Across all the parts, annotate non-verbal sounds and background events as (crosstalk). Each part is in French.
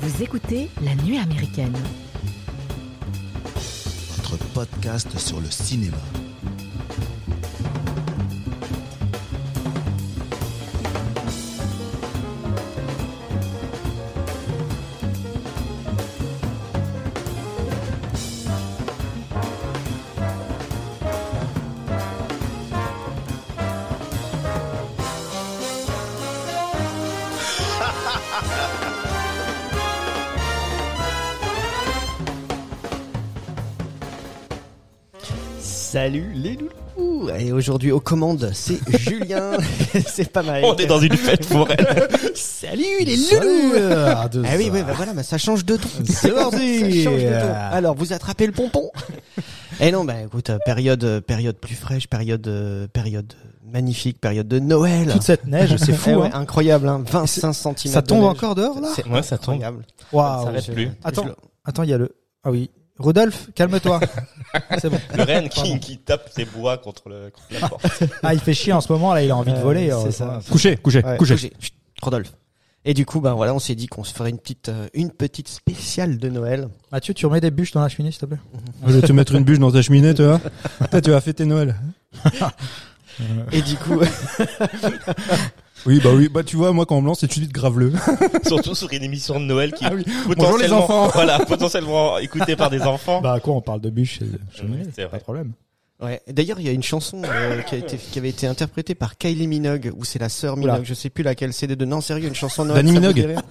Vous écoutez La Nuit américaine. Votre podcast sur le cinéma. Salut les loulous Et aujourd'hui aux commandes, (laughs) c'est Julien, (laughs) c'est pas mal. On est dans une fête pour elle. Salut les loulous Ah oui, oui, bah, bah voilà, bah, ça change de ton. C'est parti. Ça change de ton. Alors, vous attrapez le (laughs) pompon Eh non, bah écoute, euh, période, euh, période plus fraîche, période, euh, période magnifique, période de Noël. toute cette neige, c'est fou. Eh ouais, hein. Incroyable, hein, 25 cm. Ça tombe encore dehors là C'est Ouais, ça tombe. incroyable. Waouh. s'arrête Je- plus. je- Attends, attends, il y a le. Ah oui, Rodolphe, (laughs) calme-toi. c'est bon. Le Rennes Pardon. qui, qui tape ses bois contre, le, contre la (laughs) porte. Ah, il fait chier en ce moment là, il a envie de Euh, voler. c'est euh, ça. ouais. Couché, couché, Ouais. couché. Roger. Chut, Rodolphe. Et du coup, ben voilà, on s'est dit qu'on se ferait une petite, euh, une petite spéciale de Noël. Mathieu, tu remets des bûches dans la cheminée, s'il te plaît. Je vais te mettre une bûche dans ta cheminée, tu vois. Putain, tu vas fêter Noël. Et du coup, (laughs) Oui, bah oui, bah tu vois, moi quand on me lance, c'est tout de suite grave-le. Surtout sur une émission de Noël qui est potentiellement, Bonjour, les enfants. voilà, potentiellement écoutée par des enfants. Bah, à quoi on parle de bûches et cheminée, c'est pas vrai. de problème. ouais. D'ailleurs, il y a une chanson euh, qui, a été, qui avait été interprétée par Kylie Minogue, ou c'est la sœur Minogue, Oula. je sais plus laquelle. C'est des deux. Non, sérieux, une chanson de Noël. Danny ça vous Minogue. dirait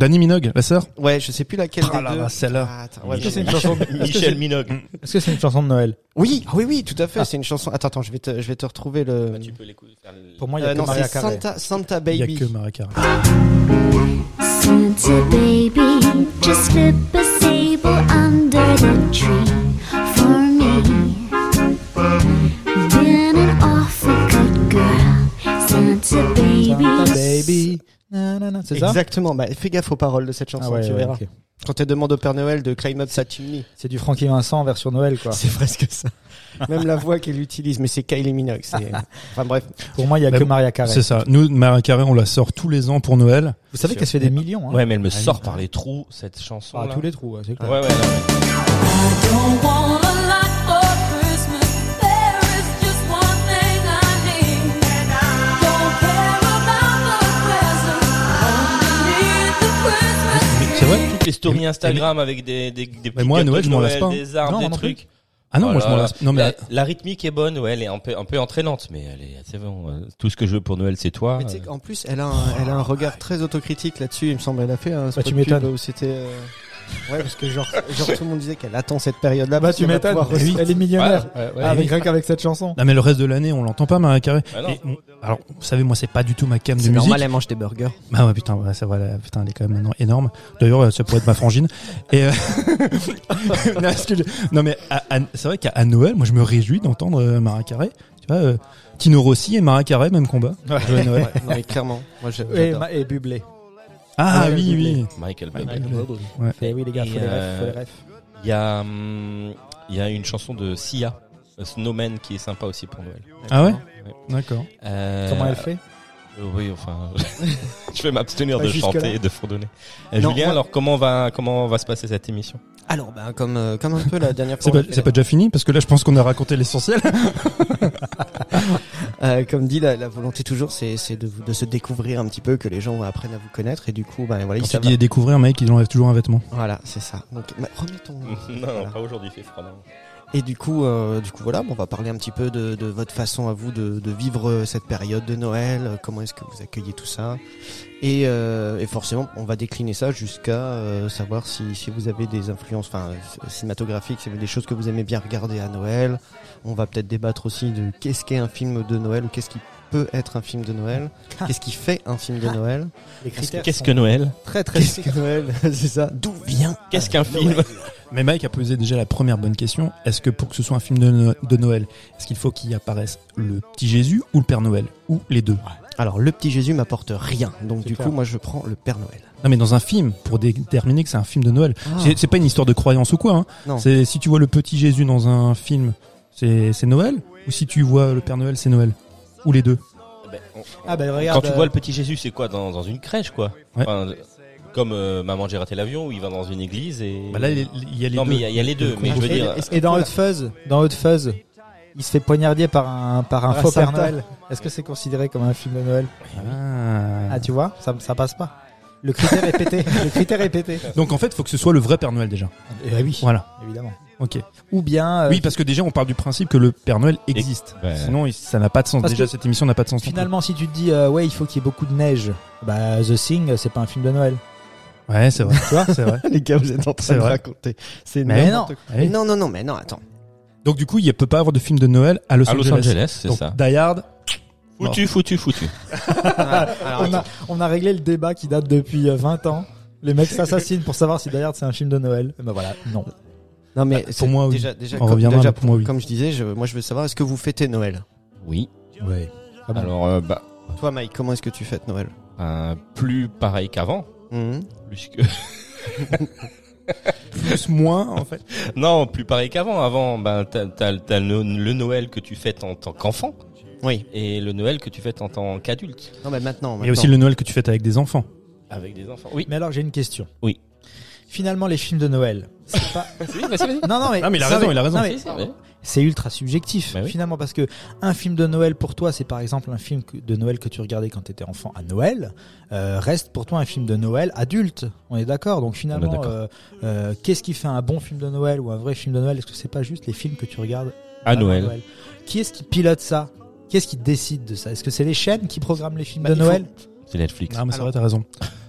Danny Minogue, la sœur Ouais, je sais plus laquelle Ah des là deux. là, celle-là. Ah, attends, ouais, Est-ce que mais- c'est une chanson (laughs) Michel Minogue. Mm. Est-ce que c'est une chanson de Noël Oui, ah oui, oui, tout à fait. C'est une chanson. Attends, attends, je vais te, je vais te retrouver le. Ah, Tu peux l'écouter. faire le- Pour moi, Ah, il y a Euh, que non, c'est Maria Carey. Santa, Santa Il y a Baby. que Maracara. Santa baby, just slip a sable under the tree for me. Been an awful good girl, Santa Santa baby. baby. Na, na, na, C'est ça Exactement. Bah, fais gaffe aux paroles de cette chanson, Ah ouais, tu ouais, verras. ok. Quand elle demande au Père Noël de climb up sa chimney. C'est du Frankie Vincent version Noël, quoi. C'est presque ça. Même la voix qu'elle utilise, mais c'est Kylie Minogue. (laughs) c'est- Enfin bref. Pour moi, il y a Mais que bon, Maria Carey. C'est ça. Nous, Maracara, on la sort tous les ans pour Noël. Vous savez qu'elle se fait des millions, hein. Ouais, mais elle me sort par les trous, cette chanson. Ah, tous les trous, ouais, c'est Ouais, clair. ouais, ouais. Don't want a lot for Christmas. There is just one thing I need. Don't care about the presents. Only need the Christmas. C'est vrai Toutes les stories Instagram avec des, des, des petits moi, à gâteaux Noël, de je m'en lasse pas, hein. des arbres, Non, des non plus. trucs. Ah non, Voilà. moi je m'en lasse. Non, mais Oh la, la rythmique est bonne, ouais, elle est un peu, un peu entraînante, mais elle est, c'est bon. euh, Tout ce que je veux pour Noël, c'est toi. Mais tu sais qu'en plus, elle a, un, elle a un regard très autocritique là-dessus. Il me semble, elle a fait un Bah, spot tu pub m'étonnes. où c'était. euh, Ouais, parce que (laughs) genre, genre tout le monde disait qu'elle attend cette période-là. Là-bas, Bah, parce Bah, tu qu'elle va m'étonnes. Bah, pouvoir ressortir. Elle est millionnaire. Ouais, ouais, ouais. Ah, avec rien qu'avec cette chanson. Non, ah, mais le reste de l'année, on l'entend pas, Maracara. Ah non. Et on- Alors, vous savez, moi, c'est pas du tout ma cam de C'est musique. normal, elle mange des burgers. Bah ouais, putain, ouais, ça, voilà, putain, elle est quand même maintenant énorme. D'ailleurs, euh, ça pourrait être ma frangine. Et euh, (laughs) non, parce que je- non, mais à- à- c'est vrai qu'à à Noël, moi, je me réjouis d'entendre euh, Mara Carré. Tu vois, euh, Tino Rossi et Mara Carré, même combat. Joyeux Noël. (laughs) Ouais, non, mais clairement. Moi, je- Et, j'adore. ma- et Bublé. Ah Ouais, oui, oui. Michael Bay. euh, Ouais. Eh oui, les gars, Et, faut les refs, faut les euh, refs. Il y a, hum, il y a une chanson de Sia, euh, Snowman, qui est sympa aussi pour Noël. Ah ouais D'accord. Euh, Comment elle fait euh, Oui, enfin, (laughs) je vais m'abstenir Pas de jusque-là. chanter et de fredonner. Euh, Non, Julien, moi- alors comment va comment va se passer cette émission Alors, ben, comme, euh, comme un peu la dernière C'est fois. pas, on l'a fait, c'est pas déjà fini parce que là je pense qu'on a raconté l'essentiel. Euh, comme dit, la, la volonté toujours, c'est c'est de, vous- de se découvrir un petit peu, que les gens apprennent à vous connaître. Et du coup, ben voilà, Quand ils tu savent. dis découvrir, mec, il enlève toujours un vêtement. Voilà, c'est ça. Donc, bah, remets ton. (laughs) (laughs) Non, Voilà. pas aujourd'hui, il fait froid. non. Et du coup, euh, du coup voilà, bon, on va parler un petit peu de, de votre façon à vous de, de vivre euh, cette période de Noël. euh, Comment est-ce que vous accueillez tout ça et, euh, et forcément, on va décliner ça jusqu'à euh, savoir si, si vous avez des influences, enfin euh, cinématographiques, si vous avez des choses que vous aimez bien regarder à Noël. On va peut-être débattre aussi de qu'est-ce qu'est un film de Noël ou qu'est-ce qui peut être un film de Noël, Ah. qu'est-ce qui fait un film de Noël, Les critères Qu'est-ce sont que Noël très Ah. très qu'est-ce que Noël, c'est ça, d'où vient Qu'est-ce Ah, qu'un film (laughs) Mais Mike a posé déjà la première bonne question. Est-ce que pour que ce soit un film de, No- de Noël, est-ce qu'il faut qu'il apparaisse le petit Jésus ou le Père Noël ou les deux Alors le petit Jésus m'apporte rien, donc C'est du clair. coup moi je prends le Père Noël. Non mais dans un film, pour déterminer que c'est un film de Noël. Ah. C'est- C'est pas une histoire de croyance ou quoi. Hein. Non. C'est si tu vois le petit Jésus dans un film, c'est c'est Noël. Ou si tu vois le Père Noël, c'est Noël. Ou les deux. Ben, on- Ah ben regarde. Quand tu euh, vois le petit Jésus, c'est quoi dans, dans une crèche, quoi Ouais. Enfin, Comme euh, Maman, j'ai raté l'avion, où il va dans une église et. Bah là, il y a- il y a les non, deux. mais il y a- il y, a les deux, mais je veux et, dire. et dans Hot Fuzz, dans Hot Fuzz, il se fait poignarder par un par un Par un faux Père Santa. Noël. Est-ce que c'est considéré comme un film de Noël Ah. Ah tu vois, ça ça passe pas. Le critère est (laughs) pété. Le critère est pété. Donc en fait, faut que ce soit le vrai Père Noël déjà. Eh ben oui, Voilà. évidemment. Ok. Ou bien euh, Oui, parce que déjà, on parle du principe que le Père Noël existe. Ouais. Sinon, il- ça n'a pas de sens. Parce déjà, que cette émission n'a pas de sens. non plus. finalement si tu te dis euh, ouais, il faut qu'il y ait beaucoup de neige, bah The Thing, c'est pas un film de Noël. Ouais, c'est vrai. tu vois, (laughs) c'est vrai. Ah. (laughs) Les gars, vous êtes en C'est train de vrai. raconter. C'est Mais n'importe quoi. Allez. Non, non, non, mais non, attends. Donc du coup, il ne peut pas avoir de film de Noël à Los À Angeles. Los Angeles, c'est Donc, ça. Die Hard. Foutu, foutu, foutu. Alors, On a, on a réglé le débat qui date depuis euh, 20 ans. Les mecs s'assassinent pour savoir si Die Hard c'est un film de Noël. Ben voilà, non. Non, mais Pour c'est- moi, oui. déjà, déjà, On comme, reviendra, déjà, mais pour moi, oui. comme je disais, je- moi, je veux savoir, est-ce que vous fêtez Noël Oui. Ouais. Ah Alors, euh, bah, Toi, Mike, comment est-ce que tu fêtes Noël euh, plus pareil qu'avant. Mhm. Plus que- Plus moins, en fait. (laughs) non, plus pareil qu'avant. Avant, ben, t'as, t'as- t'as le, le Noël que tu fêtes en tant qu'enfant Oui. et le Noël que tu fêtes en tant qu'adulte Non, mais maintenant. Il y a aussi le Noël que tu fêtes avec des enfants. avec des enfants. (laughs) Oui. Mais alors j'ai une question. Oui. Finalement les films de Noël, c'est (laughs) pas Non non mais Ah, mais il a ça, raison, il a raison. non, mais c'est ultra subjectif Bah oui. finalement parce que un film de Noël pour toi c'est par exemple un film que- de Noël que tu regardais quand t'étais enfant à Noël euh, reste pour toi un film de Noël adulte. On est d'accord. Donc On est finalement d'accord. euh, euh, qu'est-ce qui fait un bon film de Noël ou un vrai film de Noël Est-ce que c'est pas juste les films que tu regardes À Noël. Qui est-ce qui pilote ça Qui est-ce qui décide de ça Est-ce que c'est les chaînes qui programment les films Bah, de il faut- Noël C'est Netflix. Ah, mais c'est Alors- vrai, t'as raison.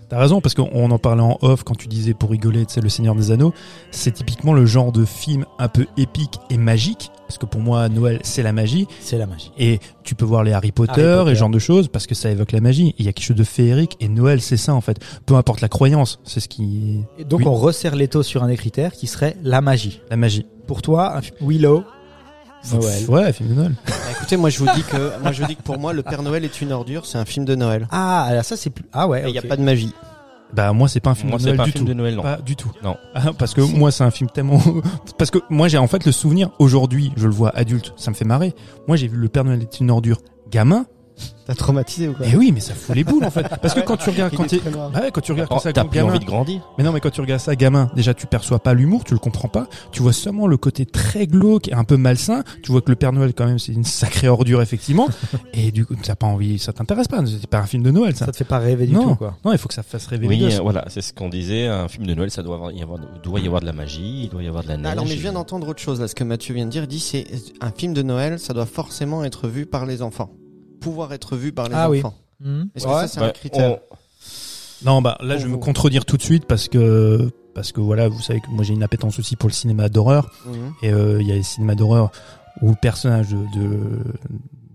T'as raison, parce qu'on en parlait en off quand tu disais pour rigoler, tu sais, Le Seigneur des Anneaux. C'est typiquement le genre de film un peu épique et magique. Parce que pour moi, Noël, c'est la magie. C'est la magie. Et tu peux voir les Harry Potter, Harry Potter. et ce genre de choses parce que ça évoque la magie. Il y a quelque chose de féerique et Noël, c'est ça en fait. Peu importe la croyance, c'est ce qui Et donc Oui. on resserre les taux sur un des critères qui serait la magie. la magie. Pour toi, un film- Willow, Noël. Ouais, film de Noël. Bah, écoutez, moi, je vous dis que, moi, je vous dis que pour moi, le Père Noël est une ordure. C'est un film de Noël. Ah, alors ça c'est plus. Ah ouais. Et il n'y a ok. pas de magie. Bah moi, c'est pas un film Moi, de c'est Noël pas un du film tout. de Noël, non. Pas du tout. Non. Ah, parce que moi, c'est un film tellement. (laughs) parce que moi, j'ai en fait le souvenir aujourd'hui, je le vois adulte, ça me fait marrer. Moi, j'ai vu le Père Noël est une ordure gamin. T'as traumatisé ou Bah. quoi Mais oui, mais ça fout les boules (laughs) en fait. Parce que quand tu regardes, quand t'es- Bah ouais, quand tu regardes Oh, comme ça t'as comme plus gamin, envie de grandir. Mais non, mais quand tu regardes ça, gamin, déjà tu perçois pas l'humour, tu le comprends pas. Tu vois seulement le côté très glauque et un peu malsain. Tu vois que le Père Noël, quand même, c'est une sacrée (laughs) ordure, effectivement. et du coup, t'as pas envie, ça t'intéresse pas. C'est pas un film de Noël, ça. Ça te fait pas rêver du non, tout quoi. non, il faut que ça fasse rêver Oui, les euh, gosses. voilà, c'est ce qu'on disait. Un film de Noël, ça doit avoir- y avoir, doit y avoir de la magie, il doit y avoir de la neige. Alors, Ah, mais je viens d'entendre autre chose là. Ce que Mathieu vient de dire, il dit c'est un film de Noël, ça doit forcément être vu par les enfants. Pouvoir être vu par les Ah oui. enfants. Hmm. Est-ce Ouais. que ça, c'est Bah, un critère on- Non, bah là, je vais me contredire tout de suite parce que parce que voilà, vous savez que moi j'ai une appétence aussi pour le cinéma d'horreur Mhm. et euh, il y a les cinémas d'horreur où le personnage de, de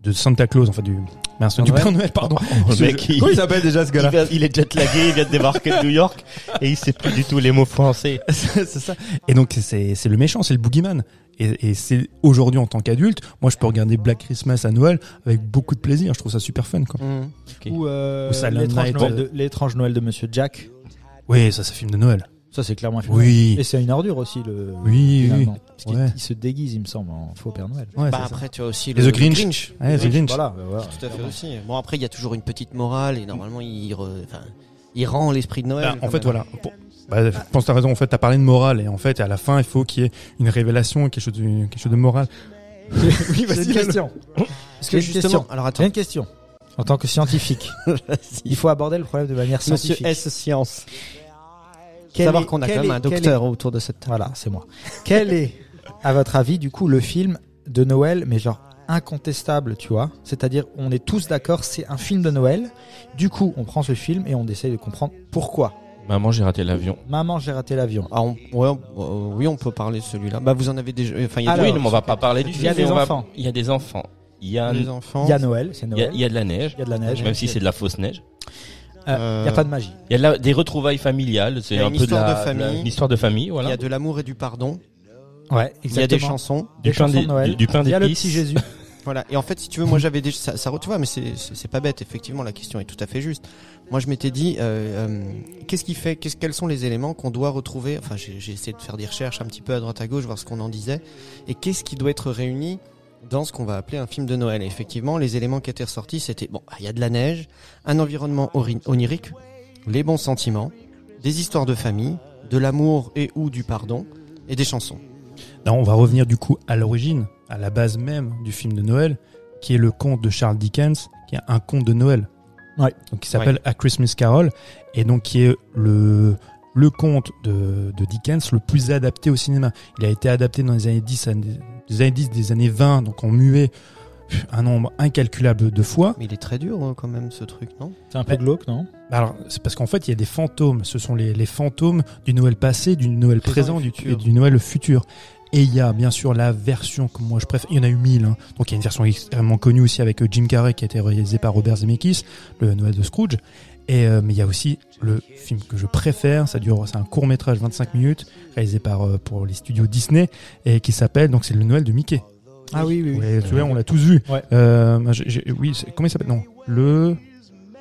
de Santa Claus, enfin du mince, du Père Noël, pardon. le mec, il- Comment il s'appelle déjà ce il, gars-là vient- il est jet lagué, il vient de débarquer de New York et il sait plus du tout les mots français. (laughs) c'est c'est ça. Et donc c'est c'est le méchant, c'est le boogeyman. Et, et c'est aujourd'hui en tant qu'adulte, moi je peux regarder Black Christmas à Noël avec beaucoup de plaisir. Je trouue ça super fun. Quoi. Mhm. Ok. Ou, euh, Ou Silent l'étrange Night. Noël, de- l'étrange Noël de Monsieur Jack. Oui, ça c'est film de Noël. Ça c'est clairement un film. Oui, Et c'est une ordure aussi le. oui, oui. finalement. Parce qu'il Ouais. il se déguise, il me semble, en faux Père Noël. Ouais, Bah, Ah, c'est ça. après, tu as aussi Et le The Grinch. Ouais, The Grinch. Voilà. bah (laughs) voilà. Tout à fait aussi. Bon, après, il y a toujours une petite morale et normalement, il, re- enfin, il rend l'esprit de Noël. Bah, en quand fait, même. voilà. Pour- bah, je pense que t'as raison. En fait, t'as parlé de morale et en fait, à la fin, il faut qu'il y ait une révélation, quelque chose de, quelque chose de moral. oui, vas-y, J'ai une Lolo. question. Parce que J'ai une justement, question. alors J'ai attends, une question. En tant que (laughs) scientifique, il faut aborder le problème de manière Monsieur scientifique. S Science. Quel savoir est- qu'on a quel quand même est- un quel docteur autour de cette table. Voilà, c'est moi. Quel est, à votre avis, du coup, le film de Noël, mais genre incontestable, tu vois C'est-à-dire, on est tous d'accord, c'est un film de Noël. Du coup, on prend ce film et on essaye de comprendre pourquoi. Maman, j'ai raté l'avion. Maman, j'ai raté l'avion. Ah, on- ouais, on- euh, oui, on peut parler de celui-là. Bah, vous en avez déjà. Enfin, il y a Alors, Ah, oui, non, mais on va pas parler du il y film, a des mais on va- enfants. Il y a des enfants. Il y a, un- des enfants. Il y a Noël, c'est il y a- Noël. il y a de la neige. Il y a de la neige. Même si c'est de la fausse neige. Euh, Il n'y a pas de magie. Il y a de la- des retrouvailles familiales, c'est Il y a un une peu de histoire la, de famille. la- une histoire de famille, Il voilà. y a de l'amour et du pardon. Ouais, Il y a des exactement. chansons. du, des pain chansons des- de Noël. du, du pain Ah, Il y a le d'épices. petit Jésus. Voilà. Et en fait, si tu veux, moi j'avais déjà ça, ça re- tu vois, mais c'est c'est c'est pas bête. Effectivement, la question est tout à fait juste. Moi, je m'étais dit, euh, euh, qu'est-ce qui fait, qu'est-ce quels sont les éléments qu'on doit retrouver Enfin, j'ai j'ai essayé de faire des recherches un petit peu à droite à gauche, voir ce qu'on en disait, et qu'est-ce qui doit être réuni dans ce qu'on va appeler un film de Noël. Et effectivement, les éléments qui étaient ressortis, c'était bon, il y a de la neige, un environnement ori- onirique, les bons sentiments, des histoires de famille, de l'amour et ou du pardon, et des chansons. Non, on va revenir du coup à l'origine, à la base même du film de Noël, qui est le conte de Charles Dickens, qui est un conte de Noël. Ouais. Donc qui s'appelle A Christmas Carol, et donc qui est le le conte de, de Dickens le plus adapté au cinéma. Il a été adapté dans les années 10, années- des années 10, des années 20, donc en muet, pff, un nombre incalculable de fois. Mais il est très dur hein, quand même ce truc, non C'est un peu glauque, non Bah Alors, c'est parce qu'en fait, il y a des fantômes. Ce sont les, les fantômes du Noël passé, du Noël Présent présent, et du, futur. et du Noël futur. Et il y a bien sûr la version que moi je préfère. Il y en a eu mille. hein. Donc il y a une version extrêmement connue aussi avec euh, Jim Carrey qui a été réalisée par Robert Zemeckis, le Noël de Scrooge. Et euh, mais il y a aussi le film que je préfère. Ça dure, c'est un court métrage 25 minutes réalisé par euh, pour les studios Disney et qui s'appelle donc c'est le Noël de Mickey. Ah oui, oui, oui. Ouais, celui-là, on l'a tous vu. Ouais. Euh, moi, j'ai- j'ai- oui, c'est- comment il s'appelle Non, le.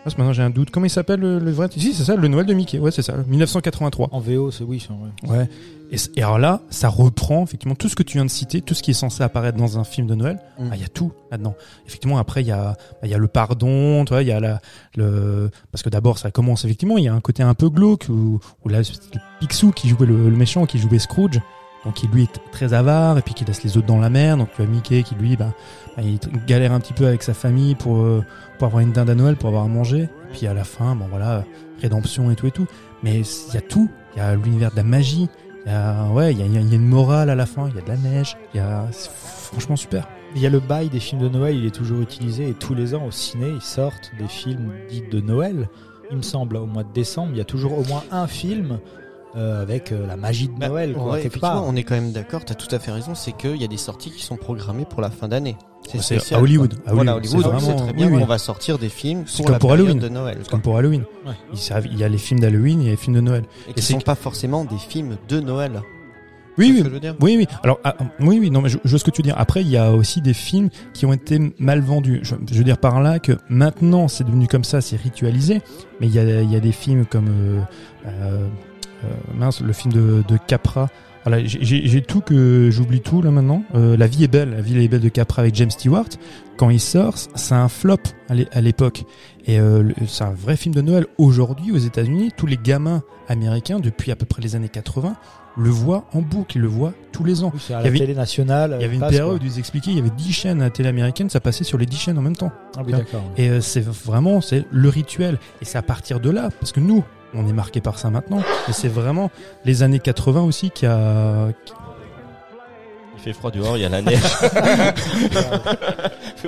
Ah, c'est- maintenant j'ai un doute. Comment il s'appelle le, le vrai Si, c'est ça, le Noël de Mickey. Ouais, c'est ça, 1983. En VO, c'est oui, c'est vrai. Ouais. Et, c- et alors là, ça reprend effectivement tout ce que tu viens de citer, tout ce qui est censé apparaître dans un film de Noël. Ah, Mm. Il y a tout là-dedans. Effectivement, après, il y a, bah, il y a le pardon, tu vois, il y a la, le. Parce que d'abord, ça commence effectivement, il y a un côté un peu glauque où, où là, c'était le Picsou qui jouait le, le méchant, qui jouait Scrooge. Donc, qui lui est très avare et puis qui laisse les autres dans la mer. Donc, tu as Mickey qui lui, bah, bah, il galère un petit peu avec sa famille pour, euh, pour avoir une dinde à Noël, pour avoir à manger. Et puis à la fin, bon voilà, rédemption et tout et tout. Mais il y a tout. Il y a l'univers de la magie. Il y a, ouais, il y a, il y a- il y a une morale à la fin. Il y a de la neige. Il y a, c'est franchement super. Il y a le bail des films de Noël, il est toujours utilisé et tous les ans au ciné, ils sortent des films dits de Noël. Il me semble, au mois de décembre, il y a toujours au moins un film euh, avec euh, la magie de Noël, Bah, ouais, quoi, quelque effectivement, part. on est quand même d'accord, t'as tout à fait raison, c'est qu'il y a des sorties qui sont programmées pour la fin d'année. Ouais, c'est spécial, à Hollywood. quoi. À Voilà, Hollywood, Hollywood, c'est on sait vraiment- très bien oui, oui. qu'on va sortir des films C'est pour comme la pour période Halloween. de Noël. C'est quoi. comme pour Halloween. Ouais. Ils savent- Il y a les films d'Halloween, il y a les films de Noël. Et qui c'est- sont pas forcément des films de Noël. C'est Oui, ce oui, que je veux dire Oui, oui. Alors, ah, oui, oui. Non, mais je, je vois ce que tu veux dire. Après, il y a aussi des films qui ont été mal vendus. Je, je veux dire par là que maintenant, c'est devenu comme ça, c'est ritualisé. Mais il y a, il y a des films comme euh, euh, euh, mince, le film de, de Capra. Voilà, j'ai- j'ai j'ai tout que j'oublie tout là maintenant. Euh, la vie est belle, la vie est belle de Capra avec James Stewart. Quand il sort, c'est un flop à l'é- à l'époque. Et euh, le- c'est un vrai film de Noël. Aujourd'hui, aux États-Unis, tous les gamins américains depuis à peu près les années 80 le voient en boucle, ils le voient tous les ans. Oui, c'est à Il y la avait- télé nationale. Il y avait une Euh, passe, période où quoi. ils expliquaient, il y avait 10 chaînes à la télé américaine, ça passait sur les 10 chaînes en même temps. Ah oui, d'accord. Et euh, c'est vraiment, c'est le rituel. Et c'est à partir de là, parce que nous, on est marqué par ça maintenant. Et c'est vraiment les années 80 aussi qui a. qui- Il fait froid dehors, il y a la neige. (laughs) (laughs)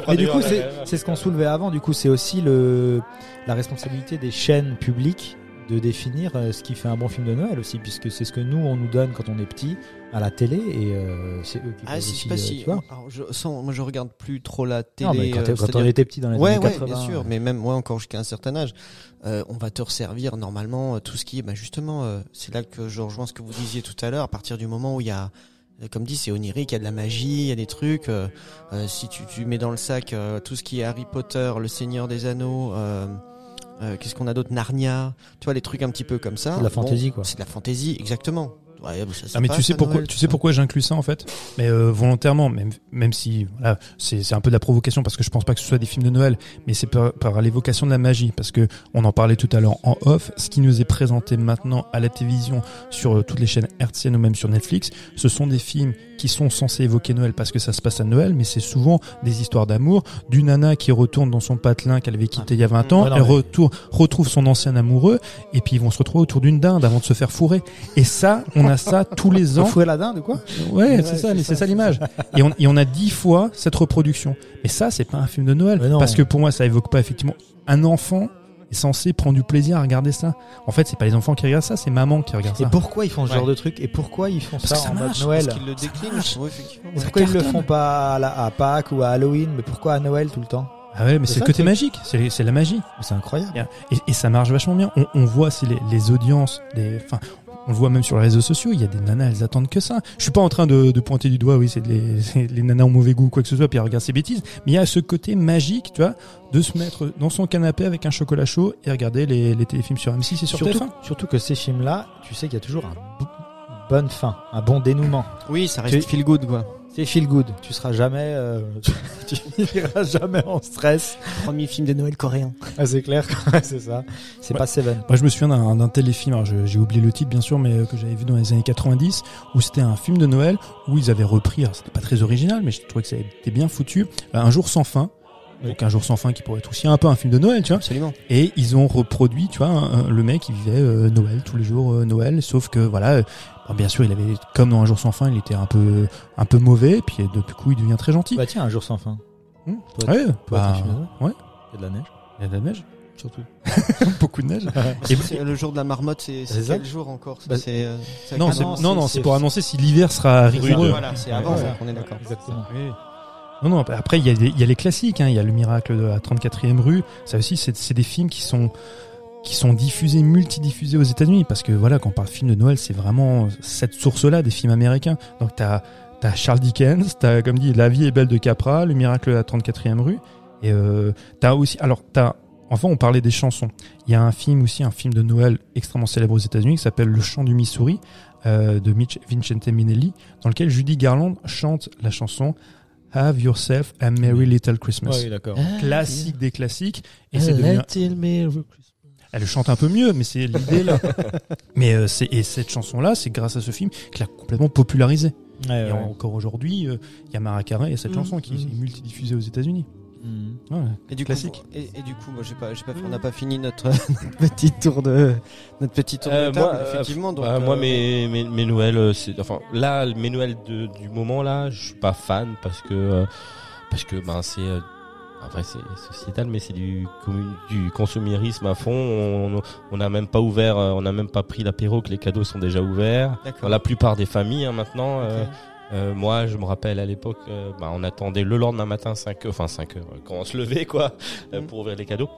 Mais du coup, c'est c'est ce qu'on soulevait avant. Du coup, c'est aussi le, la responsabilité des chaînes publiques de définir euh, ce qui fait un bon film de Noël aussi, puisque c'est ce que nous, on nous donne quand on est petit à la télé, et euh, c'est eux qui Ah, peuvent si, je aussi, sais pas euh, si. tu vois. alors, je, sans- moi, je regarde plus trop la télé. Non, mais quand, euh, t'es- quand c'est-à-dire- on était petit dans les Ouais, années euh, ouais, 80, bien sûr. Mais même moi, encore jusqu'à un certain âge, euh, on va te resservir normalement euh, tout ce qui est. Bah, justement, euh, c'est là que je rejoins ce que vous disiez tout à l'heure. À partir du moment où il y a, euh, comme dit, c'est onirique, il y a de la magie, il y a des trucs. euh, euh, si tu, tu mets dans le sac euh, tout ce qui est Harry Potter, Le Seigneur des Anneaux. euh, euh, Qu'est-ce qu'on a d'autre Narnia, tu vois les trucs un petit peu comme ça. C'est de la Bon, fantaisie, quoi. C'est de la fantaisie, exactement. Ouais, bah, ça, ça Ah, mais passe tu sais à pourquoi, Noël, tu tout sais ça. pourquoi j'inclus ça en fait, mais euh, volontairement, même, même si voilà, c'est c'est un peu de la provocation parce que je pense pas que ce soit des films de Noël, mais c'est par, par l'évocation de la magie parce que on en parlait tout à l'heure en off, ce qui nous est présenté maintenant à la télévision sur euh, toutes les chaînes hertziennes ou même sur Netflix, ce sont des films qui sont censés évoquer Noël parce que ça se passe à Noël, mais c'est souvent des histoires d'amour, du nana qui retourne dans son patelin qu'elle avait quitté il y a 20 Ouais, ans, Ah, non, elle mais- retourne- retrouve son ancien amoureux et puis ils vont se retrouver autour d'une dinde avant de se faire fourrer. Et ça, on a ça tous (laughs) les ans. Fouet la dinde, quoi Ouais, Ouais, c'est ça, c'est ça, mais c'est ça c'est l'image. Et on, et on a dix fois cette reproduction. Mais ça, c'est pas un film de Noël. Mais non. Parce que pour moi, ça évoque pas effectivement un enfant est censé prendre du plaisir à regarder ça. En fait, c'est pas les enfants qui regardent ça, c'est maman qui regarde Et ça. pourquoi ils font ce Ouais. genre de truc Et pourquoi ils font Parce ça, que ça en marche, mode Noël Parce qu'ils le déclinent, je trouve, effectivement. Et ouais. Pourquoi ils le cartonne. font pas à, la- à Pâques ou à Halloween Mais pourquoi à Noël tout le temps Ah ouais, mais C'est c'est le ça, côté le magique, c'est c'est la magie. C'est incroyable. Et, et ça marche vachement bien. On, on voit si les, les audiences, les, enfin, on le voit même sur les réseaux sociaux, il y a des nanas, elles attendent que ça. Je suis pas en train de, de pointer du doigt, oui, c'est les, c'est les nanas ont mauvais goût, quoi que ce soit, puis elles regardent ces bêtises. Mais il y a ce côté magique, tu vois, de se mettre dans son canapé avec un chocolat chaud et regarder les, les téléfilms sur M6 et sur Surtout, TF1. surtout que ces films-là, tu sais qu'il y a toujours un bo- bonne fin, un bon dénouement. Oui, ça Tu- reste feel good, quoi. C'est feel good. Tu seras jamais, euh, (laughs) tu iras jamais en stress. Premier film de Noël coréen. (laughs) Ah, c'est (laughs) clair, c'est ça. C'est Ouais. pas Seven. Moi, je me souviens d'un d'un téléfilm, alors je- j'ai oublié le titre bien sûr, mais euh, que j'avais vu dans les années 90, où c'était un film de Noël où ils avaient repris, alors c'était pas très original, mais je trouvais que ça était bien foutu, euh, Un jour sans fin. Oui. Donc un jour sans fin qui pourrait être aussi un peu un film de Noël, tu vois. Absolument. Et ils ont reproduit, tu vois, un- un- le mec il vivait euh, Noël tous les jours euh, Noël, sauf que voilà, euh, bon, bien sûr il avait comme dans un jour sans fin, il était un peu un peu mauvais, puis euh, depuis coup il devient très gentil. Bah tiens, un jour sans fin. Hmm. toi, ouais, toi, bah, t'as fumé, ouais, Il y a de la neige. il y a de la neige, Surtout. (laughs) beaucoup de neige. (laughs) Et- C'est le jour de la marmotte, c'est C'est c'est ça quel jour encore ça, Bah, c'est, euh, c'est non, à Ah c'est non, non, c'est- non, c'est- c'est pour annoncer si l'hiver sera quel- rigoureux. Voilà, c'est avant, Ouais. ça, on est d'accord. Exactement. Non, non, après, il y, a des- il y a les classiques, hein. il y a Le Miracle de la 34e rue, ça aussi, c'est c'est des films qui sont qui sont diffusés, multidiffusés aux États-Unis, parce que voilà, quand on parle de films de Noël, c'est vraiment cette source-là des films américains. Donc, t'as as Charles Dickens, t'as, comme dit, La vie est belle de Capra, Le Miracle de la 34e rue, et euh, t'as aussi, alors, t'as, enfin, on parlait des chansons. Il y a un film aussi, un film de Noël extrêmement célèbre aux États-Unis qui s'appelle Le Chant du Missouri, euh, de Mitch Vincente Minnelli, dans lequel Judy Garland chante la chanson Have Yourself a Merry Little Christmas. oui, d'accord. Classique des classiques. ah, Et c'est devenu un- Elle chante un peu mieux, mais c'est l'idée là. mais euh, c'est et cette chanson-là, c'est grâce à ce film qu'elle a complètement popularisé. Ouais, ouais. Et encore aujourd'hui, euh, il y a Mara Carey et cette chanson qui est multidiffusée aux États-Unis. Mhm. Ouais. Et du Classique. Coup, et, et du coup, moi, j'ai pas, j'ai pas, on n'a pas fini notre, (laughs) notre petit tour de, notre petit tour Euh, de table, moi, euh, effectivement. Donc, Bah, Moi, euh, mes, mes, mes Noëls, euh, c'est, enfin, là, mes Noëls de- du moment, là, je suis pas fan parce que, euh, parce que, ben, c'est, euh, en vrai, c'est sociétal, mais c'est du, commun- du consumérisme à fond. On- On n'a même pas ouvert, euh, on n'a même pas pris l'apéro que les cadeaux sont déjà ouverts. D'accord. Euh, Dans la plupart des familles, hein, maintenant, Ok. euh, euh, moi, je me rappelle à l'époque, euh, bah, on attendait le lendemain matin 5 heures, enfin 5 heures, euh, quand on se levait, quoi, euh, Mhm. pour ouvrir les cadeaux.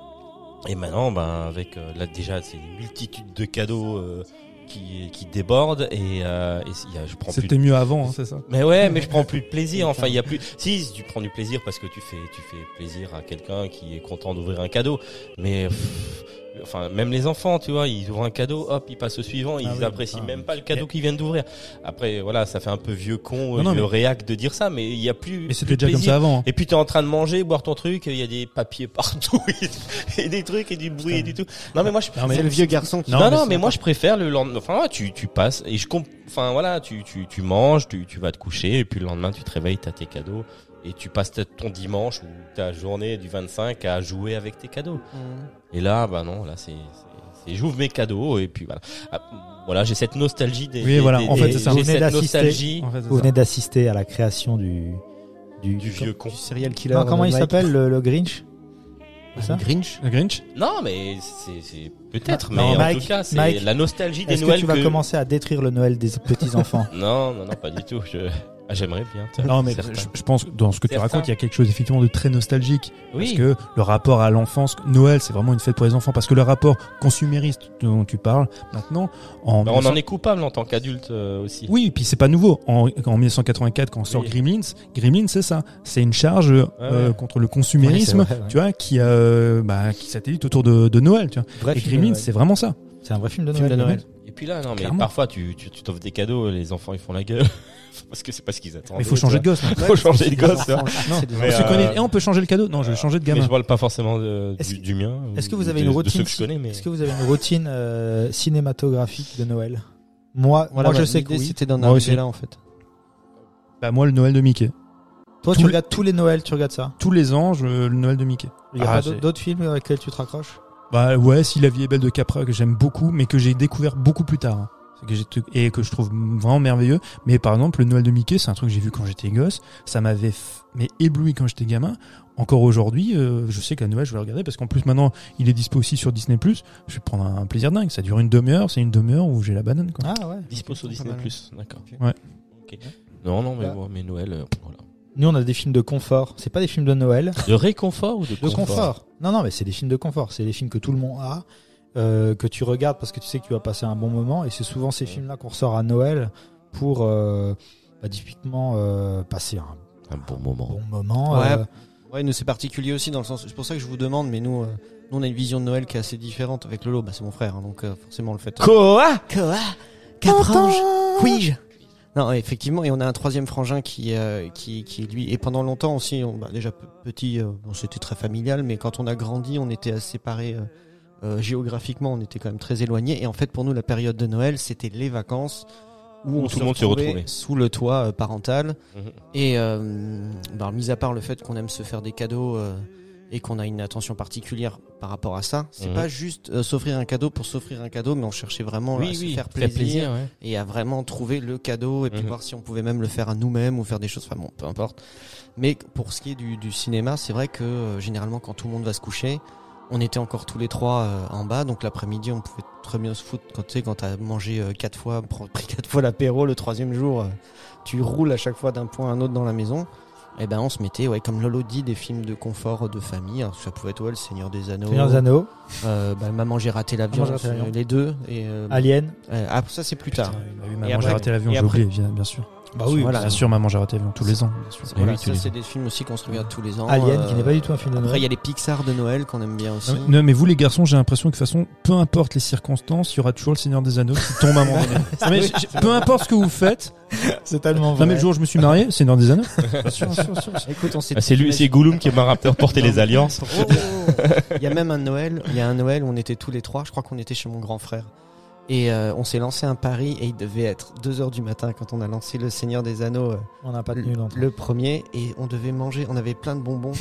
Et maintenant, ben avec euh, là déjà, c'est une multitude de cadeaux euh, qui, qui débordent et, euh, et s'il y a- je prends plus. C'était de- mieux avant, hein, c'est ça. Mais ouais, mais je prends plus de (laughs) plaisir. Enfin, il y a plus. Si tu prends du plaisir parce que tu fais, tu fais plaisir à quelqu'un qui est content d'ouvrir un cadeau. Mais pff, enfin, même les enfants, tu vois, ils ouvrent un cadeau, hop, ils passent au suivant, ils Ah oui, apprécient enfin, même pas le cadeau qu'ils viennent d'ouvrir. Après, voilà, ça fait un peu vieux con, Non, non, le mais- réac de dire ça, mais il y a plus. Mais c'était plus de déjà comme plaisir. ça avant. hein. Et puis t'es en train de manger, boire ton truc, il y a des papiers partout (laughs) et des trucs et du bruit et du tout. Non mais moi je Non, mais- c'est le vieux garçon qui non, non, mais, moi je préfère le lendemain. Enfin, ouais, tu, tu passes et je comp... Enfin voilà, tu, tu, tu manges, tu, tu vas te coucher et puis le lendemain tu te réveilles, t'as tes cadeaux et tu passes ta- ton dimanche ou ta journée du 25 à jouer avec tes cadeaux. Mhm. Et là, bah non, là c'est c'est- c'est- j'ouvre mes cadeaux et puis voilà. Ah, voilà, j'ai cette nostalgie des. Oui, des- voilà, des- en fait, des- c'est ça. Vous J'ai venez cette d'assister. nostalgie En fait, c'est Vous ça. venez d'assister à la création du du, du vieux con. Du serial killer. Non, comment il Mike. s'appelle le, le Grinch C'est ça Grinch. Le Grinch Non, mais c'est c'est- peut-être, mais Non, en Mike, tout cas, c'est Mike, la nostalgie des Est-ce que Noëls tu vas que- commencer à détruire le Noël des (laughs) petits enfants Non, non, non, pas du tout. Je- ah, J'aimerais bien. tiens. Non, mais Certains. je, je pense que dans ce que tu Certains. racontes, il y a quelque chose effectivement de très nostalgique. Oui. Parce que le rapport à l'enfance, Noël, c'est vraiment une fête pour les enfants. Parce que le rapport consumériste dont tu parles maintenant, en Bah, on en est coupable en tant qu'adulte euh, aussi. Oui, et puis c'est pas nouveau. En, en 1984, quand sort Oui. Gremlins, Gremlins, c'est ça. C'est une charge euh, Ouais, ouais. contre le consumérisme, Ouais, c'est vrai, ouais. tu vois, qui, euh, bah, qui satellite autour de, de Noël, tu vois. Vrai et film de Gremlins, Noël. c'est vraiment ça. C'est un vrai film de Film Noël. de Noël. Et puis là, non, mais Clairement. parfois tu tu- tu t'offres des cadeaux, les enfants ils font la gueule. (laughs) parce que c'est pas ce qu'ils attendent. Mais il faut changer de gosse. là. Il faut changer de gosse. hein. Non, Mais, on se euh, connaît. Et on peut changer le cadeau. Non, je vais changer de Mais gamin. je parle pas forcément de- Est-ce du, du mien. est-ce ou que vous avez euh, de- une De ceux routine- que je connais, mais. Est-ce que vous avez une routine euh, cinématographique de Noël Moi, Voilà, moi ma- je sais que l'idée, oui. C'était d'en Moi aussi. arriver là, en fait. Bah, moi, le Noël de Mickey. Toi, tous tu les- regardes tous les Noëls, tu regardes ça. Tous les ans, je- le Noël de Mickey. Il n'y a Ah, pas c'est- d'autres- d'autres films avec lesquels tu te raccroches Bah ouais, si la vie est belle de Capra que j'aime beaucoup, mais que j'ai découvert beaucoup plus tard. hein. C'est Que j'ai tout- et que je trouve vraiment merveilleux. Mais par exemple, le Noël de Mickey, c'est un truc que j'ai vu quand j'étais gosse. Ça m'avait f- mais ébloui quand j'étais gamin. Encore aujourd'hui, euh, je sais que la Noël, je vais la regarder parce qu'en plus maintenant, il est dispo aussi sur Disney+. Je vais prendre un plaisir dingue. Ça dure une demi-heure. C'est une demi-heure où j'ai la banane. Quoi. Ah ouais. Dispo sur Disney Plus, d'accord. Ouais. Ok. Non, non, mais, Bah. bon, mais Noël, euh, voilà. Nous, on a des films de confort. C'est pas des films de Noël. De réconfort ou de De confort, confort. Non, non, mais c'est des films de confort. C'est des films que tout le monde a, euh, que tu regardes parce que tu sais que tu vas passer un bon moment. Et c'est souvent ces films-là qu'on ressort à Noël pour, euh, bah, typiquement, euh, passer un Un bon moment. bon moment. Ouais. oh. euh, Ouais, nous c'est particulier aussi dans le sens. C'est pour ça que je vous demande, mais nous, euh, nous on a une vision de Noël qui est assez différente avec euh. Lolo. Bah c'est mon frère, hein, donc euh, forcément on le fait. Quoi Quoi Caprange Oui. Non, effectivement, et on a un troisième frangin qui, euh, qui, qui lui, et pendant longtemps aussi, on, bah, déjà pe- petit, euh, bon, c'était très familial, mais quand on a grandi, on était assez séparés euh, euh, géographiquement, on était quand même très éloignés, et en fait, pour nous, la période de Noël, c'était les vacances où on Tout se le monde s'y retrouvait retrouvait. sous le toit euh, parental, Mhm. et euh, bah, mis à part le fait qu'on aime se faire des cadeaux euh, et qu'on a une attention particulière par rapport à ça, c'est Mhm. pas juste euh, s'offrir un cadeau pour s'offrir un cadeau, mais on cherchait vraiment à se faire fait plaisir ouais. et à vraiment trouver le cadeau et puis Mhm. voir si on pouvait même le faire à nous-mêmes ou faire des choses, enfin bon, peu importe. Mais pour ce qui est du, du cinéma, c'est vrai que euh, généralement quand tout le monde va se coucher, on était encore tous les trois euh, en bas, donc l'après-midi on pouvait très bien se foutre quand tu sais quand t'as mangé euh, quatre fois, (laughs) pr- pris quatre fois l'apéro le troisième jour, euh, tu roules à chaque fois d'un point à un autre dans la maison. Et ben on se mettait, ouais, comme Lolo dit, des films de confort euh, de famille. Alors, ça pouvait être ouais, le Seigneur des Anneaux, Seigneur des Anneaux, euh, bah, Maman j'ai raté l'avion, Maman, j'ai raté l'avion. euh, les deux. Et euh, Alien. euh, ah, ça c'est plus tard. oui, Et maman, après- j'ai raté l'avion, et j'ai après- oublié, bien, bien sûr. Bah Voilà. Bien sûr, maman, j'ai raté l'avion tous les ans. bien Eh sûr. Voilà, Oui, tous ça les c'est des films aussi qu'on se regarde tous les ans. Alien, Euh, qui n'est pas du tout un Ah film de Après, il y a Noël. les Pixar de Noël qu'on aime bien aussi. Ah Non, mais- non, mais vous les garçons, j'ai l'impression que de toute façon, peu importe les circonstances, il y aura toujours le Seigneur des Anneaux qui tombe à un moment donné. Non, mais j'ai- peu importe ce que vous faites. C'est tellement Non mais le jour où je me suis marié, Seigneur des Anneaux. (laughs) Écoute, on s'est Ah, c'est lui, c'est Gouloum qui m'a rappelé porter les alliances. Oh, oh, oh. Il y a même un Noël, il y a un Noël où on était tous les trois, je crois qu'on était chez mon grand frère. Et euh, on s'est lancé un pari et il devait être 2h du matin quand on a lancé le Seigneur des Anneaux euh, On n'a pas le, tenu longtemps. le premier et on devait manger, on avait plein de bonbons.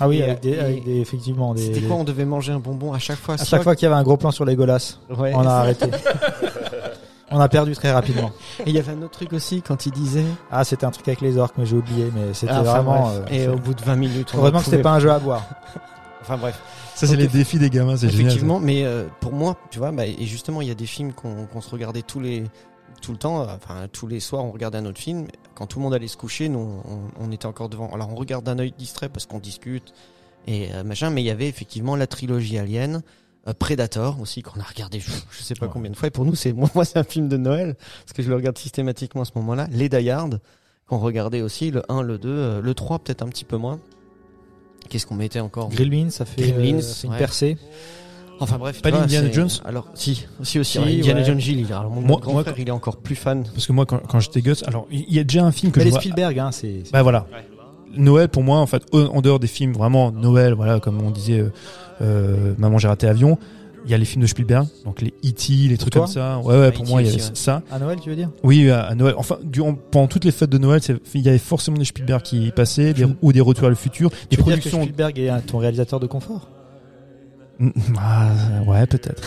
Ah oui, et- avec des, et- avec des- effectivement des. C'était quoi On devait manger un bonbon à chaque fois. À chaque fois qu'il y avait un gros plan sur les Golas, Ouais. on a arrêté. (laughs) on a perdu très rapidement. Et il y avait un autre truc aussi quand il disait Ah, c'était un truc avec les orques, mais j'ai oublié. Mais c'était Ah, enfin, vraiment. bref. euh, et au bout de 20 minutes, on Heureusement que c'était pouvait- pas un jeu à boire. Enfin bref. Ça c'est les défis des gamins, c'est génial. Effectivement, mais euh, pour moi, tu vois, bah, et justement, il y a des films qu'on qu'on se regardait tous les tout le temps, euh, enfin tous les soirs, on regardait un autre film. Quand tout le monde allait se coucher, nous, on, on était encore devant. Alors on regarde d'un œil distrait parce qu'on discute et euh, machin, mais il y avait effectivement la trilogie Alien. euh, Predator aussi qu'on a regardé je, je sais pas Ouais. combien de fois et pour nous c'est (laughs) moi, moi, c'est un film de Noël parce que je le regarde systématiquement à ce moment-là les Die Hard qu'on regardait aussi le 1 le 2 euh, le 3 peut-être un petit peu moins qu'est-ce qu'on mettait encore Gremlins, ça fait, Gremlins, euh, ça fait une ouais. percée. Enfin bref, Pas tu vois, l'Indiana c'est- Jones Alors si, si aussi Si, ouais, Indiana ouais. Jones Gilles, il- alors mon Moi- grand moi, frère, il est encore plus fan. Parce que moi quand, quand j'étais gosse, alors il y a déjà un film que Mais je les vois. Spielberg, hein, c'est. c'est- Bah voilà. Noël pour moi en fait, au- en dehors des films vraiment Noël, voilà comme on disait, euh, euh, maman j'ai raté avion. Il y a les films de Spielberg, donc les E.T., les trucs toi comme ça. Ouais, ouais, pour E.T. moi, il y a aussi, ouais. ça. À Noël, tu veux dire Oui, à à Noël. Enfin, durant, pendant toutes les fêtes de Noël, c'est- il y avait forcément des Spielberg qui passaient, des- ou des Retours à le futur, des Euh, Tu veux dire que productions. Spielberg est un- ton réalisateur de confort Ah, (laughs) ouais, peut-être.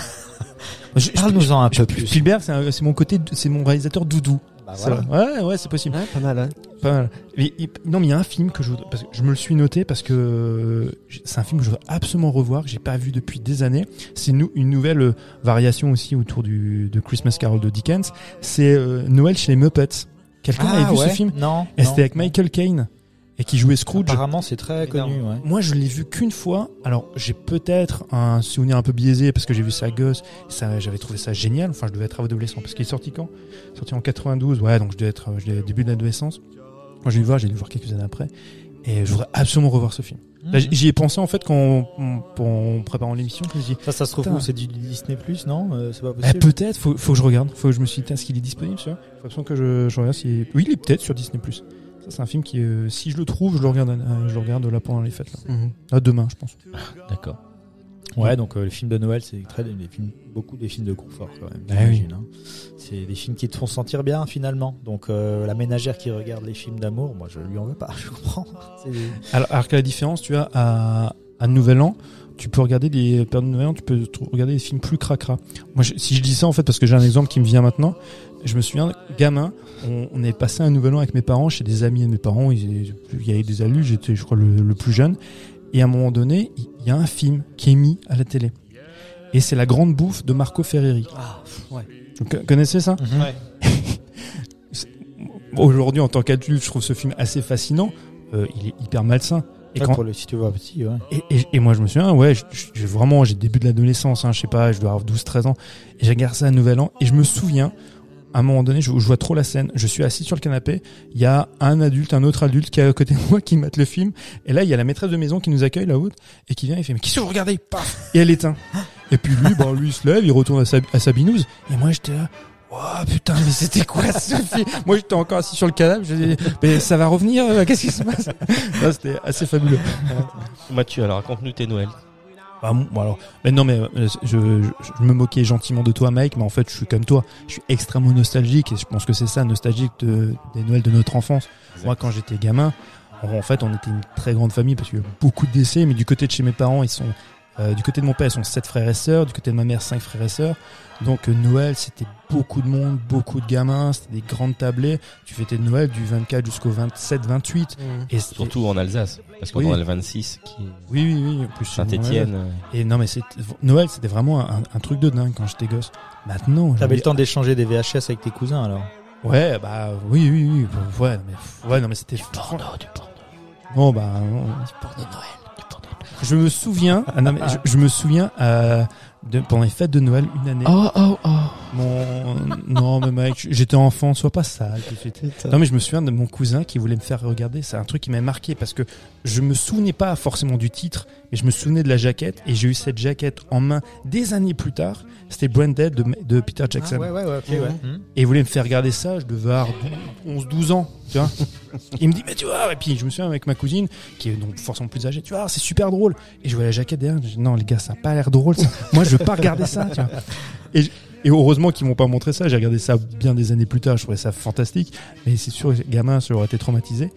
Je- je- Parle-nous-en un peu je- plus. Spielberg, c'est un- c'est mon côté, c'est mon réalisateur doudou. Bah C'est voilà. vrai. Ouais, ouais, c'est possible. Ouais, pas mal. Hein. Pas mal. Mais il- non, mais il y a un film que je, voudrais- parce que je me le suis noté parce que euh, j'ai- c'est un film que je veux absolument revoir, que j'ai pas vu depuis des années. C'est nou- une nouvelle euh, variation aussi autour du de Christmas Carol de Dickens. C'est euh, Noël chez les Muppets. Quelqu'un avait Ah, vu Ah, ouais. ce film Non. Et non. c'était avec Michael Caine et qui jouait Scrooge. Apparemment, c'est très Énorme. connu. Ouais. Moi, je l'ai vu qu'une fois. Alors, j'ai peut-être un souvenir un peu biaisé parce que j'ai vu ça à gosse. Ça, j'avais trouvé ça génial. Enfin, je devais être adolescent parce qu'il est sorti quand Sorti en 92. Ouais, donc je devais être euh, je devais être début de l'adolescence. Moi, je l'ai vu voir, j'ai dû le voir quelques années après. Et je voudrais absolument revoir ce film. Là, Mmh. j- J'y ai pensé en fait quand on, on- on préparant l'émission. Je me suis dit, Ça, ça se trouve Putain. où C'est du Disney Plus, non Euh, C'est pas eh, possible. peut-être, faut, faut que je regarde. Faut que je me suis dit, tiens, est-ce qu'il est disponible, celui-là Faut absolument que je, je regarde si. Oui, il est peut-être sur Disney. Ça, c'est un film qui, euh, si je le trouve, je le regarde, euh, je le regarde là pendant les fêtes. Là. Là, demain, je pense. D'accord. Ouais, donc euh, les films de Noël, c'est très des films, beaucoup des films de confort quand même. Ah j'imagine, hein. C'est des films qui te font sentir bien finalement. Donc euh, la ménagère qui regarde les films d'amour, moi je lui en veux pas, (laughs) je comprends. C'est- Alors, alors que la différence, tu as à, à Nouvel An, tu peux regarder des périodes de Nouvel An, tu peux tr- regarder des films plus cracra. Moi, je- si je dis ça en fait, parce que j'ai un exemple qui me vient maintenant, je me souviens, gamin, on, on est passé un Nouvel An avec mes parents, chez des amis de mes parents, ils- il y avait des alus, j'étais, je crois, le, le plus jeune, et à un moment donné, il il y a un film qui est mis à la télé. Et c'est La Grande Bouffe de Marco Ferreri. Ah ouais. Mhm. Vous co- connaissez ça (laughs) Aujourd'hui, en tant qu'adulte, je trouve ce film assez fascinant. Euh, il est hyper malsain. Et Ouais, quand, pour le si tu vois petit, ouais. Et, et- et moi, je me souviens, ouais, je- je- j'ai vraiment, j'ai début de l'adolescence, hein, je sais pas, je dois avoir 12-13 ans, et j'ai regardé ça à Nouvel An, et je me souviens, à un moment donné, je, je vois trop la scène, je suis assis sur le canapé, il y a un adulte, un autre adulte qui est à côté de moi, qui mate le film, et là, il y a la maîtresse de maison qui nous accueille, la haute, et qui vient, et fait, mais qu'est-ce que vous regardez Paf Et elle éteint. Et puis lui, bon, lui, il se lève, il retourne à sa, à sa binouse, et moi, j'étais là, Oh putain, mais c'était quoi ce film Moi j'étais encore assis sur le canapé, je dis mais ça va revenir, euh, qu'est-ce qui se passe Non, C'était assez fabuleux. Mathieu, alors raconte-nous tes Noël. Bah, bon, bon, alors, mais non mais euh, je, je, je me moquais gentiment de toi Mike, mais en fait je suis comme toi, je suis extrêmement nostalgique et je pense que c'est ça, nostalgique de, des Noëls de notre enfance. Moi quand j'étais gamin, en, en fait on était une très grande famille parce qu'il y a eu beaucoup de décès, mais du côté de chez mes parents ils sont... euh, du côté de mon père, ils sont sept frères et sœurs. Du côté de ma mère, cinq frères et sœurs. Donc euh, Noël, c'était beaucoup de monde, beaucoup de gamins. C'était des grandes tablées. Tu fêtais Noël du 24 jusqu'au 27, 28. Et c'était- Surtout en Alsace, parce qu'on Oui. a le 26 qui est Oui, oui, oui. en Plus Saint-Étienne. euh, Et non, mais c'est Noël, c'était vraiment un, un truc de dingue quand j'étais gosse. Maintenant, T'avais j'avais- le temps d'échanger des VHS avec tes cousins alors Ouais, bah oui, oui, oui. bah, Ouais, non, mais ouais, non, mais c'était du porno. Bon, bah non. Porno de Noël, du porno de Noël. je me souviens. ah, non, mais je, je me souviens euh, de, pendant les fêtes de Noël une année. Oh, oh, oh. Mon non, mais mec, j'étais enfant, sois pas sale tout de suite. Non, mais je me souviens de mon cousin qui voulait me faire regarder. C'est un truc qui m'a marqué parce que je me souvenais pas forcément du titre, mais je me souvenais de la jaquette et j'ai eu cette jaquette en main des années plus tard. C'était Branded de, de Peter Jackson. Ah, ouais, ouais, ouais, ok, Mhm. ouais. Mhm. Et il voulait me faire regarder ça, je devais avoir 11, 12 ans, tu vois. Il me dit, mais tu vois, et puis je me souviens avec ma cousine, qui est donc forcément plus âgée, tu vois, c'est super drôle. Et je vois la jaquette derrière, je dis, non, les gars, ça a pas l'air drôle, ça. Moi, je veux pas regarder ça, tu vois. Et, je- et heureusement qu'ils m'ont pas montré ça, j'ai regardé ça bien des années plus tard, je trouvais ça fantastique. Mais c'est sûr, gamin, ça aurait été traumatisé.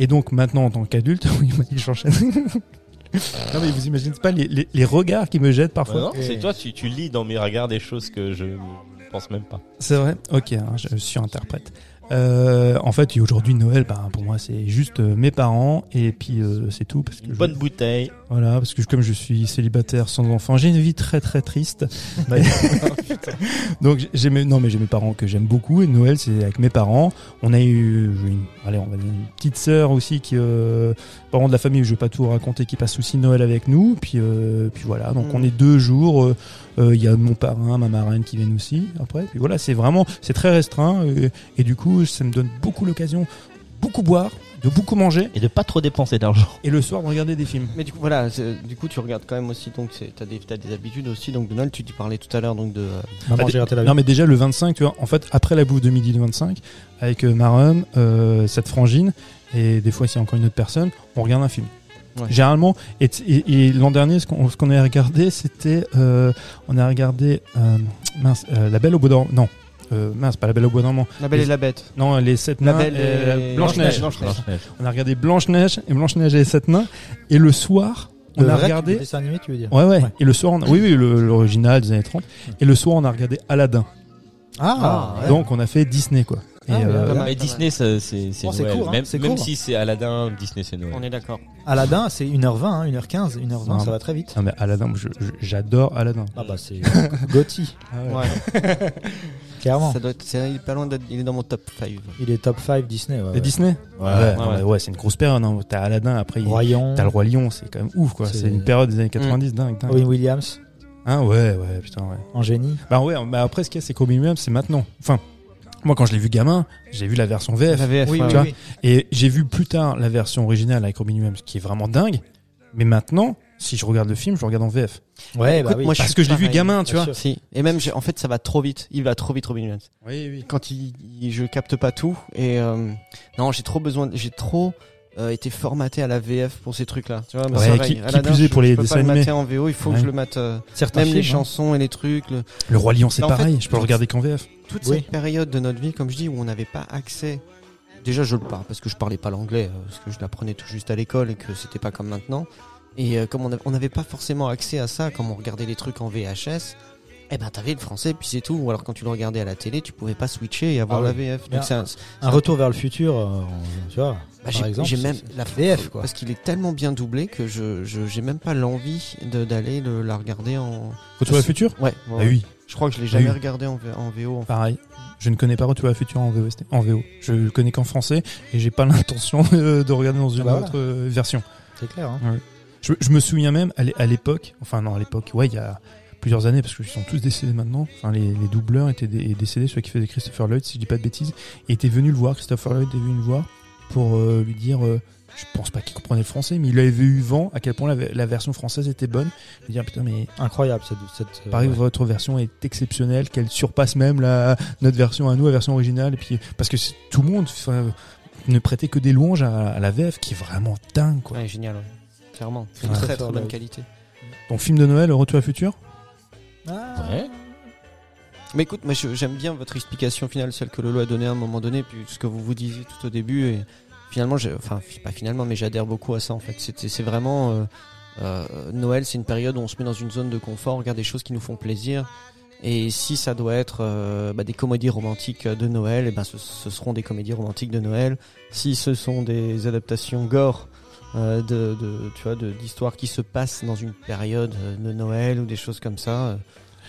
Et donc, maintenant, en tant qu'adulte, (laughs) oui, Mike, j'enchaîne. non, mais vous imaginez pas les, les- les regards qui me jettent parfois. Bah non, c'est toi, tu, tu lis dans mes regards des choses que je ne pense même pas. C'est vrai Ok, alors je surinterprète. Euh, en fait, aujourd'hui, Noël, bah, pour moi, c'est juste euh, mes parents et puis euh, c'est tout. Parce que Une je- bonne bouteille. Voilà, parce que comme je suis célibataire sans enfant, j'ai une vie très très triste. (laughs) Donc, j'ai mes- non, mais j'ai mes parents que j'aime beaucoup et Noël, c'est avec mes parents. On a eu j'ai une, allez, on va dire une petite sœur aussi qui, euh, parents de la famille, je vais pas tout raconter, qui passe aussi Noël avec nous. Puis, euh, puis voilà, donc Mm. on est deux jours. euh, euh, Il y a mon parrain, ma marraine qui viennent aussi après. Puis voilà, c'est vraiment, c'est très restreint et, et du coup, ça me donne beaucoup l'occasion, beaucoup boire, de beaucoup manger Et de pas trop dépenser d'argent. et le soir de regarder des films. Mais du coup, voilà, c'est- du coup, tu regardes quand même aussi, donc c'est- t'as des, t'as des habitudes aussi. Donc, Donald, tu t'y parlais tout à l'heure, donc de. euh, Maman, Ah, j'ai raté la Non mais déjà le 25, tu vois, en fait après la bouffe de midi le 25, avec euh, ma rhum, euh, cette frangine, et des fois s'il y a encore une autre personne, on regarde un film. Ouais. Généralement, et, t- et- et l'an dernier, ce qu'on ce qu'on a regardé, c'était, euh, on a regardé, euh, mince, euh, La Belle au bout dormant, non, euh, mince, pas La Belle au bout dormant, La Belle Les- et la Bête. non, les sept La nains, Belle et- euh, et- Blanche-Neige. Blanche-Neige. On a regardé Blanche-Neige et Blanche-Neige et les sept nains, et le soir, on Le a vrai, regardé, Le dessin animé, tu veux dire ouais, ouais Ouais. et le soir, on a- oui oui, le- l'original des années 30, et le soir on a regardé Aladdin. Ah, Ah, ouais. Donc on a fait Disney quoi. Et, Ah, ouais, euh, pas mal. Mais Disney, ça, c'est c'est Oh, c'est Noël. court, hein, même c'est même court. si c'est Aladdin, Disney, c'est Noël. On est d'accord. Aladdin, c'est 1h20, hein, 1h15, 1h20, Non. ça va très vite. non, mais Aladdin, moi, je- je- j'adore Aladdin. Ah bah (laughs) c'est Gotti, Ouais. clairement. Ça doit être, c'est- il est pas loin d'être. Il est dans mon top 5. Il est top 5 Disney. Ouais, Les ouais. Disney Ouais, ouais, non, ouais. mais ouais, c'est une grosse période. hein. T'as Aladdin, après il- Royan, t'as le Roi Lion, c'est quand même ouf quoi. C'est- C'est une période des années 90, dingue, dingue. Owen Williams Hein, ouais, ouais, putain, ouais. en génie. Bah ouais, bah après ce qu'il y a, c'est qu'au minimum, c'est maintenant. Enfin, moi quand je l'ai vu gamin, j'ai vu la version VF. oui, tu vois. Et j'ai vu plus tard la version originale avec Robin Williams, qui est vraiment dingue. Mais maintenant, si je regarde le film, je le regarde en VF. Ouais, bah Écoute, oui. moi, je Parce suis que je l'ai vu pareil. gamin, tu Bien vois. sûr. Si. Et même, j'ai- en fait, ça va trop vite. Il va trop vite, Robin Williams. Oui, oui. quand il, il- je capte pas tout et euh, non j'ai trop besoin de- j'ai trop euh, été formaté à la VF pour ces trucs là tu vois mais Ouais, c'est pareil. qui- qui Aladdin, plus est je- pour les je peux dessins pas le animés. mater en VO il faut Ouais. que je le mate euh, Certains même les films, hein. chansons et les trucs le- Le Roi Lion, c'est Mais en fait, pareil. je peux le regarder qu'en VF. toute Oui. cette période de notre vie comme je dis où on n'avait pas accès déjà je le parle parce que je parlais pas l'anglais euh, parce que je l'apprenais tout juste à l'école et que c'était pas comme maintenant et euh, comme on a- on n'avait pas forcément accès à ça comme on regardait les trucs en VHS eh ben t'avais le français puis c'est tout ou alors quand tu le regardais à la télé tu pouvais pas switcher et avoir Ah la oui. VF Bien. donc c'est un- Un retour vers le futur, euh, tu vois. Bah, par j'ai, exemple, j'ai c'est- même c'est la VF, quoi. Parce qu'il est tellement bien doublé que je, je j'ai même pas l'envie de, d'aller le, la regarder en. Retour à le futur Ouais. Ah ouais. oui. Je crois que je l'ai Bah jamais oui. Ah. regardé en, V- en VO. En fait. Pareil. Je ne connais pas Retour à la Future en, VOST, en VO. Je le connais qu'en français et j'ai pas (laughs) l'intention de, de regarder dans une Ah bah voilà. autre euh, version. C'est clair. Hein. Je, je me souviens même à l'é- à l'époque, enfin non à l'époque, ouais, il y a plusieurs années parce qu'ils sont tous décédés maintenant. Enfin, les, les doubleurs étaient dé- décédés, ceux qui faisaient Christopher Lloyd, si je dis pas de bêtises, et étaient venus le voir. Christopher Lloyd est venu le voir pour euh, lui dire, euh, je pense pas qu'il comprenait le français, mais il avait eu vent à quel point la, ve- la version française était bonne. Lui dire, putain, mais Incroyable cette. cette euh, Pareil, ouais. votre version est exceptionnelle, qu'elle surpasse même la, notre version à nous, la version originale. Et puis, parce que c'est- tout le monde enfin, ne prêtait que des louanges à, à la VF, qui est vraiment dingue. Quoi. Ouais, génial, ouais. Clairement. C'est Ouais. une très très Fort, bonne ouais. qualité. Ton film de Noël, Retour à futur Ah. Ouais. Mais écoute, moi je- j'aime bien votre explication finale, celle que Lolo a donnée à un moment donné, puis ce que vous vous disiez tout au début. Et finalement, j'ai- enfin fi- pas finalement, mais j'adhère beaucoup à ça en fait. C'est c'est vraiment euh, euh, Noël, c'est une période où on se met dans une zone de confort, on regarde des choses qui nous font plaisir. Et si ça doit être euh, bah, des comédies romantiques de Noël, et ben ce, ce seront des comédies romantiques de Noël. Si ce sont des adaptations gore euh, de, de tu vois de- d'histoires qui se passent dans une période euh, de Noël ou des choses comme ça, euh,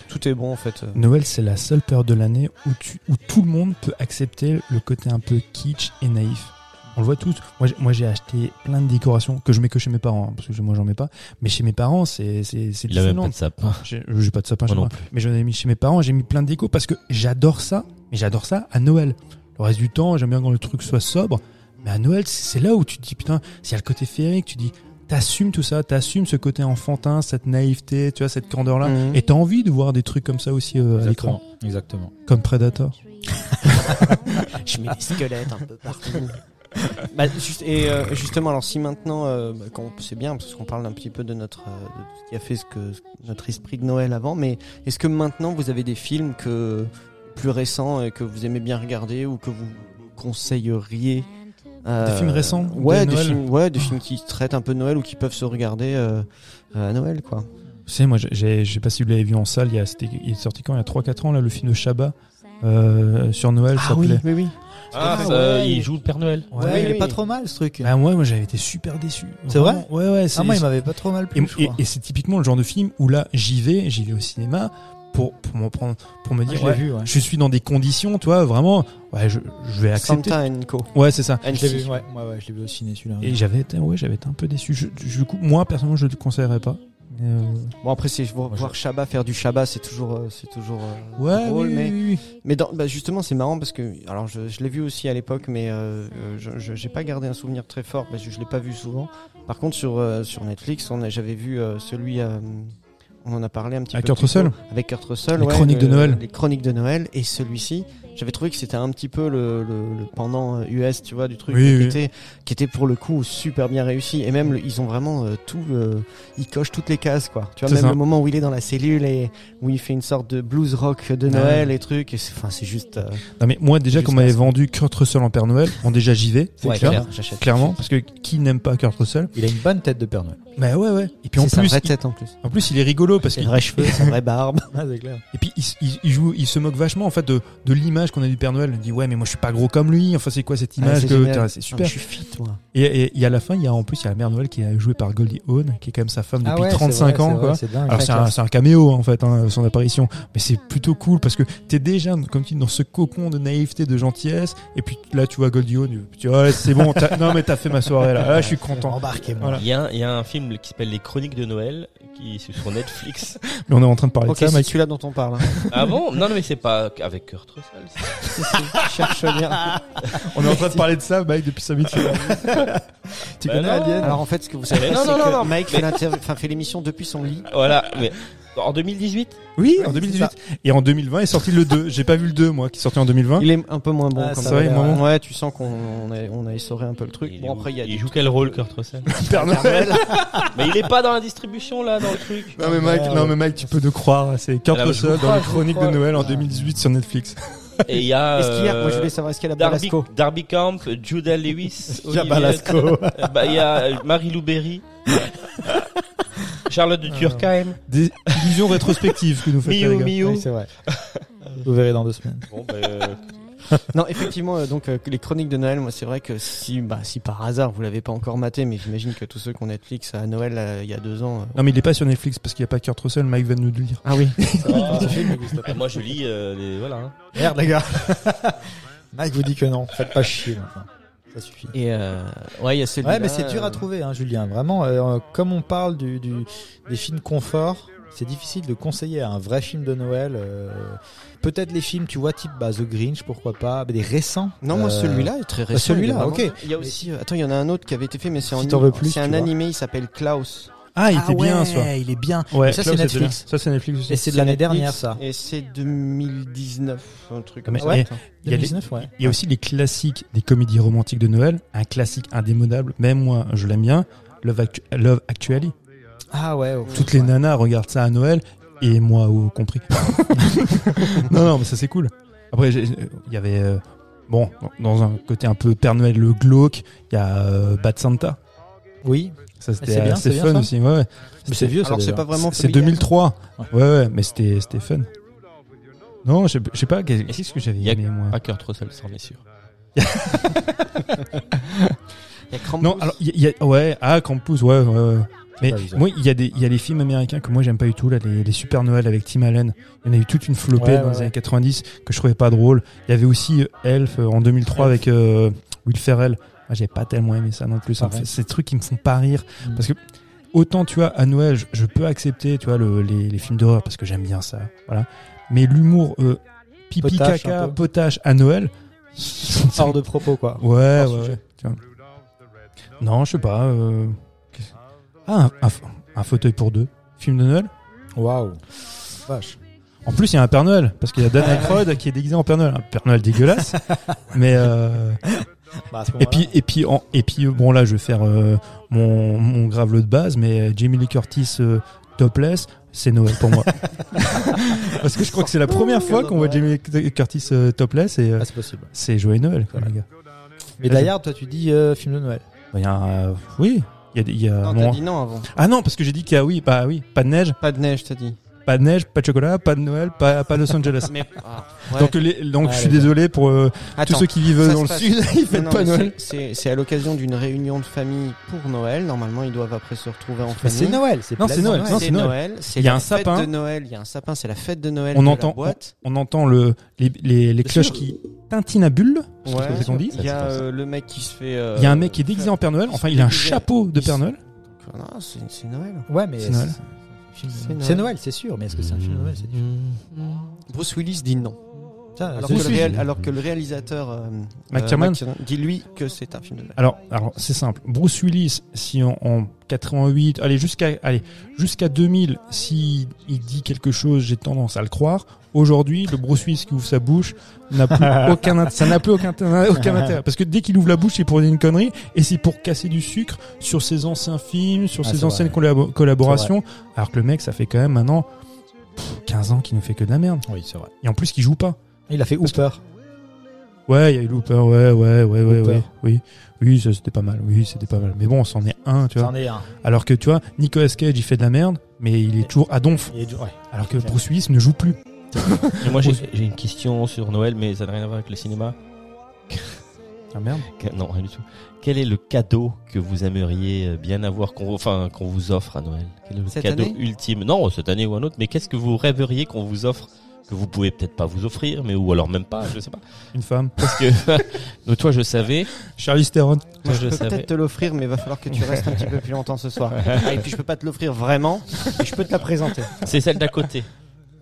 tout est bon en fait. euh. Noël, c'est la seule période de l'année où, tu- où tout le monde peut accepter le côté un peu kitsch et naïf. On le voit tous. Moi, j'ai- Moi, j'ai acheté plein de décorations que je mets que chez mes parents, hein, parce que je- moi, j'en mets pas. Mais chez mes parents, c'est c'est c'est Il avait Disneyland. pas de sapin. J'ai euh, j'ai pas de sapin Moi chez non moi. Mais j'en ai mis chez mes parents, j'ai mis plein de déco parce que j'adore ça. Mais j'adore ça à Noël. Le reste du temps, j'aime bien quand le truc soit sobre. Mais à Noël, c'est c'est là où tu te dis, putain, s'il y a le côté féerique, tu dis, t'assumes tout ça, t'assumes ce côté enfantin, cette naïveté, tu vois, cette candeur-là. Mhm. Et t'as envie de voir des trucs comme ça aussi euh, à l'écran. Mm. Exactement. Exactement. Comme Predator. Je mets des squelettes un peu partout. Bah, juste- et euh, justement, alors si maintenant, euh, bah, qu'on- c'est bien parce qu'on parle un petit peu de notre, euh, de ce qui a fait ce que ce- notre esprit de Noël avant, mais est-ce que maintenant vous avez des films que plus récents et que vous aimez bien regarder ou que vous conseilleriez euh, Des Ah. films récents de Ouais, des Noël films, ouais, des films qui traitent un peu de Noël ou qui peuvent se regarder euh, à Noël, quoi. Tu sais, moi, j'ai- je sais pas si vous l'avez vu en salle, il, y a, c'était- il est sorti quand Il y a 3-4 ans, là, le film de Chabat euh, sur Noël, ça s'appelait. oui, oui. Ah, Ah, ça, ouais. il joue le Père Noël. Ouais, oui, il est oui. pas trop mal ce truc. Bah, ouais, moi, j'avais été super déçu. C'est Vraiment. Ouais, ouais. c'est- ah, moi, il m'avait pas trop mal Et, plu, je et- crois. et c'est typiquement le genre de film où là, j'y vais, j'y vais au cinéma pour, pour, me, prendre, pour me Ah, dire, je l'ai ouais, vu, ouais. je suis dans des conditions, toi, vraiment, ouais, je, je vais accepter. Santa and Co. Ouais, c'est ça. And Je l'ai Si. vu, ouais, ouais, ouais, je l'ai vu au ciné celui-là. Et j'avais été, ouais, j'avais été un peu déçu. Je, je- du coup, moi, personnellement, je ne le conseillerais pas. Mais, euh, Bon après c'est voir, Moi, je- voir Shabbat faire du Shabbat c'est toujours euh, c'est toujours euh, ouais, drôle oui, mais oui, oui. mais dans- bah, justement c'est marrant parce que alors je, je l'ai vu aussi à l'époque mais euh, euh, je- je j'ai pas gardé un souvenir très fort parce que je l'ai pas vu souvent. Par contre sur euh, sur Netflix on a- j'avais vu euh, celui euh, on en a parlé un petit Avec peu Kurt plus tôt. Russell avec Kurt Russell Les ouais, Chroniques de Noël. les Chroniques de Noël et celui-ci j'avais trouvé que c'était un petit peu le, le, le pendant euh, US tu vois du truc Oui, qui oui. était qui était pour le coup super bien réussi et même le- ils ont vraiment euh, tout euh, ils cochent toutes les cases quoi tu vois C'est même ça. le moment où il est dans la cellule et où il fait une sorte de blues rock de Noël et trucs et c'est- enfin c'est juste euh, Non, mais moi, déjà, Juste qu'on m'avait parce que- vendu Kurt Russell en Père Noël, bon, déjà, j'y vais. C'est tu clair. vois, j'achète Clairement, parce que qui n'aime pas Kurt Russell Il a une bonne tête de Père Noël. Bah ouais, ouais. Et puis puis en sa plus, vraie il, tête en plus en plus, il est rigolo parce ses qu'il vrais cheveux sa vraie barbe (laughs) Ah, c'est clair. Et puis il, s- il- il joue, il se moque vachement en fait de, de l'image qu'on a du Père Noël. Il dit ouais mais moi je suis pas gros comme lui. Enfin c'est quoi cette Ah, (laughs) image c'est que génial. Putain, c'est Non, mais super. je suis fit moi Et, et, et à la fin il y a en plus il y a la Mère Noël qui est jouée par Goldie Hawn qui est quand même sa Ah femme depuis Ah 35 ans quoi. C'est dingue. Alors c'est un, c'est un caméo en fait hein, son apparition, mais c'est plutôt cool parce que t'es déjà comme tu dis dans ce cocon de naïveté, de gentillesse, et puis là tu vois Goldie Hawn, tu vois ouais, c'est bon, t'as- non mais t'as fait ma soirée là, Ah, je suis content. Embarquez-moi. Voilà. Il y, a un, il y a un film qui s'appelle Les Chroniques de Noël, qui est (laughs) sur Netflix. Mais on est en train de parler ok de ça, c'est Mike. celui-là dont on parle hein. ah bon Non, non, mais c'est pas avec Kurt Russell. c'est- cherche bien On est en train de parler de ça, Mike, depuis 5 minutes. Ah, Tu Bah connais non. (laughs) Alien Alors en fait, ce que vous savez, Mais pas, non, c'est non, que non, non. Mike fait l'inter- enfin, fait l'émission depuis son lit. Voilà, mais en 2018 Oui, en c'est 2018. ça. Et en 2020 est sorti le 2. J'ai pas vu le 2 moi qui est sorti en 2020. Il est un peu moins bon. Ah, quand ça même. va, il est Hein moins Ouais, tu sens qu'on on a, on a essoré un peu le truc. bon où- après, il y a il des- joue quel rôle, Kurt Russell Père Noël. euh, (laughs) Mais il est pas dans la distribution, là, dans le truc. Non mais Mike, non mais Mike, tu peux te croire, c'est Kurt Alors, je Russell vous dans crois, les chroniques de Noël en 2018 sur Netflix. Et il y a. Est-ce qu'il y a Moi, je euh, voulais savoir est-ce qu'il y a la Darby, Balasco. Darby Camp, Judah Lewis, Il y a Olivier- Balasco. Euh, bah, il y a euh, Marie-Lou Berry, Charlotte de Turckheim, Des illusions rétrospectives que nous faites là, les Mio gars. Mio. Oui, c'est vrai. (laughs) Vous verrez dans deux semaines. Bon, bah, euh, Non, effectivement, euh, donc euh, les chroniques de Noël, moi, c'est vrai que si, bah, si par hasard vous l'avez pas encore maté, mais j'imagine que tous ceux qui ont Netflix à Noël euh, il y a deux ans. euh, Non mais il est pas sur Netflix parce qu'il y a pas Kurt Russell, Mike va nous le dire. Ah oui. bah, moi je lis euh, les voilà. hein. Merde, les gars. (laughs) Mike vous dit que non. Faites pas chier maintenant. Ça suffit. Et euh, ouais, il y a celui-là. Ouais, mais c'est dur euh, à trouver, hein, Julien. Vraiment, euh, comme on parle du, du- des films confort, C'est difficile de conseiller un vrai film de Noël. euh, Peut-être les films, tu vois, type bah, The Grinch, pourquoi pas, mais des récents. Non, moi, Euh, celui-là est très récent. celui-là, il est ok. Il y a aussi. euh, Attends, il y en a un autre qui avait été fait, mais c'est Si en. t'en veux plus, C'est un tu vois. animé, il s'appelle Klaus. Ah, il était ouais, bien, ça. Il est bien. Ouais, ça, Klaus, c'est était bien. Netflix. Ça, c'est Netflix aussi. Et c'est de l'année Netflix, dernière, ça. Et c'est 2019, un truc comme Mais- eh, ça. mais- attends. Il y a les- 2019, ouais. Il y a aussi les classiques des comédies romantiques de Noël, un classique indémodable, même moi je l'aime bien, Love, Actu- Love Actually. Ah ouais. ouais. Toutes les nanas regardent ça à Noël, et moi oh, compris. (laughs) (laughs) non, non, mais ça c'est cool. Après, j'ai- il y avait, euh, bon, dans un côté un peu Père Noël le glauque, il y a euh, Bad Santa. Oui. Ça c'est c'était bien, assez c'est bien, fun ça aussi, ouais, ouais. Mais c'est vieux, ça. Alors, c'est déjà. pas vraiment. C'est familial. 2003. Ouais, ouais, mais c'était c'était fun. Non, je sais- je sais pas, qu'est- qu'est-ce que j'avais Y a- aimé moi Pas Ah, Kurt Russell, ça, on est sûr. Il y a Krampus. Non, alors, il y, a- il y a- ouais, ah, Campus, ouais, ouais, ouais. Mais pas vu ça. moi, il y, a des- il y a les films américains que moi, j'aime pas du tout, là, les, les Super Noël avec Tim Allen. Il y en a eu toute une flopée Ouais, dans ouais, les ouais. années 90 que je trouvais pas drôle. Il y avait aussi euh, Elf euh, en 2003 avec euh, Will Ferrell. Moi, j'ai pas tellement aimé ça non plus. Ça me Pareil. fait- Ces trucs qui me font pas rire. Mm. Parce que, autant, tu vois, à Noël, je, je peux accepter, tu vois, le- les, les films d'horreur parce que j'aime bien ça. Voilà. Mais l'humour, euh, pipi, Potache, un caca, peu. potache à Noël. Hors de propos, quoi. Ouais, Hors ouais, sujet. ouais, tu vois. Non, je sais pas. euh, qu'est-ce- Ah, un, un fa- un fauteuil pour deux. Film de Noël. Waouh. Vache. En plus, il y a un Père Noël parce qu'il y a Dan Aykroyd qui est déguisé en Père Noël. Un Père (laughs) Noël dégueulasse. mais euh, Bah, à ce et moment-là- puis et puis en- et puis euh, bon là, je vais faire euh, mon mon gravelot de base, mais euh, Jamie Lee Curtis euh, topless. C'est Noël (laughs) pour moi. Parce que je crois que c'est la première fois qu'on voit Jamie Lee Curtis euh, topless et euh, Ah, c'est possible. c'est joyeux Noël, quoi, les gars. Mais d'ailleurs, toi, tu dis euh, film de Noël. Bah, il y a un, euh, oui, il y a, des- il y a Non, bon, t'as dit non avant. Ah non, parce que j'ai dit qu'il y a oui, bah oui, pas de neige, Pas de neige, t'as dit. pas de neige, pas de chocolat, pas de Noël, pas, pas Los (laughs) Angeles. Mais. Ah. ah, Donc, les, donc Ouais, je suis les gars. désolé pour euh, tous ceux qui vivent ça dans se le passe. sud, (laughs) ils fêtent Non, pas mais Noël. C'est c'est à l'occasion d'une réunion de famille pour Noël. Normalement, ils doivent après se retrouver en Mais c'est famille. Noël. Non, c'est plaisant. Noël. Non, C'est c'est Noël. Noël. C'est Il y a la un fête sapin. de Noël. Il y a un sapin. C'est la fête de Noël. On de entend- La boîte. On entend le, les, les, les cloches qui tintinabulent. je sais pas Ouais. ce qu'on dit. Il y a euh, le mec qui se fait. euh, Il y a un mec qui est déguisé en Père Noël, enfin il a un chapeau de Père Noël. Non, c'est c'est Noël. Ouais, mais C'est Noël. c'est- C'est C'est Noël. Noël, c'est sûr, mais est-ce que c'est un film de Noël c'est dur. Mm. Bruce Willis dit non. Ah, Ça, Alors que, c'est le, sûr. réel- alors que le réalisateur euh, McTiernan. dit lui que c'est un film de Noël. Alors, alors c'est simple. Bruce Willis, si en, en 88, allez jusqu'à allez jusqu'à 2000, si il dit quelque chose, j'ai tendance à le croire. Aujourd'hui, le Bruce Willis qui ouvre sa bouche n'a (laughs) plus aucun int- ça n'a plus aucun, int- aucun intérêt parce que dès qu'il ouvre la bouche, c'est pour dire une connerie et c'est pour casser du sucre sur ses anciens films, sur Ah, ses c'est anciennes vrai. collabo- collaborations. Alors que le mec, ça fait quand même maintenant pff, 15 ans qu'il ne fait que de la merde Oui, c'est vrai. et en plus qu'il joue pas. Il a fait Hooper. Ouais, il y a eu Looper, ouais, ouais, ouais, ouais, Looper. ouais, oui, oui, ça c'était pas mal, oui, c'était pas mal. Mais bon, c'en est un, tu vois. C'en est un. Alors que tu vois, Nicolas Cage, il fait de la merde, mais il est toujours à donf. Il est du- ouais. Alors que Bruce Willis ne joue plus. Et moi, j'ai j'ai une question sur Noël, mais ça n'a rien à voir avec le cinéma. Ah merde. Que- Non, rien du tout. Quel est le cadeau que vous aimeriez euh, bien avoir, qu'on enfin, qu'on vous offre à Noël Quel est le Cette cadeau année ultime Non, cette année ou un autre, mais qu'est-ce que vous rêveriez qu'on vous offre que vous pouvez peut-être pas vous offrir, mais ou alors même pas, je sais pas. Une femme. Parce que (laughs) donc, toi, je savais, Charlie Theron. toi, je Je peux savais. peut-être te l'offrir, mais il va falloir que tu restes un petit peu plus longtemps ce (laughs) soir. Ah, et puis je peux pas te l'offrir vraiment, mais je peux te la présenter. C'est celle d'à côté.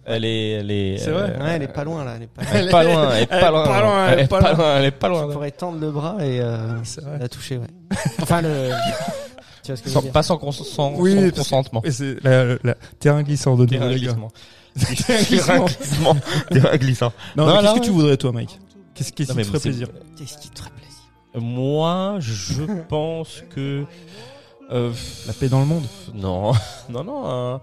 Elle est, elle est. C'est euh, vrai Ouais, elle est pas loin là, elle est pas loin. Elle est pas loin, elle est pas loin, elle est pas loin, elle est pas Tu loin. pourrais tendre le bras et euh, C'est vrai. la toucher, ouais. Enfin le. Tu vois ce que je veux Sans- dire pas sans, cons- sans- Oui, sans parce que- consentement. Et c'est la, la- la- terrain glissant de Terrain nouveau, les gars. glissement. (laughs) Terrain glissement. Terrain glissant. Non, Non, mais qu'est-ce non, que tu voudrais, toi, Mike Qu'est-ce qu'est-ce Non, qui mais te ferait c'est- Euh, plaisir Qu'est-ce qui te ferait plaisir Moi, je pense que. euh, La paix dans le monde. non, (laughs) non, non, un,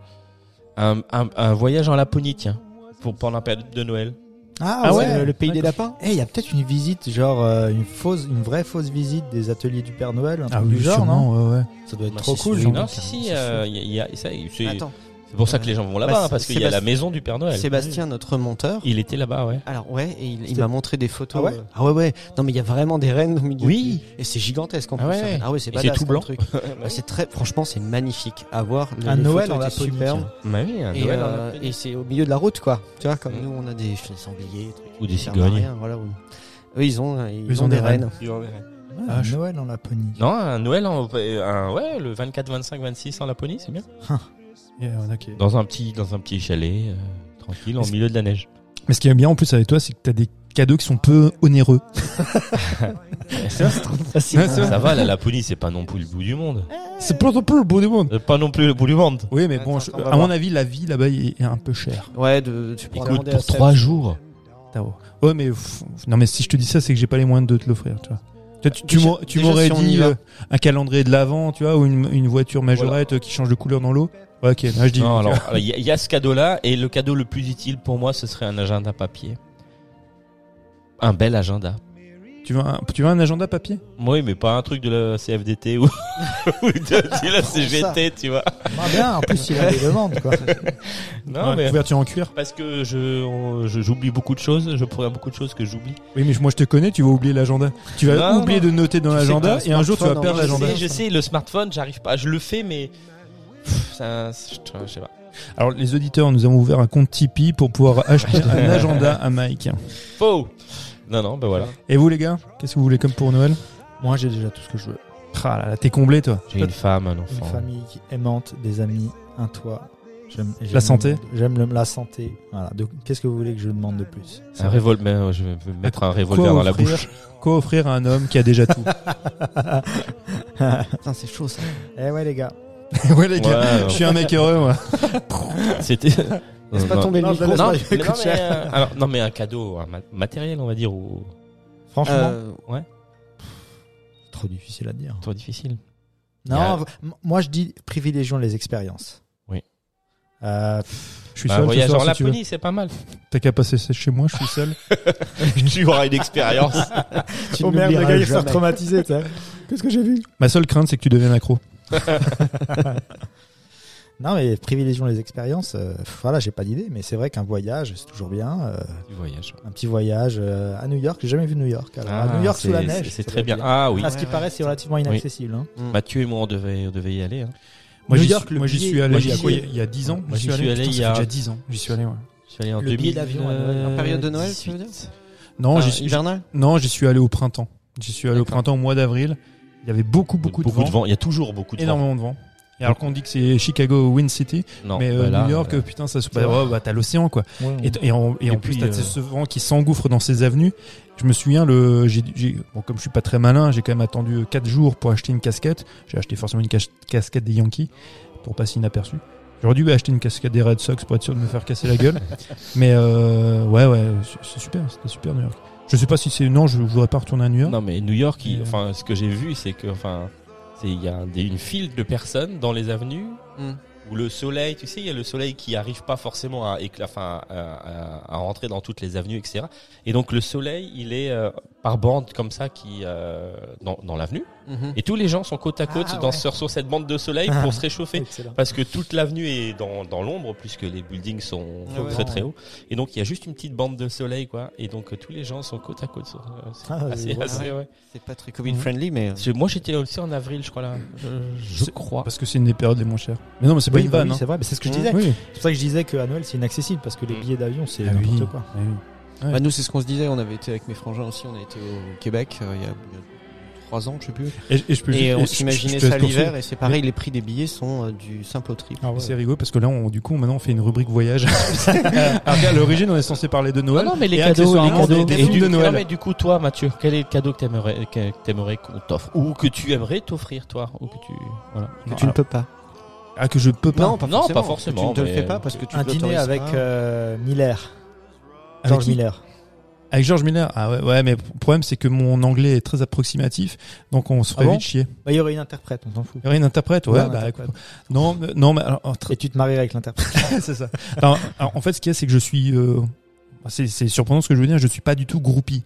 un, un- un voyage en Laponie, tiens, pour pendant la période de Noël. Ah, Ah ouais, ouais, le- le pays des d'accord. lapins. Eh, il y a peut-être une visite, genre euh, une fausse, une vraie fausse visite des ateliers du Père Noël, un truc du genre, non Ah sûrement, ouais, ouais. Ça doit être Bah, trop si, cool. si, genre. Non, si, si, euh, y a- y a- ça, y- c'est Attends, c'est pour ça que les gens vont là-bas, Bah, hein, parce qu'il y a Sébastien- la maison du Père Noël. Sébastien, notre monteur. Il était là-bas, ouais. Alors ouais, et il, il C'était- m'a montré des photos. Ah ouais euh, ah ouais, ouais. Non mais il y a vraiment des rennes au milieu. Oui. Et c'est gigantesque en Ah plus. ouais. hein. Ah ouais, c'est Et badass c'est tout comme blanc. truc. Ouais, c'est très, franchement, c'est magnifique à voir. Le- Un les Noël photos en étaient Laponie, superbes. Bah oui, un Et, Noël en euh, Laponie. et c'est au milieu de la route, quoi. Tu vois, comme Mm. nous, on a des sangliers, trucs, Ou des des cigognes. barbariens, Voilà. ou- Eux, ils ont, euh, ils, ont, des rennes. Ouais, Ah, un Noël en Laponie. Non, un Noël en, euh, un, ouais, le 24, 25, 26 en Laponie, c'est bien. Et, euh, ok. Dans un petit, dans un petit chalet, euh, tranquille, en Est-ce- milieu de la neige. Mais ce qui est bien en plus avec toi, c'est que t'as des cadeaux qui sont peu onéreux. Ouais, c'est vrai. Ça va, la Laponie, c'est pas non plus le bout du monde. C'est pas non plus le bout du monde. C'est Pas non plus le bout du monde. Oui, mais bon, Attends, je- attends, on va à voir. mon avis, la vie là-bas est est un peu chère. Ouais, de, tu pourras Écoute, demander à pour Seb. trois jours. T'as- Ouais, mais pff, non, mais si je te dis ça, c'est que j'ai pas les moyens de te l'offrir, tu vois. Tu- Ah, Tu, tu Déjà- m'aurais- tu déjà, m'aurais si on y dit va. euh, un calendrier de l'avant, tu vois, ou une, une voiture majorette euh, qui change de couleur dans l'eau. Ouais, ok, là, je (laughs) dis. Non, alors, il y, a- il y a ce cadeau-là, et le cadeau le plus utile pour moi, ce serait un agenda papier. Un bel agenda. Tu veux un, tu veux un agenda papier Oui, mais pas un truc de la CFDT ou, (laughs) ou de, de (laughs) la CGT, tu vois. Ah bien, en plus il a (laughs) des demandes quoi. Non, mais Couverture en cuir. parce que je on- je- j'oublie beaucoup de choses, je programme beaucoup de choses que j'oublie. Oui, mais moi je te connais, tu vas oublier l'agenda. Tu vas Non, oublier non. de noter dans Tu sais l'agenda que et un jour tu vas smartphone, perdre non, Je l'agenda. sais, je sais, le smartphone, j'arrive pas, je le fais, mais pff, ça, je sais pas. Alors les auditeurs, nous avons ouvert un compte Tipeee (laughs) pour pouvoir acheter un agenda à Mike. Faux. Non, non, ben voilà. Et vous les gars, qu'est-ce que vous voulez comme pour Noël Moi j'ai déjà tout ce que je veux. Ah là là, t'es comblé toi. J'ai une femme, un Une enfant. famille qui est aimante, des amis, un toit. J'aime- j'aime La santé. le monde. J'aime le- la santé. Voilà. Donc, Qu'est-ce que vous voulez que je demande de plus Un revolver, je vais mettre un revolver dans la offrir bouche. Quoi offrir à un homme qui a déjà tout Putain, c'est chaud ça. Eh (laughs) ouais les gars. Euh, Ouais les gars, Ouais, je suis un mec heureux moi. (laughs) C'était. Laisse Non, pas non. tomber le Non, je micro. laisse Non, pas. mais, non, mais, euh, alors, non, mais un cadeau un mat- matériel, on va dire, ou Franchement, Euh, trop difficile à dire. trop difficile. Non, Yeah. v- m- moi je dis privilégions les expériences. Oui. Euh, pff, Je suis Bah, seul ce voyage soir, en si tu veux. Laponie, c'est pas mal. T'as qu'à passer ça chez moi, je suis seul. (laughs) tu auras une expérience. tu Oh ne merde, le l'oublieras gars, il va se jamais. faire (laughs) Qu'est-ce que j'ai vu Ma seule crainte c'est que tu deviennes accro. Non, mais privilégions les expériences. euh, pff, voilà, j'ai pas d'idée, mais c'est vrai qu'un voyage, c'est toujours bien. euh, (laughs) du voyage. un petit voyage euh, à New York. J'ai jamais vu New York. alors, Ah, à New York c'est- sous la c'est- neige. C'est ça très bien. doit être Ah oui. à ce qui paraît, c'est relativement inaccessible. hein. Mathieu et moi, on devait, on devait y aller. hein. Moi New j'y York, suis- le moi, j'y billet- suis allé moi, il y a j'y quoi, suis- il y a 10 ans. moi, j'y suis allé putain, il ça y a- fait déjà 10 ans. J'y suis allé ouais. Je suis allé en Le billet 2000. d'avion à Noël. euh, En période de Noël, tu veux dire 18. Non, Ah, j'y suis hivernal Non, j'y suis allé au printemps. J'y suis allé au D'accord. printemps au mois d'avril. Il y avait beaucoup, beaucoup, de, vent, Il y a toujours beaucoup de Énormément de vent. Et alors qu'on dit que c'est Chicago Wind City, vent. Non, mais euh, bah là, New York, euh, putain, ça se C'est bah, ouais, bah, t'as l'océan quoi. Et, t- et en, et Et en puis, plus, t'as euh, ce vent qui s'engouffre dans ces avenues. Je me souviens, le, j'ai, j'ai- bon, comme je suis pas très malin, j'ai quand même attendu 4 jours pour acheter une casquette. J'ai acheté forcément une cas- casquette des Yankees pour passer inaperçu. J'aurais dû acheter une casquette des Red Sox pour être sûr de me faire casser la gueule. Mais euh, ouais, ouais, c'est- c'est super, c'était super New York. Je sais pas si c'est. Non, je ne voudrais pas retourner à New York. Non, mais New York, il- Et, euh, enfin, ce que j'ai vu, c'est que, enfin, c'est- il y a un- des- une file de personnes dans les avenues Mm. où le soleil, tu sais, il y a le soleil qui arrive pas forcément à, écla- enfin, à, à- à rentrer dans toutes les avenues, etc. Et donc le soleil, il est euh, par bande comme ça qui euh, dans, dans l'avenue. Mhm. Et tous les gens sont côte à côte Ah, dans ouais. sur, sur cette bande de soleil pour se réchauffer. Excellent. Parce que toute l'avenue est dans, dans l'ombre, puisque les buildings sont Ah ouais. très très hauts. Et donc il y a juste une petite bande de soleil, quoi. Et donc euh, tous les gens sont côte à côte. sur- euh, c'est Ah, assez- je vois. assez- ouais. C'est pas très Covid friendly, mais. euh, Parce que Moi j'étais aussi en avril, je crois là. Je, je C'est- crois. Parce que c'est une des périodes les moins chères. Mais non, mais c'est pas Oui, une bah oui, vanne. hein. Mmh. c'est vrai, mais c'est ce que je Mm. disais. Oui. C'est pour ça que je disais qu'à Noël c'est inaccessible parce que les Mm. billets d'avion c'est Ah oui. n'importe quoi. Ah oui. Bah, nous, c'est ce qu'on se disait. On avait été avec mes frangins aussi. On a été au Québec euh, il y a il y a trois ans, je sais plus. Et, et je peux Et juste- on je- je- s'imaginait je te ça laisse poursuivre. l'hiver. Et c'est pareil, les prix des billets sont euh, du simple au triple. Et C'est rigolo parce que là, on, du coup, maintenant, on fait une rubrique voyage. Alors qu'à l'origine, on est censé parler de Noël. et accessoirement, des, des et films du, de non, mais Noël. du coup, toi, Mathieu, quel est le cadeau que t'aimerais, que t'aimerais qu'on t'offre ou que tu aimerais t'offrir, toi, ou que tu, voilà. Que Non, tu ne peux pas. Ah, que je peux pas. pas Non, pas forcément. forcément, Tu ne te le mais- fais pas parce que tu Un ne dîner l'autorises avec pas. euh, Miller, Avec George qui Miller. Avec George Miller. Ah ouais, ouais, mais le problème, c'est que mon anglais est très approximatif. Donc, on se fait Ah bon vite chier. Bah, il y aurait une interprète, on s'en fout. Il y a une interprète, ouais, Ouais, un bah, interprète. écoute. Non, mais- non, mais alors, entre- Et tu te marierais avec l'interprète. (laughs) c'est ça. Alors, alors, en fait, ce qu'il y a, c'est que je suis. euh, c'est c'est surprenant ce que je veux dire. Je suis pas du tout groupie.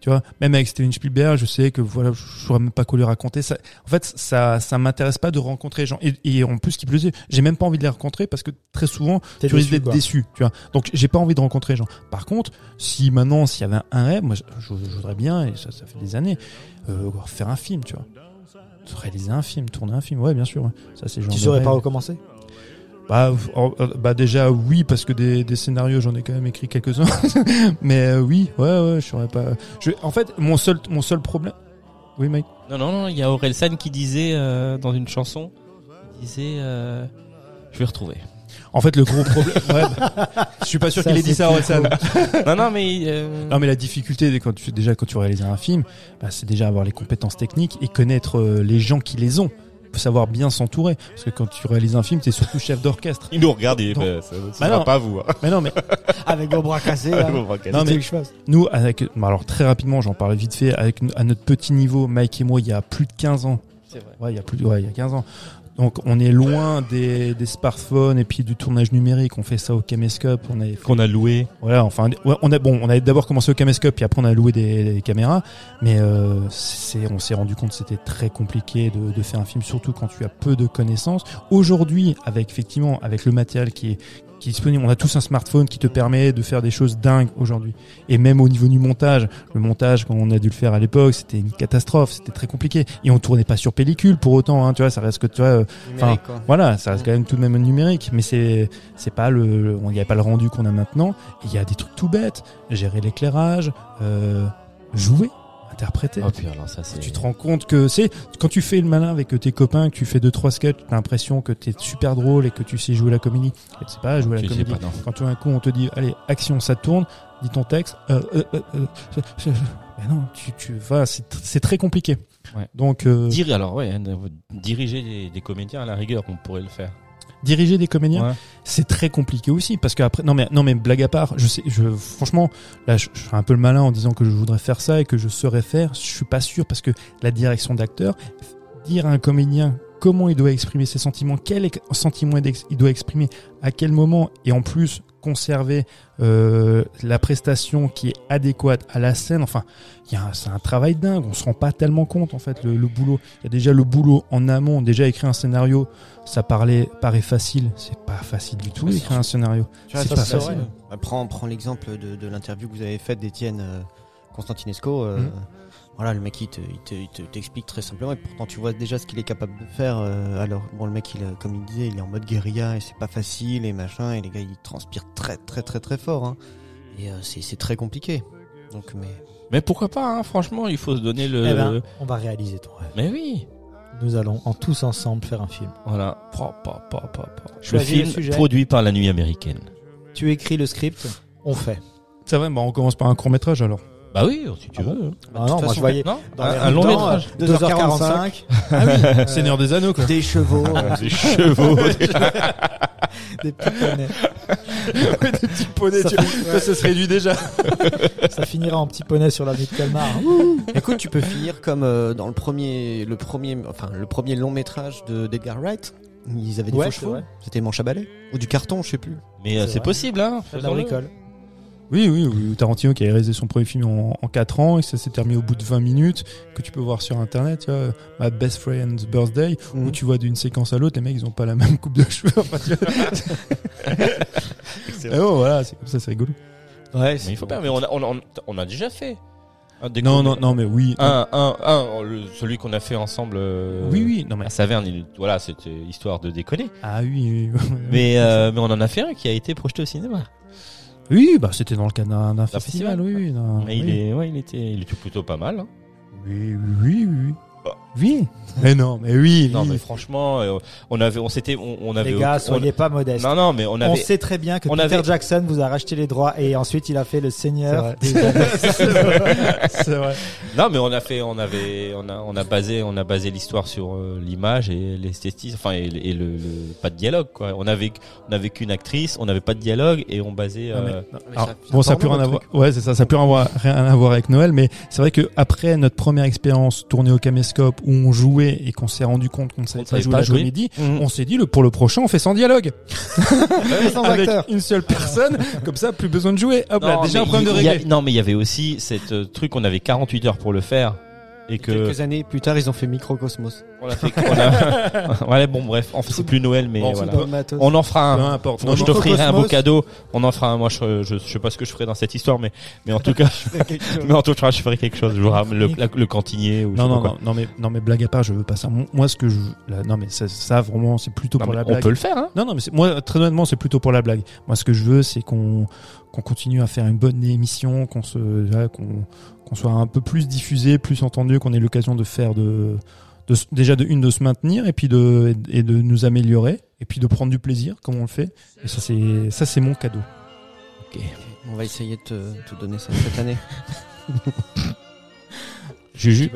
Tu vois, même avec Steven Spielberg, je sais que voilà, je je saurais même pas quoi lui raconter. Ça, en fait, ça, ça m'intéresse pas de rencontrer les gens. Et, et en plus, qui plus est, j'ai même pas envie de les rencontrer parce que très souvent, T'es tu risques déçu, d'être quoi. déçu. Tu vois, donc j'ai pas envie de rencontrer les gens. Par contre, si maintenant, s'il y avait un rêve, moi, je, je- je voudrais bien, et ça, ça fait des années, euh, faire un film. Tu vois, réaliser un film, tourner un film. Ouais, bien sûr. ouais. Ça, c'est le genre Tu de saurais rêve. pas recommencer Bah, en- euh, bah déjà oui parce que des, des scénarios j'en ai quand même écrit quelques uns (laughs) mais euh, oui ouais ouais je saurais pas je, en fait mon seul mon seul problème oui Mike Non, non, non, il y a Orelsan qui disait euh, dans une chanson, il disait, euh, Je vais retrouver. En fait, le gros problème. (laughs) Ouais, bah, je suis pas sûr Ça, qu'il ait c'est dit ça à Orelsan. non, non, mais. euh, Non, mais la difficulté dès quand tu déjà quand tu réalises un film, bah, c'est déjà avoir les compétences techniques et connaître euh, les gens qui les ont. Faut savoir bien s'entourer parce que quand tu réalises un film, t'es surtout chef d'orchestre. Il nous regarde et Non. bah, ça, ça Bah va non. pas vous. hein. Mais non, mais Avec vos bras hein. cassés. là. Vous braquez. Non, Tu sais mais- que je fasse. Nous, avec, bon, alors très rapidement, j'en parle vite fait, avec, à notre petit niveau, Mike et moi, il y a plus de 15 ans. C'est vrai. Ouais, il y a plus de, ouais, il y a 15 ans. Donc, on est loin des, des smartphones et puis du tournage numérique. On fait ça au caméscope. On avait, Qu'on a loué. voilà, enfin, ouais, on a, bon, on avait d'abord commencé au caméscope, puis après on a loué des, des caméras. Mais, euh, c'est, on s'est rendu compte que c'était très compliqué de, de faire un film, surtout quand tu as peu de connaissances. Aujourd'hui, avec, effectivement, avec le matériel qui est, qui est disponible, on a tous un smartphone qui te permet de faire des choses dingues aujourd'hui. Et même au niveau du montage, le montage quand on a dû le faire à l'époque, c'était une catastrophe, c'était très compliqué. Et on tournait pas sur pellicule pour autant, hein, tu vois, ça reste que tu vois, euh, Numérique, quoi. voilà, ça reste quand même tout de même numérique, mais c'est c'est pas le, on n'y a pas le rendu qu'on a maintenant. Et Il y a des trucs tout bêtes, gérer l'éclairage, euh, jouer, interpréter. Oh, puis alors, ça, c'est. Ah, Tu te rends compte que c'est quand tu fais le malin avec tes copains, que tu fais deux trois sketchs, t'as l'impression que t'es super drôle et que tu sais jouer la comédie. Et tu sais pas jouer la Tu sais comédie. Euh. pas, non. Quand tout d'un coup on te dit allez action ça tourne, dis ton texte. Euh, euh, euh, euh, (laughs) je- je- je- mais non, tu tu vas c'est tr- c'est très compliqué. Ouais. Donc euh, Dire, alors, ouais, hein, diriger des, des comédiens à la rigueur, on pourrait le faire. diriger des comédiens, Ouais. c'est très compliqué aussi parce que après non mais non mais blague à part, je sais je franchement là je, je fais un peu le malin en disant que je voudrais faire ça et que je saurais faire, je suis pas sûr parce que la direction d'acteur dire à un comédien comment il doit exprimer ses sentiments, quel ex- sentiment il ex- il doit exprimer, à quel moment, et en plus conserver euh, la prestation qui est adéquate à la scène. Enfin, il y a un- c'est un travail dingue. On se rend pas tellement compte en fait le, le boulot. Il y a déjà le boulot en amont. Déjà écrire un scénario, ça parlait, paraît facile. C'est pas facile du tout Bah, écrire un scénario. Tu vois, C'est ça, pas c'est facile. vrai. Bah, prends, prends l'exemple de, de l'interview que vous avez faite d'Étienne euh, Constantinesco. euh, Mhm. Voilà, le mec il te- il te- il te- t'explique très simplement et pourtant tu vois déjà ce qu'il est capable de faire. euh, alors bon, le mec il, euh, comme il disait, il est en mode guérilla et c'est pas facile et machin et les gars ils transpirent très très très très fort hein. et euh, c'est c'est très compliqué. Donc mais Mais pourquoi pas, hein, franchement, il faut se donner le. Eh ben, on va réaliser ton rêve. Mais oui. Nous allons en tous ensemble faire un film. Voilà. Pa, pa, pa, pa, pa. Le Choisis le film sujet. produit par la nuit américaine. Tu écris le script, on fait. C'est vrai. Bah, on commence par un court métrage alors. Bah oui, si tu veux. Ah non, moi je voyais Bah, (laughs) Non dans un, les un long temps, métrage. euh, 2h45, Seigneur des Anneaux quoi. des chevaux, euh, Des chevaux. (laughs) des petits euh, poneys. des petits poneys. Ça- tu vois. Ça, ça se réduit déjà. (laughs) Ça finira en petit poney sur la nuit de Calmar. hein, écoute, tu peux finir comme euh, dans le premier, le premier, enfin le premier long métrage de d'Edgar Wright. Ils avaient des Ouais, faux c'est chevaux. vrai. C'était manche à balai ou du carton, je sais plus. Mais euh, C'est c'est vrai. possible, hein. Fais de la faisons-le. bricole. Oui, oui, oui, Tarantino qui a réalisé son premier film en, en 4 ans et que ça s'est terminé au bout de 20 minutes, que tu peux voir sur internet, tu vois, euh, My Best Friend's Birthday, Mhm. Mmh. où tu vois d'une séquence à l'autre, les mecs ils ont pas la même coupe de (laughs) cheveux. Enfin, tu vois. Mais bon, voilà, c'est comme ça, c'est rigolo. Ouais, Mais il faut pas, mais on a, on a, on a déjà fait. Un des Non, comédies. non, non, mais oui. Un, un, un, le- celui qu'on a fait ensemble. euh, Ah. Oui, oui, non, mais. À Saverne, il- voilà, c'était histoire de déconner. Ah oui, oui, oui. Mais, euh, mais on en a fait un qui a été projeté au cinéma. Oui, bah c'était dans le cadre d'un d'un festival, festival. oui, oui. d'un- Mais il Ah, oui. est, ouais, il était, il était plutôt pas mal. hein. Oui, oui, oui, oui. (laughs) Oui. Mais Oh. non, mais oui. Non, oui. mais franchement, euh, on avait, on s'était, on, on avait. les gars, on- soyez pas modestes. Non, non, mais on On, avait. sait très bien que on Peter avait- Jackson vous a racheté les droits et ensuite il a fait le Seigneur. des- C'est (laughs) c'est vrai. Non, mais on a fait, on avait, on a, on a basé, on a basé l'histoire sur euh, l'image et l'esthétisme, enfin et, le- et le, le- pas de dialogue quoi. On avait, on avait qu'une actrice, on n'avait pas de dialogue et on basait. Non, Ah, mais- euh, Alors, bon, ça n'a plus pardon, rien à votre voir. Ouais, c'est ça, ça a plus rien à voir, rien à voir avec Noël, mais c'est vrai que après notre première expérience tournée au caméscope où on jouait et qu'on s'est rendu compte qu'on ne savait On pas savait jouer pas la jouer. comédie, on s'est dit le pour le prochain, on fait sans dialogue, sans (laughs) avec acteur. une (laughs) seule personne, comme ça plus besoin de jouer. Hop là, Non, déjà un mais problème de il y a- régler. non, mais il y avait aussi cette euh, truc, on avait 48 heures pour le faire et que Quelques années plus tard, ils ont fait Microcosmos. on l'a fait. on a- (laughs) ouais, bon, bref, enfin c'est plus Noël, mais Bon, voilà. c'est (laughs) On en fera Peu un. importe. Moi, je t'offrirai un beau cadeau. On en fera un. Moi, je, je, je sais pas ce que je ferai dans cette histoire, mais, mais en tout (laughs) cas, mais en tout cas, je ferai quelque chose. Je vous ramène le, la- le cantinier ou je Non, sais pas non, quoi. non, non, mais, non, mais blague à part, je veux pas ça. Mon- Moi, ce que je, là, non, mais ça, ça vraiment, c'est plutôt Non, pour mais la on blague. peut le faire, hein. Non, non, mais c'est- moi, très honnêtement, c'est plutôt pour la blague. Moi, ce que je veux, c'est qu'on qu'on continue à faire une bonne émission, qu'on se, voilà, qu'on qu'on soit un peu plus diffusé, plus entendu, qu'on ait l'occasion de faire de de s- déjà de une de se maintenir et puis de et de nous améliorer et puis de prendre du plaisir comme on le fait. Et ça c'est ça c'est mon cadeau. On va essayer de te, te donner ça cette année. Juju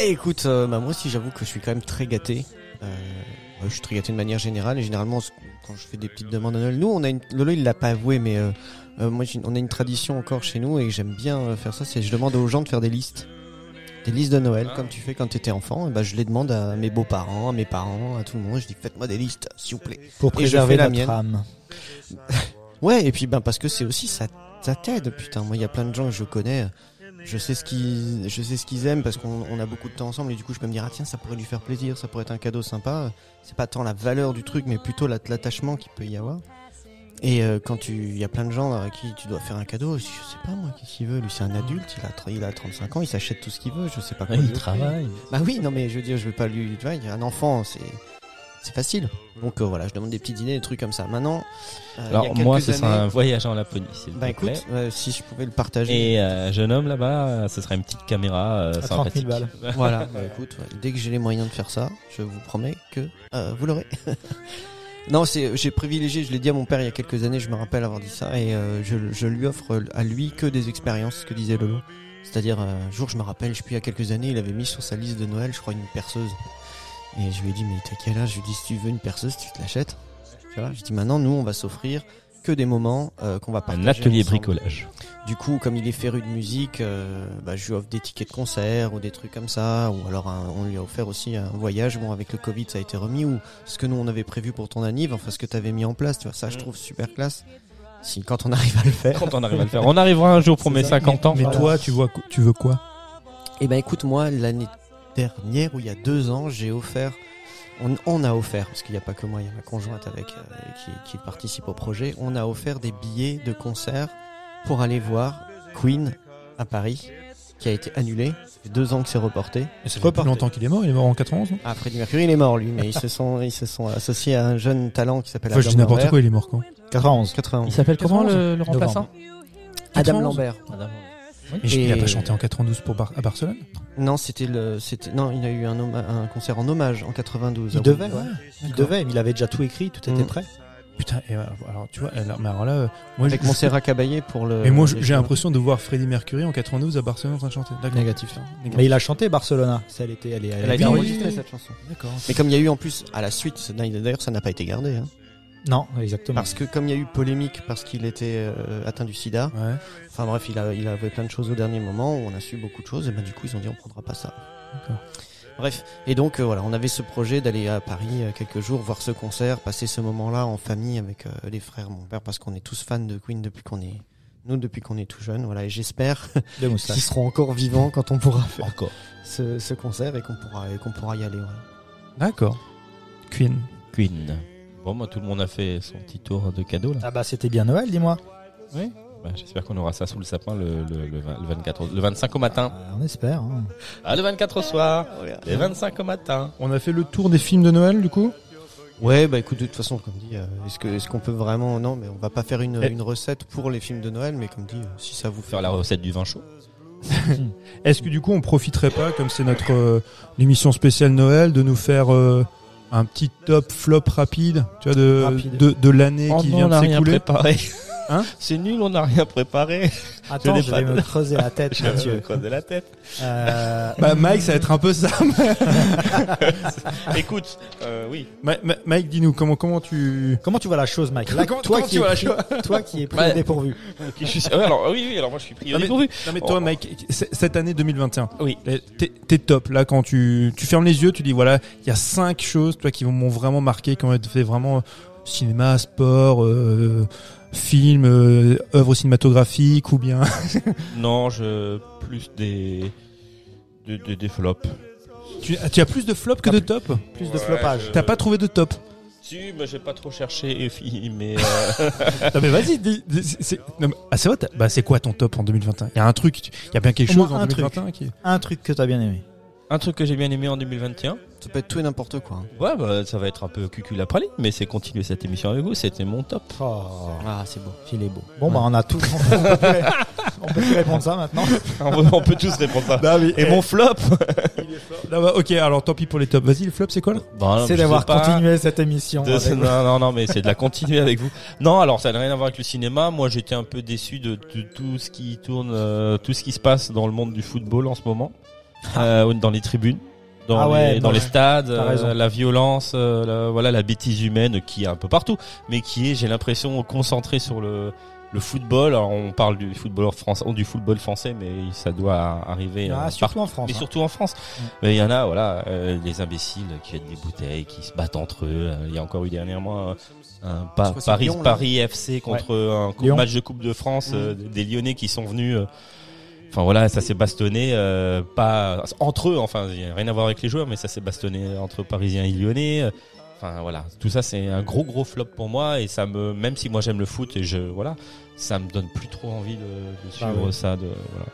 Eh, écoute, euh, bah, moi aussi j'avoue que je suis quand même très gâté. Euh, ouais, je suis très gâté de manière générale et généralement c- quand je fais des petites demandes à Noël, nous on a une... Lolo il l'a pas avoué mais euh, euh, moi j'ai- on a une tradition encore chez nous et j'aime bien euh, faire ça, c'est je demande aux gens de faire des listes. Des listes de Noël comme tu fais quand t'étais enfant, et bah, je les demande à mes beaux-parents, à mes parents, à tout le monde, je dis faites-moi des listes s'il vous plaît. Pour Et je préserver fais la notre mienne. âme. Ouais, et puis ben parce que c'est aussi ça, ça t'aide, putain. Moi, il y a plein de gens que je connais. Je sais ce qu'ils, je sais ce qu'ils aiment parce qu'on on a beaucoup de temps ensemble et du coup, je peux me dire ah tiens, ça pourrait lui faire plaisir, ça pourrait être un cadeau sympa. C'est pas tant la valeur du truc, mais plutôt la- l'attachement qu'il peut y avoir. Et euh, quand tu, il y a plein de gens à qui tu dois faire un cadeau, je sais pas moi, qu'est-ce qu'il veut Lui, c'est un adulte, il a, tr- il a 35 ans, il s'achète tout ce qu'il veut, je sais pas quoi. lui Il offrir. travaille. Bah oui, non mais je veux dire, je vais pas lui, tu vois, il y a un enfant, c'est, c'est facile. Donc euh, voilà, je demande des petites idées, des trucs comme ça. Maintenant, euh, il y a Alors quelques moi, ce sera années- un voyage en Laponie, s'il bah vous plaît. écoute, euh, si je pouvais le partager. Et euh, jeune homme là-bas, euh, ce sera une petite caméra euh, À 30 000 sympathique. balles. Voilà, bah écoute, ouais, dès que j'ai les moyens de faire ça, je vous promets que euh, vous l'aurez. (laughs) non, c'est, j'ai privilégié, je l'ai dit à mon père il y a quelques années, je me rappelle avoir dit ça, et euh, je, je lui offre à lui que des expériences, ce que disait Lolo. C'est-à-dire, euh, un jour, je me rappelle, je puis il y a quelques années, il avait mis sur sa liste de Noël, je crois, une perceuse. Et je lui ai dit, mais t'as quel âge Je lui ai dit, si tu veux une perceuse, tu te l'achètes. Tu vois, je dis, maintenant, nous, on va s'offrir que des moments euh, qu'on va partager. (laughs) Un atelier ensemble. bricolage. Du coup, comme il est féru de musique, euh, bah, je lui offre des tickets de concert ou des trucs comme ça, ou alors un- on lui a offert aussi un voyage. Bon, avec le Covid, ça a été remis, ou ce que nous on avait prévu pour ton anniv, enfin ce que t'avais mis en place, tu vois, ça je trouve super classe. Si quand on (laughs) arrive à le faire. Quand on arrive à le faire, on arrivera un jour pour mes 50 ans. Mais Voilà. toi tu vois co- tu veux quoi Eh ben écoute, moi l'année dernière ou il y a deux ans, j'ai offert, on, on a offert, parce qu'il n'y a pas que moi, il y a ma conjointe avec euh, qui, qui participe au projet, on a offert des billets de concert pour aller voir Queen à Paris, qui a été annulé. Ça fait deux ans que c'est reporté. Et ça fait plus Reporter. longtemps qu'il est mort, il est mort en 91. non Ah, Freddie Mercury, il est mort lui, mais ils se sont, ils se sont associés à un jeune talent qui s'appelle Enfin, je dis Adam n'importe Lambert. quoi, il est mort quand 91. 91. s'appelle comment le, remplaçant Adam 91. Lambert. Mais je- il a Et- pas chanté en 92 pour Bar- à Barcelone Non, c'était le, c'était, non, il a eu un, homma- un concert en hommage en 92. Il Ah, devait, oui. ouais. Il devait, mais il avait déjà tout écrit, tout était Mm. prêt. Putain, et alors, alors, tu vois, alors, mais alors là, euh, moi, Avec je- Montserrat Caballé pour le. Mais moi, je- les- j'ai l'impression de voir Freddie Mercury en 92 à Barcelone en train de chanter. D'accord. Négatif. Négatif. Mais il a chanté Barcelona. Ça, elle était, elle, est- elle Elle a est- été Oui, enregistrée oui, cette chanson. D'accord. Mais comme il y a eu en plus à la suite, c'est- d'ailleurs ça n'a pas été gardé, hein. Non, exactement. parce que comme il y a eu polémique parce qu'il était euh, atteint du SIDA. Ouais. Enfin bref, il, a, il avait plein de choses au dernier moment, où on a su beaucoup de choses, et ben du coup ils ont dit on prendra pas ça. D'accord. Bref, et donc euh, voilà, on avait ce projet d'aller à Paris euh, quelques jours, voir ce concert, passer ce moment-là en famille avec euh, les frères, mon père, parce qu'on est tous fans de Queen depuis qu'on est... Nous, depuis qu'on est tout jeunes, voilà, et j'espère Deux qu'ils moustaches. seront encore vivants quand on pourra faire Encore. ce, ce concert et qu'on pourra, et qu'on pourra y aller. voilà. D'accord. Queen. Queen. Bon, moi, tout le monde a fait son petit tour de cadeau là. Ah bah c'était bien Noël, dis-moi. Bah, J'espère qu'on aura ça sous le sapin le, le, le, vingt- le 24, au- le 25 au matin. Euh, on espère. hein. Ah, le 24 au soir. Oh, Le 25 au matin. On a fait le tour des films de Noël, du coup Ouais, bah écoute, de toute façon, comme dit, euh, est-ce que est-ce qu'on peut vraiment Non, mais on va pas faire une, Eh. une recette pour les films de Noël, mais comme dit, euh, si ça vous fait Faire la recette du vin chaud. Est-ce que du coup, on profiterait pas, comme c'est notre euh, émission spéciale Noël, de nous faire euh, un petit top flop rapide, tu vois, de Rapide. de, de l'année qui Oh vient de (laughs) s'écouler préparé. Hein C'est nul, on n'a rien (laughs) préparé. Attends, l'ai je pas. vais me creuser (laughs) la tête, Mathieu. de la tête. Euh, Bah, Mike, ça va être un peu ça. (laughs) Écoute, euh, (laughs) oui. Ma- Ma- Mike, dis-nous comment comment tu Comment tu vois la chose, Mike (laughs) Là, Comment- toi, comment qui tu es vois la pris, toi qui es pris Ouais. au dépourvu. Ok, je suis- ouais, alors, oui, oui, alors moi je suis pris au Non, mais- dépourvu. Non mais toi, Oh. Mike, c- cette année 2021, Oui. eh, t'es t'es top là quand tu tu fermes les yeux, tu dis voilà, il y a cinq choses toi qui m'ont vraiment marqué, qui ont fait vraiment euh, cinéma, sport, euh, film, euh, œuvre cinématographique ou bien (laughs) Non, je. Plus des. Des, des, des flops. tu, tu as plus de flop que de top. Plus de Ouais, flopage. je- T'as pas trouvé de top. Si, mais j'ai pas trop cherché, (laughs) fille, mais. euh, non Ah, mais vas-y, dis- dis- c'est c'est- non, mais- ah, c'est vrai, t'as- bah c'est quoi ton top en 2021 Il y a un truc, il y a bien quelque Au chose moins en un truc. 2021 qui Un truc que t'as bien aimé. Un truc que j'ai bien aimé en 2021. Ça peut être tout et n'importe quoi. hein. Ouais, bah, ça va être un peu cucul la praline, mais c'est continuer cette émission avec vous. C'était mon top. Oh, Ah, c'est beau. il est beau. Bon, bah, on a tout. (laughs) On peut plus, on peut plus répondre ça maintenant. (laughs) on, peut, on peut tous répondre ça. Et mon flop Non, bah, ok, alors tant pis pour les tops. Vas-y, le flop, c'est quoi là Bon, je C'est sais d'avoir pas. continué cette émission. De- avec- Ah, non, non, non, mais c'est de la continuer avec vous. Non, alors ça n'a rien à voir avec le cinéma. Moi, j'étais un peu déçu de, de tout ce qui tourne, euh, tout ce qui se passe dans le monde du football en ce moment, Euh, dans les tribunes, dans, Ah ouais, les, dans non, les ouais. stades, T'as raison. euh, la violence, euh, la- voilà, la bêtise humaine qui est un peu partout, mais qui est, j'ai l'impression, concentrée sur le le football. Alors, on parle du footballeur français, du football français, mais ça doit arriver euh, Ah, partout. surtout en France. Mais hein. surtout en France. Mais il y en a, voilà, euh, les imbéciles qui jettent des bouteilles, qui se battent entre eux. Euh, Il y a encore eu dernièrement euh, un pa- Je crois que c'est Paris, Lyon, là. Paris FC contre un cou- Lyon. Mm. match de Coupe de France, euh, des Lyonnais qui sont venus. euh, Enfin voilà, ça s'est bastonné, euh, pas entre eux, enfin il y a rien à voir avec les joueurs, mais ça s'est bastonné entre Parisiens et Lyonnais. euh, Enfin voilà, tout ça c'est un gros gros flop pour moi et ça me, même si moi j'aime le foot et je voilà, ça me donne plus trop envie de, de suivre oui. ça. De, voilà.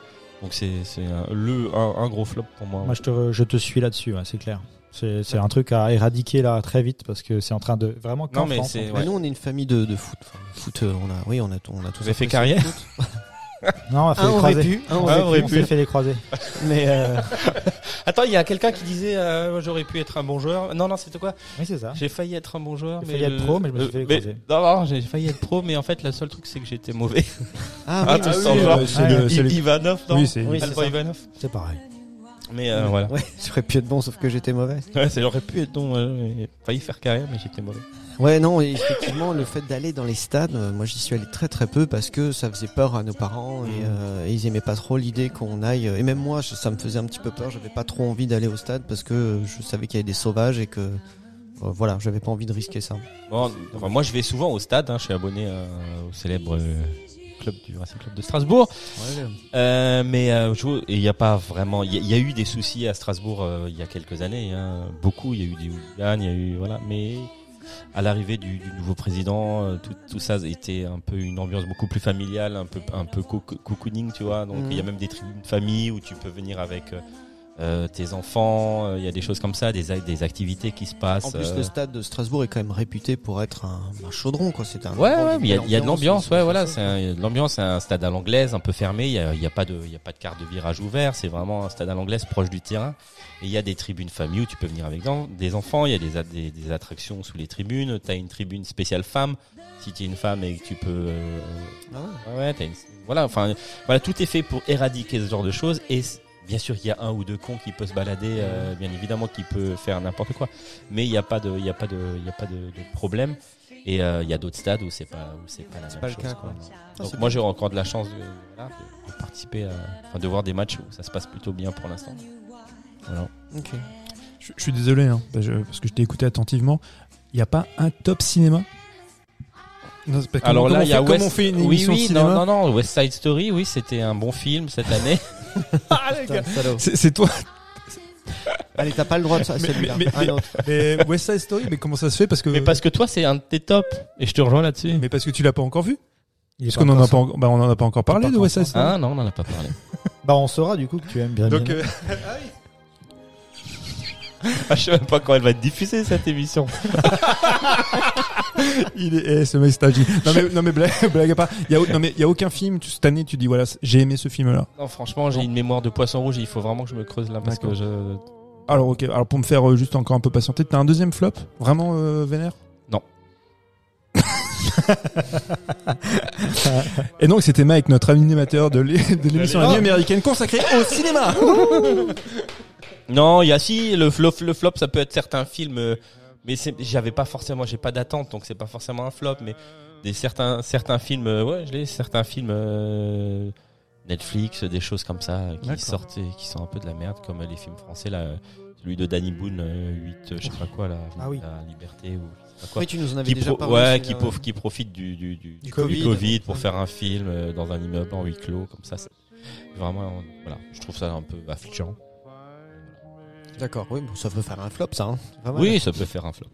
Donc c'est c'est un, le un, un gros flop pour moi. Moi, je te, re- je te suis là-dessus, ouais, c'est clair. C'est c'est un truc à éradiquer là très vite parce que c'est en train de vraiment. qu'en non mais France, c'est en ouais. Mais bah, nous, on est une famille de, de foot. Enfin, foot, euh, on a, oui, on a, on a tous Vous avez fait apprécié le carrière (laughs) foot. fait. Non, on a fait Un les aurait croisés. pu, un Ah, On s'est- aurait aurait on pu. s'est fait les croisés. pu. Mais euh, (laughs) Attends, il y a quelqu'un qui disait euh, j'aurais pu être un bon joueur. Non non, c'était quoi Oui, c'est ça. J'ai failli être un bon joueur J'ai mais failli être pro, mais je me suis fait mais- croiser. Non non, j'ai failli être pro mais en fait le seul truc c'est que j'étais mauvais. (laughs) ah, Ah, oui, tu oui, sens oui, genre- Ah, euh, c'est le- c'est le- I- Ivanov non Oui, c'est- oui, c'est Alban ça. Ivanov. C'est pareil. Mais euh, voilà. (laughs) Ouais, j'aurais pu être bon, sauf que j'étais mauvais. Ouais, ça aurait pu être non, euh, j'ai failli faire carrière mais j'étais mauvais. Ouais, non, et effectivement, le fait d'aller dans les stades, euh, moi j'y suis allé très très peu parce que ça faisait peur à nos parents et, Mmh. euh, et ils aimaient pas trop l'idée qu'on aille. euh, Et même moi, je- ça me faisait un petit peu peur. J'avais pas trop envie d'aller au stade parce que je savais qu'il y avait des sauvages et que euh, voilà, j'avais pas envie de risquer ça. Bon, enfin, moi, je vais souvent au stade. hein. je suis abonné euh, au célèbre euh, club du Racing Club de Strasbourg. Euh, mais euh, je vois- et il n'y a pas vraiment. Il y, a- il y a eu des soucis à Strasbourg euh, il y a quelques années. hein. beaucoup. Il y a eu des hooligans. Il y a eu voilà. Mais à l'arrivée du, du nouveau président, euh, tout, tout ça était un peu une ambiance beaucoup plus familiale, un peu un peu coo- cocooning, tu vois. Donc il y a Mhm. même des tribunes de famille où tu peux venir avec. euh, euh, tes enfants, euh, il y a des choses comme ça, des, ac- des activités qui se passent. En plus, euh, le stade de Strasbourg est quand même réputé pour être un, un chaudron, quoi. C'était un. Ouais, endroit où ouais, mais il y a- il y a de l'ambiance, ouais, voilà, ça. c'est un- il y a de l'ambiance, c'est un stade à l'anglaise, un peu fermé, il y a, il y a pas de, il y a pas de carte de virage ouvert, c'est vraiment un stade à l'anglaise proche du terrain. Et il y a des tribunes famille où tu peux venir avec en- des enfants, il y a des, a- des, des attractions sous les tribunes, t'as une tribune spéciale femme, si t'es une femme et que tu peux, euh, Ah ouais. ouais, ouais, t'as une- voilà, enfin, voilà, tout est fait pour éradiquer ce genre de choses et c- bien sûr il y a un ou deux cons qui peut se balader, euh, bien évidemment, qui peut faire n'importe quoi, mais il n'y a pas de, il y a pas de, il y a pas de, de problème. Et euh, il y a d'autres stades où c'est pas, où c'est pas la même pas le chose. cas, quoi. quoi. Ah, Donc c'est moi j'ai encore de la chance de, voilà, de- de participer, à, enfin, de voir des matchs où ça se passe plutôt bien pour l'instant. Voilà. Ok. Je, je suis désolé, hein, parce que- parce que je t'ai écouté attentivement. Il n'y a pas un top cinéma Non, c'est parce que Alors comment là, on il y a fait- comment West... on fait une oui, émission de oui, non, cinéma non, non, West Side Story, oui, c'était un bon film cette année. C'est c'est toi. Allez, t'as pas le droit de ça. Mais- Celui-là. Ah mais- mais- Un autre. Mais West Side Story, mais comment ça se fait parce que, Mais parce que toi, c'est un de tes tops, et je te rejoins là-dessus. mais parce que tu l'as pas encore vu Il est Parce qu'on encore en a sorti. pas, en- bah, on en a pas encore parlé pas de West Side encore Story. Ah non, on en a pas parlé. Bah, on saura du coup que tu aimes bien. Donc, bien. euh, Ah, je sais même pas quand elle va être diffusée cette émission. il est, eh, ce mec stagie. Non mais, non mais blague, (laughs) blague à part. Il y a, au- non mais il y a aucun film tu- cette année. Tu dis voilà, j'ai aimé ce film là. Non, franchement, j'ai une mémoire de poisson rouge. Il faut vraiment que je me creuse là parce que D'accord. je. Alors ok. Alors pour me faire euh, juste encore un peu patienter, t'as un deuxième flop vraiment euh, vénère Non. (laughs) Et donc c'était Mike, notre animateur de l'é- de l'émission La Nuit Oh. américaine consacrée au cinéma. Non, il y a si le flop, le flop, ça peut être certains films, euh, mais c'est- j'avais pas forcément, j'ai pas d'attente, donc c'est pas forcément un flop, mais des certains, certains films, euh, ouais, je l'ai, certains films euh, Netflix, des choses comme ça euh, qui D'accord. sortent, et qui sont un peu de la merde, comme euh, les films français là, euh, celui de Danny Boone, euh, 8, euh, je sais pas quoi là, Ah oui. la Liberté ou je sais pas quoi. Oui, tu nous en avais Qui, déjà pro- parlé. euh, ouais, celui-là, qui, prof- qui profite du, du, du, Du du Covid. Ah. COVID, pour faire un film euh, dans un immeuble en huis clos, comme ça. c'est Vraiment, euh, voilà, je trouve ça un peu bah, affligeant. D'accord, oui, bon, ça peut faire un flop, ça. Hein. C'est pas mal. Oui, ça peut faire un flop.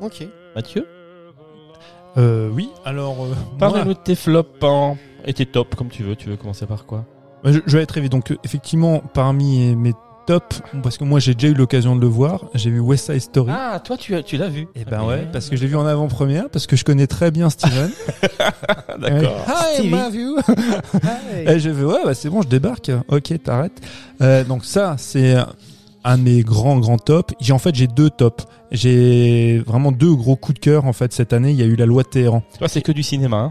Ok. Mathieu, Euh, oui. Alors euh, moi- parle-nous de tes flops hein, et tes tops comme tu veux. Tu veux commencer par quoi Ouais, Je, je vais être vite. Donc, euh, effectivement, parmi mes tops, parce que moi j'ai déjà eu l'occasion de le voir, j'ai vu West Side Story. Ah, toi, tu, as- tu l'as vu. Eh Et ben ouais, parce que je l'ai vu en avant-première, parce que je connais très bien Steven. D'accord. Ah Hi, Stevie. my view. Et j'ai fait, ouais, bah, c'est bon, je débarque. Ok, t'arrêtes. Euh, donc ça, c'est un de mes grands, grands tops. J'ai, en fait, j'ai deux tops. J'ai vraiment deux gros coups de cœur, en fait, cette année. Il y a eu la loi de Téhéran. Toi, c'est que du cinéma. hein.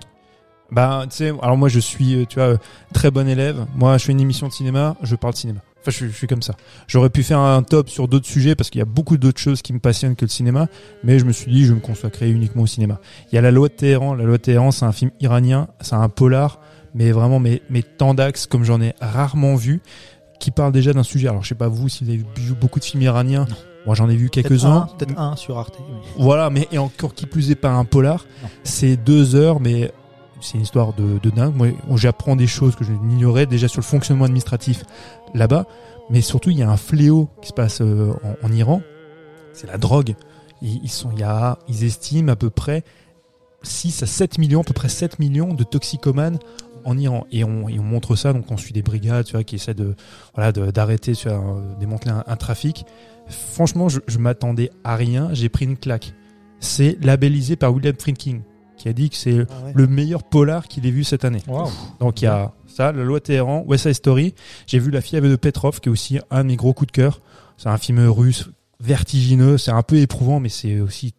Bah, tu sais, alors moi, je suis, euh, tu vois, euh, très bon élève. Moi, je fais une émission de cinéma, je parle de cinéma. Enfin, je, suis- je suis comme ça. J'aurais pu faire un top sur d'autres sujets parce qu'il y a beaucoup d'autres choses qui me passionnent que le cinéma, mais je me suis dit, je vais me consacrer uniquement au cinéma. Il y a La Loi de Téhéran. La Loi de Téhéran, c'est un film iranien, c'est un polar, mais vraiment, mais, mais tant d'axes comme j'en ai rarement vu, qui parle déjà d'un sujet. Alors, je sais pas vous si vous avez vu beaucoup de films iraniens. Moi, j'en ai vu Peut-être quelques-uns. un, peut-être un sur Arte. mais- Voilà, mais et encore qui plus est pas un polar. Non. C'est deux heures, mais c'est une histoire de, de dingue. Moi, j'apprends des choses que je n'ignorais déjà sur le fonctionnement administratif là-bas. Mais surtout, il y a un fléau qui se passe euh, en, en Iran. C'est la drogue. Ils, ils sont, il y a, ils estiment à peu près 6 à 7 millions, à peu près 7 millions de toxicomanes en Iran. Et on, et on montre ça, donc on suit des brigades tu vois, qui essaient de, voilà, de- d'arrêter, tu vois, euh, démanteler un, un trafic. Franchement, je, je m'attendais à rien, j'ai pris une claque. C'est labellisé par William Friedkin, qui a dit que c'est le meilleur polar qu'il ait vu cette année. Donc il y a ça, La Loi de Téhéran, West Side Story. J'ai vu La fièvre de Petrov, qui est aussi un de mes gros coups de cœur. C'est un film russe vertigineux, c'est un peu éprouvant, mais c'est aussi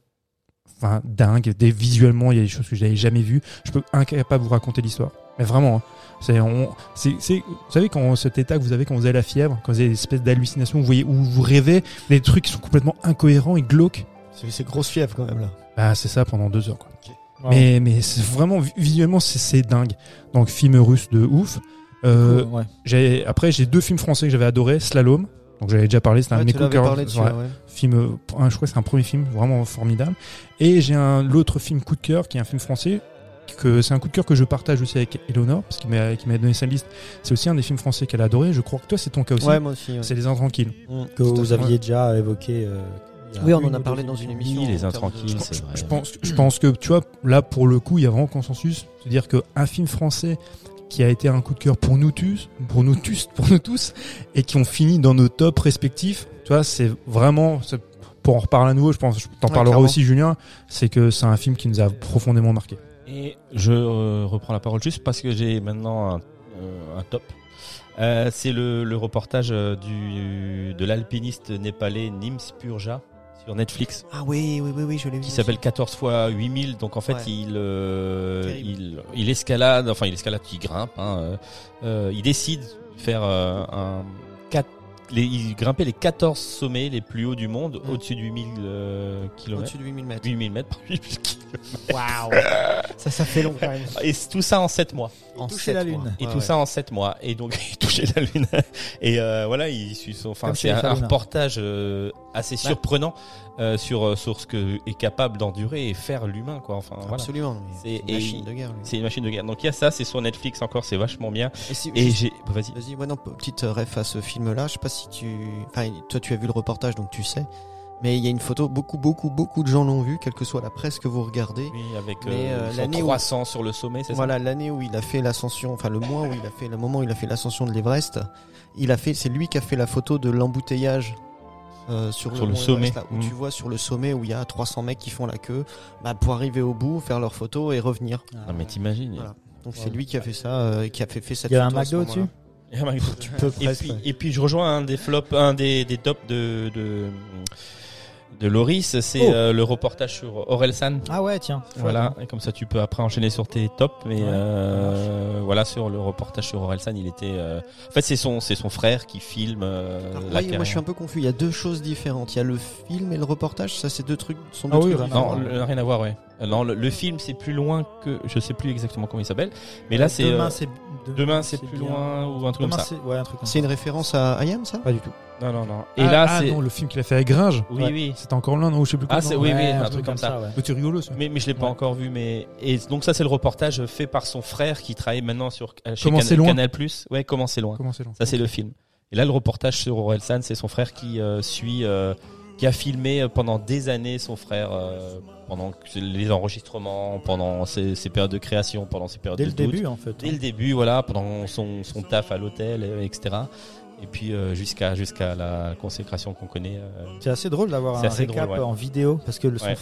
enfin, dingue. Des, visuellement, il y a des choses que je n'avais jamais vues. Je peux incapable de vous raconter l'histoire. Mais vraiment, hein. c'est, on, c'est, c'est- vous savez quand cet état que vous avez quand vous avez la fièvre, quand vous avez des espèces d'hallucinations, vous voyez où vous rêvez des trucs qui sont complètement incohérents et glauques. C'est c'est grosse fièvre quand même là. Bah c'est ça pendant deux heures. Quoi. Wow. Mais mais c'est vraiment vi- visuellement c'est, c'est dingue. Donc film russe de ouf. Euh, Ouais. j'ai, après, j'ai deux films français que j'avais adoré Slalom, donc j'avais déjà parlé, c'était un Ouais, de mes tu coups de l'avais cœur. parlé dessus, Ouais, ouais. film, euh, un- je crois que c'est un premier film vraiment formidable. Et j'ai un l'autre film coup de cœur qui est un film français que c'est un coup de cœur que je partage aussi avec Eleonore parce qu'il m'a qui m'a donné sa liste. C'est aussi un des films français qu'elle a adoré. Je crois que toi c'est ton cas aussi. Ouais, moi aussi. ouais. C'est Les Intranquilles. Mm. Que Tout à vous fait. aviez déjà évoqué. euh, il y a Oui, on une en a ou parlé deux dans une émissions. émission. Oui, les en termes intranquilles, de- c'est vrai. Je pense, je pense que tu vois, là pour le coup, il y a vraiment consensus. C'est-à-dire qu'un film français qui a été un coup de cœur pour nous tous, pour nous tous, pour nous tous, et qui ont fini dans nos tops respectifs, tu vois, c'est vraiment, c'est- pour en reparler à nouveau, je pense, je t'en Ouais, parlerai clairement. aussi, Julien, c'est que c'est un film qui nous a profondément marqué. Et je euh, reprends la parole juste parce que j'ai maintenant un, euh, un top. Euh, c'est le, le reportage euh, du, de l'alpiniste népalais Nims Purja sur Netflix Ah oui, oui, oui, oui, je l'ai vu. qui s'appelle 14 fois 8000 donc en fait Ouais. il, euh, Terrible. il il escalade enfin il escalade il grimpe hein, euh, euh, il décide de faire euh, un quatre- les, il grimpait les 14 sommets les plus hauts du monde Mm. au-dessus de 8000 euh, kilomètres Au-dessus de 8000 mètres. 8000 mètres (laughs) Waouh Ça, ça fait long quand même. et c'est tout ça en 7 mois En Toucher sept la mois. lune. Et Ouais, tout ouais. ça en 7 mois. Et donc, (laughs) il touchait la lune. Et euh, voilà, il suit son. Enfin, Comme c'est chez les un, un Farina. reportage euh, assez surprenant euh, sur, euh, sur ce que est capable d'endurer et faire l'humain, quoi. Enfin, voilà. Absolument. C'est- C'est et- une machine de guerre. lui. C'est une machine de guerre. Donc, il y a ça, c'est sur Netflix encore, c'est vachement bien. Et si- Et juste- j'ai. bah, Vas-y. Vas-y, ouais, non, petite euh, ref à ce film-là. Je sais pas si tu. Enfin, toi, tu as vu le reportage, donc tu sais. Mais il y a une photo, beaucoup, beaucoup, beaucoup de gens l'ont vu, quelle que soit la presse que vous regardez. Oui, avec Mais, euh, euh, son l'année où- 300 sur le sommet, c'est Voilà, l'année où il a fait l'ascension, enfin le mois où il a fait, le moment où il a fait l'ascension de l'Everest, il a fait, c'est lui qui a fait la photo de l'embouteillage euh, sur, Sur le mont sommet. Everest, là, où Mm. tu vois sur le sommet où il y a 300 mecs qui font la queue, bah, pour arriver au bout, faire leur photo et revenir. ça Non, mais t'imagines. Voilà. Donc c'est Ouais. lui qui a fait ça, euh, qui a fait, fait cette. Il y a un photo à ce hein. McDo au-dessus moment-là. Et un McDo. Peu Et presque, puis, ouais. et puis je rejoins un des flops, un des, des tops de, de, de Loris, c'est Oh. euh, le reportage sur Orelsan. Ah ouais, tiens. Voilà, et comme ça tu peux après enchaîner sur tes tops. Mais Ouais, euh, voilà, sur le reportage sur Orelsan, il était. euh, En fait, c'est son, c'est son frère qui filme. Alors, euh, la ouais, Ah moi, carrière. je suis un peu confus. Il y a deux choses différentes. Il y a le film et le reportage. Ça, c'est deux trucs. Sont deux Ah oui, trucs vraiment. Non, le- rien à voir, ouais. Euh, Non, le, le film c'est plus loin que. Je sais plus exactement comment il s'appelle. Mais là, c'est. euh, Demain, c'est. Demain, c'est plus bien. loin ou un truc Demain, comme ça. c'est. Ouais, un truc comme C'est ça. une référence à I Am, ça Pas du tout. Non, non, non. Et Ah- là, ah, c'est. non, le film qu'il a fait avec Gringe. Oui, Ouais. oui. C'était encore loin, non ou Je sais plus Ah, quoi, c'est- non oui, oui, Ouais, un truc comme ça. ouais. Mais c'est rigolo ça. Mais, mais je l'ai pas Ouais. encore vu. Mais et donc ça, c'est le reportage fait par son frère qui travaille maintenant sur euh, chez Comment Can- c'est loin Canal Plus. Ouais, comment c'est loin. Comment c'est long Ça, c'est le film. Et là, le reportage sur Orelsan, c'est son frère qui euh, suit euh, qui a filmé pendant des années son frère, euh, pendant que- les enregistrements, pendant ses, ses périodes de création, pendant ses périodes Dès de le doute. début, en fait. Dès le début, voilà, pendant son, son taf à l'hôtel, euh, etc. Et puis euh, jusqu'à jusqu'à la consécration qu'on connaît. euh, C'est assez drôle d'avoir C'est un assez récap drôle, ouais. en vidéo parce que le- son, Ouais.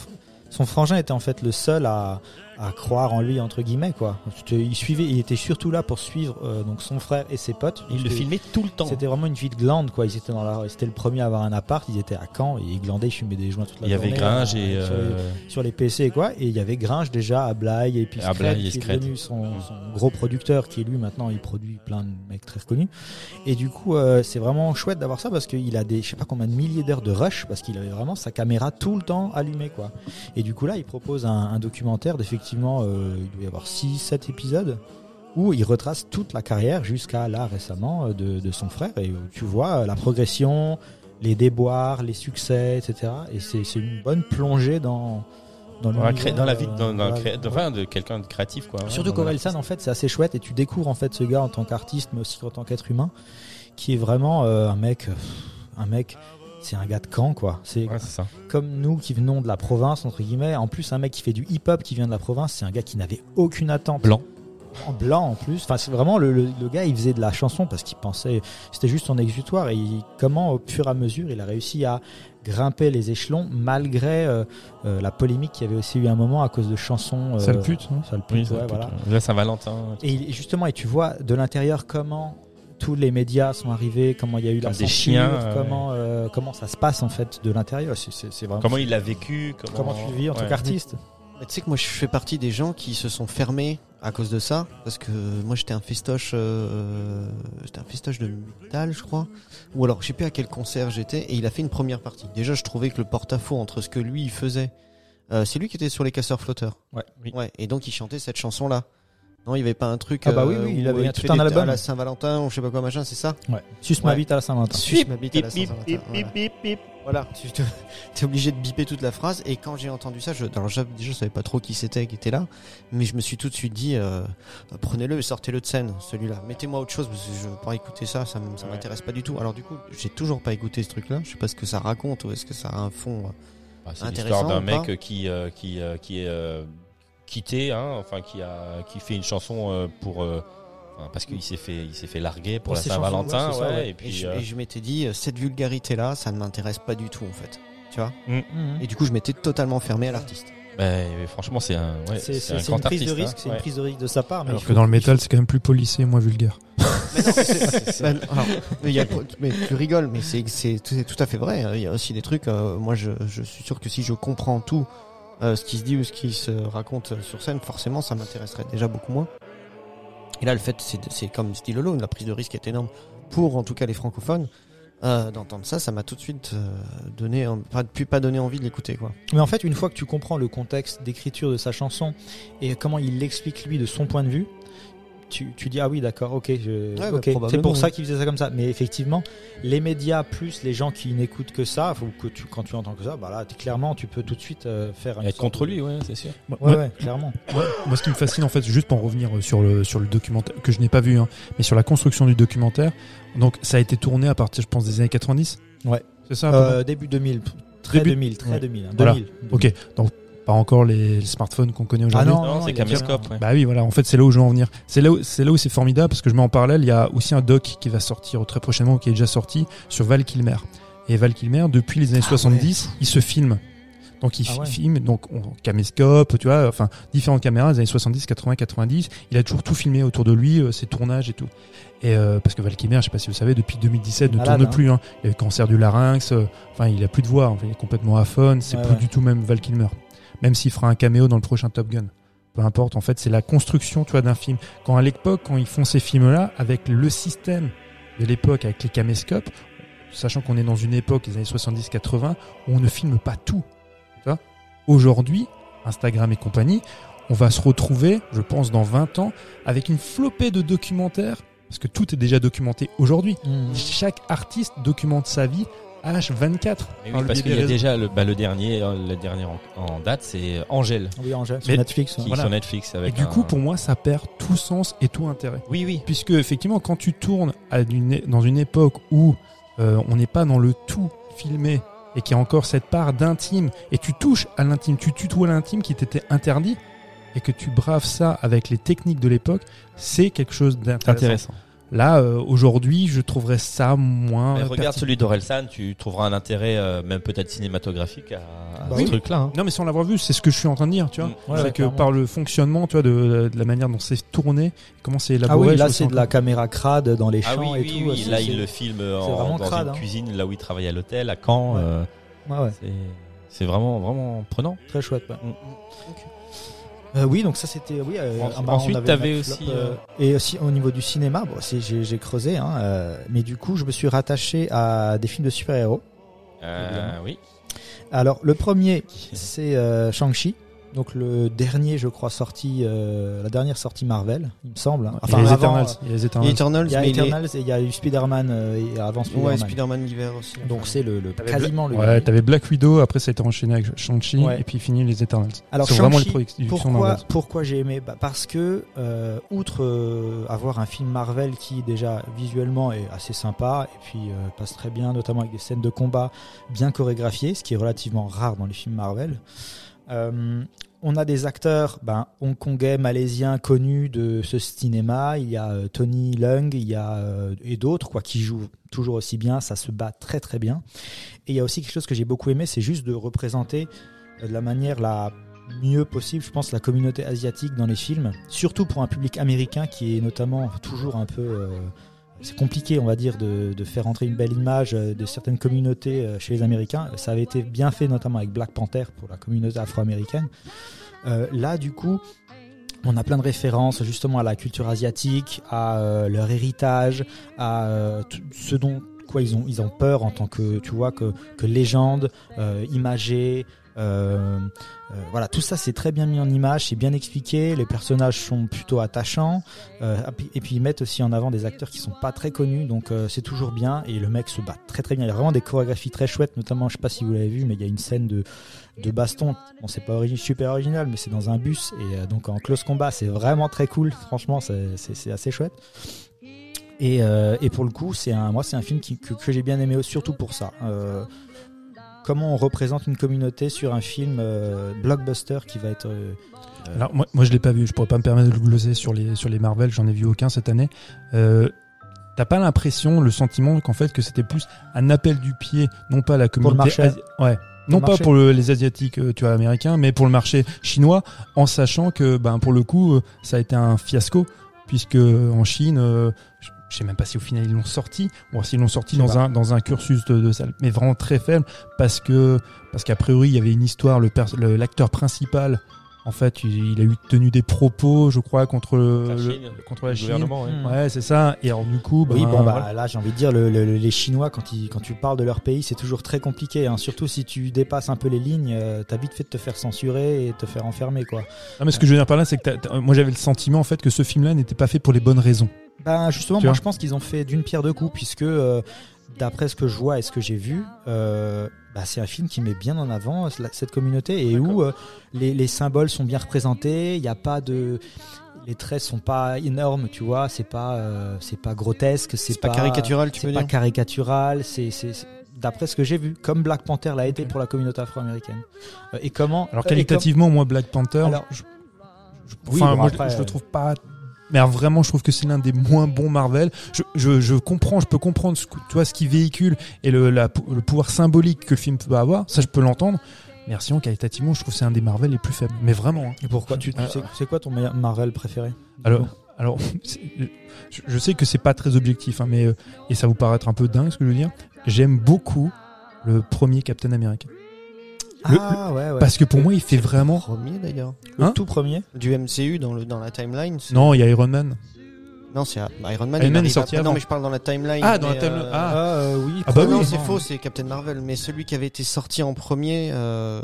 son frangin était en fait le seul à, à croire en lui entre guillemets quoi. C'était- Il suivait, il était surtout là pour suivre euh, donc son frère et ses potes. il le Parce que filmait tout le temps. C'était vraiment une vie de glande quoi. Ils étaient dans la, c'était le premier à avoir un appart. Ils étaient à Caen et ils glandaient, ils fumaient des joints toute la Il y avait journée, Gringe euh, et sur, les, euh, sur les PC et quoi. Et il y avait Gringe déjà à Blaye et puis À Scred, Blaye et qui est Scred. devenu son, son gros producteur qui lui maintenant il produit plein de mecs très reconnus. Et du coup, euh, c'est vraiment chouette d'avoir ça parce qu'il a des, je sais pas combien de milliers d'heures de rush parce qu'il avait vraiment sa caméra tout le temps allumée quoi. Et du coup là, il propose un, un documentaire d'effectivement, euh, il doit y avoir 6, 7 épisodes où il retrace toute la carrière jusqu'à là récemment euh, de, de son frère et où tu vois euh, la progression, les déboires, les succès, etc. Et c'est c'est une bonne plongée dans dans, dans la, cré- l'univers, dans la vie euh, d'un- d'un voilà. cré- de, enfin, de quelqu'un de créatif quoi. Surtout Dans la- qu'Orelsan, en fait, c'est assez chouette et tu découvres en fait ce gars en tant qu'artiste, mais aussi en tant qu'être humain, qui est vraiment euh, un mec, euh, un mec. C'est un gars de Caen, quoi. C'est Ouais, c'est ça. comme nous qui venons de la province, entre guillemets. En plus, un mec qui fait du hip-hop qui vient de la province, c'est un gars qui n'avait aucune attente. Blanc. En blanc, en plus. Enfin, c'est vraiment le, le- le gars, il faisait de la chanson parce qu'il pensait. C'était juste son exutoire. Et il- comment, au fur et à mesure, il a réussi à grimper les échelons malgré euh, euh, la polémique qu'il y avait aussi eu un moment à cause de chansons. euh, Sale pute, non sale pute, Oui, ça, ouais, peut- voilà. Là Saint-Valentin. Et il- justement, et tu vois de l'intérieur comment tous les médias sont arrivés, comment il y a eu la Comme des censure, chiens, euh, comment euh, comment ça se passe en fait de l'intérieur. C'est- C'est c'est vraiment Comment il l'a vécu comment tu le vis en tant ouais. qu'artiste. Mais Tu sais que moi je fais partie des gens qui se sont fermés à cause de ça parce que moi j'étais un festoche euh, j'étais un festoche de métal je crois ou alors je sais plus à quel concert j'étais et il a fait une première partie. Déjà je trouvais que le porte-à-faux entre ce que lui il faisait euh, c'est lui qui était sur les casseurs flotteurs. Ouais, oui. Ouais et donc il chantait cette chanson là. Non, il y avait pas un truc Ah bah oui, euh, oui, il où avait te tout fait un des- album. à la Saint-Valentin ou je sais pas quoi machin, c'est ça Ouais. Suce ma Ouais. bite à la Saint-Valentin. Suce ma bite à la Bip, Saint-Valentin, bip, voilà. bip, bip, bip. Voilà, (laughs) tu es obligé de biper toute la phrase. Et quand j'ai entendu ça, je, alors je- déjà je savais pas trop qui c'était qui était là, mais je me suis tout de suite dit euh, prenez-le et sortez-le de scène, celui-là. Mettez-moi autre chose parce que je veux pas écouter ça, ça, m- ça Ouais. m'intéresse pas du tout. Alors du coup, j'ai toujours pas écouté ce truc-là. Je sais pas ce que ça raconte ou est-ce que ça a un fond. euh, Bah, c'est Intéressant l'histoire d'un ou pas mec qui euh, qui euh, qui est euh, quitté, hein, enfin qui a qui fait une chanson euh, pour euh, enfin, parce qu'il s'est fait il s'est fait larguer pour la ces chansons, Saint-Valentin, ouais, c'est ouais, ça, ouais. et puis je, euh, et je m'étais dit euh, cette vulgarité-là, ça ne m'intéresse pas du tout en fait. Tu vois Mhm. Et du coup, je m'étais totalement fermé à l'artiste. bah, franchement c'est un ouais, C'est c'est c'est- un c'est grand une prise de artiste, hein. risque, c'est une Ouais. prise de risque de sa part. mais Alors il que faut- dans le métal, c'est quand même plus policé et moins vulgaire. (laughs) Bah, Ben, alors, (laughs) mais, il y a- mais tu rigoles, mais c'est c'est tout, c'est tout à fait vrai. hein. Il y a aussi des trucs. euh, moi, je, je suis sûr que si je comprends tout euh, ce qui se dit ou ce qui se raconte euh, sur scène, forcément, ça m'intéresserait déjà beaucoup moins. Et là, le fait, c'est c'est comme Style Alone, la prise de risque est énorme pour, en tout cas, les francophones. Euh, D'entendre ça, ça m'a tout de suite euh, donné, en- pas, plus pas donné envie de l'écouter, quoi. Mais en fait, une fois que tu comprends le contexte d'écriture de sa chanson et comment il l'explique lui de son point de vue, tu, tu dis ah oui d'accord ok je- Ouais, bah, ok. c'est probablement, pour ça oui. qu'il faisait ça comme ça mais effectivement les médias plus les gens qui n'écoutent que ça faut que tu, quand tu entends que ça bah là t'es- clairement tu peux tout de suite euh, faire une Être sorte contre de- lui, ouais, c'est sûr. Moi- ouais, moi- ouais clairement moi, moi, ce qui me fascine, en fait, juste pour en revenir euh, sur le, sur le documentaire, que je n'ai pas vu, hein, mais sur la construction du documentaire, donc ça a été tourné à partir, je pense, des années 90. Ouais. C'est ça à peu près Euh, début 2000 très Ah, Début- 2000 très ouais. 2000 hein, Voilà. 2000 Ok, donc pas encore les, les smartphones qu'on connaît ah aujourd'hui. non, Non, c'est il y a bien- Caméscope, ouais. Ah Bah oui, voilà, en fait, c'est là où je veux en venir. C'est là où c'est là où c'est formidable parce que je mets en parallèle, il y a aussi un doc qui va sortir très prochainement, qui est déjà sorti sur Val Kilmer. Et Val Kilmer, depuis les années 70, il se filme. Donc il Ah fi- ouais. filme, donc on, caméscope, tu vois, enfin différentes caméras des années 70, 80, 90. Il a toujours tout filmé autour de lui, euh, ses tournages et tout. Et euh, parce que Val Kilmer, je sais pas si vous savez, depuis 2017 ne Malade, tourne hein. plus. Hein. Il a eu le cancer du larynx, euh, enfin il a plus de voix, enfin, il est complètement aphone. C'est Ouais, plus ouais. du tout même Val Kilmer. Même s'il fera un caméo dans le prochain Top Gun peu importe en fait c'est la construction tu vois d'un film quand à l'époque quand ils font ces films là avec le système de l'époque avec les caméscopes sachant qu'on est dans une époque des années 70 80 où on ne filme pas tout tu vois aujourd'hui Instagram et compagnie on va se retrouver je pense dans 20 ans avec une flopée de documentaires parce que tout est déjà documenté aujourd'hui Mhm. chaque artiste documente sa vie H24 Mais oui, Par Hein, le parce biais qu'il y des a réseaux. déjà le, bah, le dernier, euh, la dernière en, en date, c'est Angèle, oui Angèle sur Mais- Netflix ouais. qui est Voilà. sur Netflix avec. et du un- coup pour moi ça perd tout sens et tout intérêt oui, oui, puisque effectivement quand tu tournes à d'une- dans une époque où euh, on n'est pas dans le tout filmé et qui a encore cette part d'intime, et tu touches à l'intime, tu tutoies l'intime qui t'était interdit, et que tu braves ça avec les techniques de l'époque, c'est quelque chose d'intéressant. Intéressant. Là, euh, aujourd'hui, je trouverais ça moins. Mais regarde pertinent. celui d'Orelsan, tu trouveras un intérêt, euh, même peut-être cinématographique, à, à Bah ce oui. truc-là. hein. Non, mais sans l'avoir vu, c'est ce que je suis en train de dire, tu vois. Mm. Ouais, c'est ouais, que clairement. par le fonctionnement, tu vois, de, de la manière dont c'est tourné, comment c'est Ah élaboré. oui, je là trouve c'est ça de la caméra crade dans les Ah champs oui, et oui, Bah tout. oui. c'est- Là, c'est- il le filme c'est en, vraiment dans crade, une hein. cuisine, là où il travaille à l'hôtel, à Caen. Ouais. euh, Ouais, ouais, c'est- c'est vraiment, vraiment prenant. très chouette. ouais. Mm. Euh, oui, donc ça c'était oui. euh, Ensuite, un marrant, on ensuite, avait t'avais Matt Flop, aussi, euh, et aussi au niveau du cinéma, bon, c'est- j'ai j'ai creusé, hein, euh, mais du coup je me suis rattaché à des films de super héros. Euh, oui. Alors le premier c'est euh, Shang-Chi. Donc le dernier, je crois, sorti, euh, la dernière sortie Marvel, il me semble. hein. Et les avant, Eternals, euh, il Il y a les y a Eternals, Eternals. il y a mais il est- Eternals et il y a eu Spider-Man euh, et avant Ouais, Spider-Man. Spider-Man l'hiver aussi. donc Enfin, c'est le, le- T'avais quasiment le. Ouais, t'avais Black Widow, après ça a été enchaîné avec Shang-Chi, Ouais. et puis fini les Eternals. Alors, c'est vraiment les Shang-Chi, productions Pourquoi, Marvel. pourquoi j'ai aimé Bah, Parce que, euh, outre euh, avoir un film Marvel qui, déjà, visuellement est assez sympa, et puis euh, passe très bien, notamment avec des scènes de combat bien chorégraphiées, ce qui est relativement rare dans les films Marvel, euh, on a des acteurs ben, hongkongais, malaisiens connus de ce cinéma. Il y a euh, Tony Leung il y a, euh, et d'autres quoi, qui jouent toujours aussi bien. Ça se bat très très bien. Et il y a aussi quelque chose que j'ai beaucoup aimé, c'est juste de représenter euh, de la manière la mieux possible, je pense, la communauté asiatique dans les films, surtout pour un public américain qui est notamment toujours un peu... euh, c'est compliqué, on va dire, de, de faire entrer une belle image euh, de certaines communautés euh, chez les Américains. Ça avait été bien fait, notamment avec Black Panther pour la communauté afro-américaine. Euh, là, du coup, on a plein de références justement à la culture asiatique, à euh, leur héritage, à euh, tout ce dont quoi ils ont ils ont peur en tant que tu vois que que légende euh, imagée. euh, euh, voilà, tout ça c'est très bien mis en image, c'est bien expliqué, les personnages sont plutôt attachants, euh, et puis ils mettent aussi en avant des acteurs qui sont pas très connus, donc euh, c'est toujours bien, et le mec se bat très très bien, il y a vraiment des chorégraphies très chouettes, notamment je sais pas si vous l'avez vu, mais il y a une scène de, de baston, bon c'est pas origi- super original, mais c'est dans un bus, et euh, donc en close combat c'est vraiment très cool, franchement c'est- c'est c'est assez chouette. Et, euh, et pour le coup, c'est un, moi c'est un film qui- que, que j'ai bien aimé, surtout pour ça. Euh, comment on représente une communauté sur un film euh, blockbuster qui va être euh, Alors, moi, moi, je l'ai pas vu, je pourrais pas me permettre de le gloser sur les, sur les Marvel, j'en ai vu aucun cette année. Euh, T'as pas l'impression, le sentiment qu'en fait que c'était plus un appel du pied, non pas à la le communauté, marché. asi- ouais, non le pas marché. pour le- les asiatiques, euh, tu vois, américains, mais pour le marché chinois, en sachant que ben pour le coup, euh, ça a été un fiasco puisque euh, en Chine, euh, je je sais même pas si au final ils l'ont sorti, ou s'ils l'ont sorti Je sais dans pas. un dans un cursus de, de salle, mais vraiment très faible parce que parce qu'a priori il y avait une histoire, le pers- le- l'acteur principal. En fait, il il a eu tenu des propos, je crois, contre La Chine. le, contre la Le Chine. gouvernement, ouais. Mm. Ouais, c'est ça. Et alors, du coup, ben, Oui, bon, bah, voilà. là, j'ai envie de dire, le- le- les Chinois, quand, ils, quand tu parles de leur pays, c'est toujours très compliqué. hein. Surtout si tu dépasses un peu les lignes, euh, t'as vite fait de te faire censurer et te faire enfermer, quoi. Non, mais ce que je veux dire par là, c'est que t'as- t'as- moi j'avais le sentiment en fait que ce film-là n'était pas fait pour les bonnes raisons. Ben, justement, Tu moi, vois je pense qu'ils ont fait d'une pierre deux coups, puisque, euh, d'après ce que je vois et ce que j'ai vu, euh, bah, c'est un film qui met bien en avant euh, la- cette communauté et où euh, les, les symboles sont bien représentés, il n'y a pas de. Les traits sont pas énormes, tu vois, c'est pas, euh, c'est pas grotesque, c'est c'est pas caricatural, tu c'est peux pas dire. caricatural, c'est c'est- c'est- d'après ce que j'ai vu, comme Black Panther l'a été pour la communauté afro-américaine. Euh, Et comment Alors euh, et qualitativement, moi Black Panther, comme- alors, je- je- oui, enfin, bon, moi, je- après, je, euh, le trouve pas. Mais alors, vraiment, je trouve que c'est l'un des moins bons Marvel. Je, je, je comprends, je peux comprendre ce, que- tu vois, ce qui véhicule et le, la- le pouvoir symbolique que le film peut avoir. Ça, je peux l'entendre. Mais alors, sinon, qualitativement, je trouve que c'est un des Marvel les plus faibles. Mais vraiment. hein. et pourquoi tu, tu Euh, sais- c'est quoi ton meilleur Marvel préféré Alors, alors (laughs) c'est- je, je sais que c'est pas très objectif, hein, mais euh, et ça vous paraître un peu dingue ce que je veux dire. J'aime beaucoup le premier Captain America le- Ah ouais, ouais. parce que pour moi, il fait vraiment. Premier d'ailleurs. le hein tout premier. Du MCU dans, le, dans la timeline. c'est- Non, il y a Iron Man. Non, c'est bah, Iron Man. Iron il Man arrive est sorti après. Non, avant. mais je parle dans la timeline. Ah, dans mais, la timeline. euh, Ah. euh, oui. Ah bah non, oui. c'est faux, c'est Captain Marvel. Mais celui qui avait été sorti en premier, euh,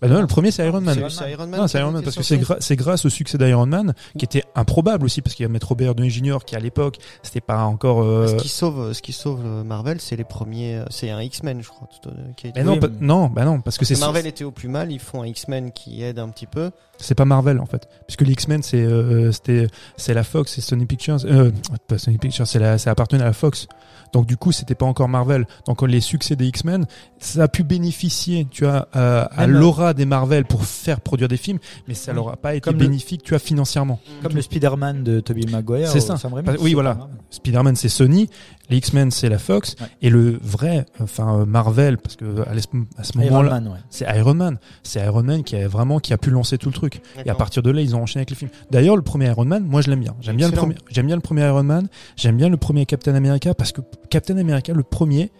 Bah non, le premier c'est Iron Man. C'est- C'est Iron Man. Non, qui c'est Iron a Man été parce que c'est sorti. gra- c'est grâce au succès d'Iron Man qui était improbable aussi parce qu'il y a Maître Robert Downey Jr. qui à l'époque c'était pas encore. euh, Ce qui sauve, ce qui sauve euh, Marvel, c'est les premiers, euh, c'est un X-Men, je crois. tout, euh, qui a été- Mais non, Oui, pas- mais- non, bah non, parce que c'est Marvel était au plus mal, ils font un X-Men qui aide un petit peu. c'est pas Marvel en fait, puisque les X-Men c'est euh, c'était c'est la Fox, c'est Sony Pictures, euh, pas Sony Pictures, c'est la ça appartenait à la Fox. Donc du coup c'était pas encore Marvel. Donc les succès des X-Men, ça a pu bénéficier, tu vois, à, à Même, euh, l'aura des Marvel pour faire produire des films, mais ça Oui. leur a pas été Comme le- bénéfique, tu vois, financièrement. Comme le Spider-Man de Tobey Maguire. C'est ou ça. Sam Raimi, Bah, oui, c'est voilà. pas mal. Spider-Man c'est Sony, les X-Men c'est la Fox Ouais. et le vrai, enfin euh, Marvel parce que à, l'es- à ce Iron moment-là Man, ouais. c'est Iron Man, c'est Iron Man qui a vraiment qui a pu lancer tout le truc. Et à partir de là, ils ont enchaîné avec les films. D'ailleurs, le premier Iron Man, moi je l'aime bien. J'aime bien le Excellent. premier. J'aime bien le premier Iron Man. J'aime bien le premier Captain America parce que Captain America, le premier,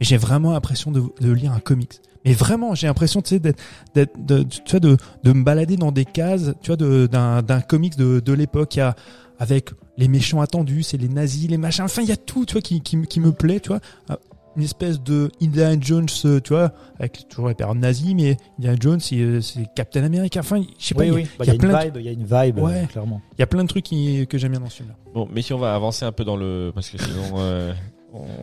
j'ai vraiment l'impression de, de lire un comics. Mais vraiment, j'ai l'impression, tu sais, d'être, d'être, de, tu vois, de, de me balader dans des cases, tu vois, de- d'un, d'un comics de, de l'époque, Il y a- avec les méchants attendus, c'est les nazis, les machins. Enfin, il y a tout, tu vois, qui, qui, me- qui me plaît, tu vois. Ah, Une espèce de Indiana Jones, euh, tu vois, avec toujours les périodes nazis, mais Indiana Jones, il, euh, c'est Captain America. Enfin, je sais pas, Oui, il y a- oui. Bah, il y a Il y, plein de- a une vibe, il y a une vibe, Ouais. euh, clairement. il y a plein de trucs qui- que j'aime bien dans ce film-là. Bon, mais si on va avancer un peu dans le. Parce que sinon, euh,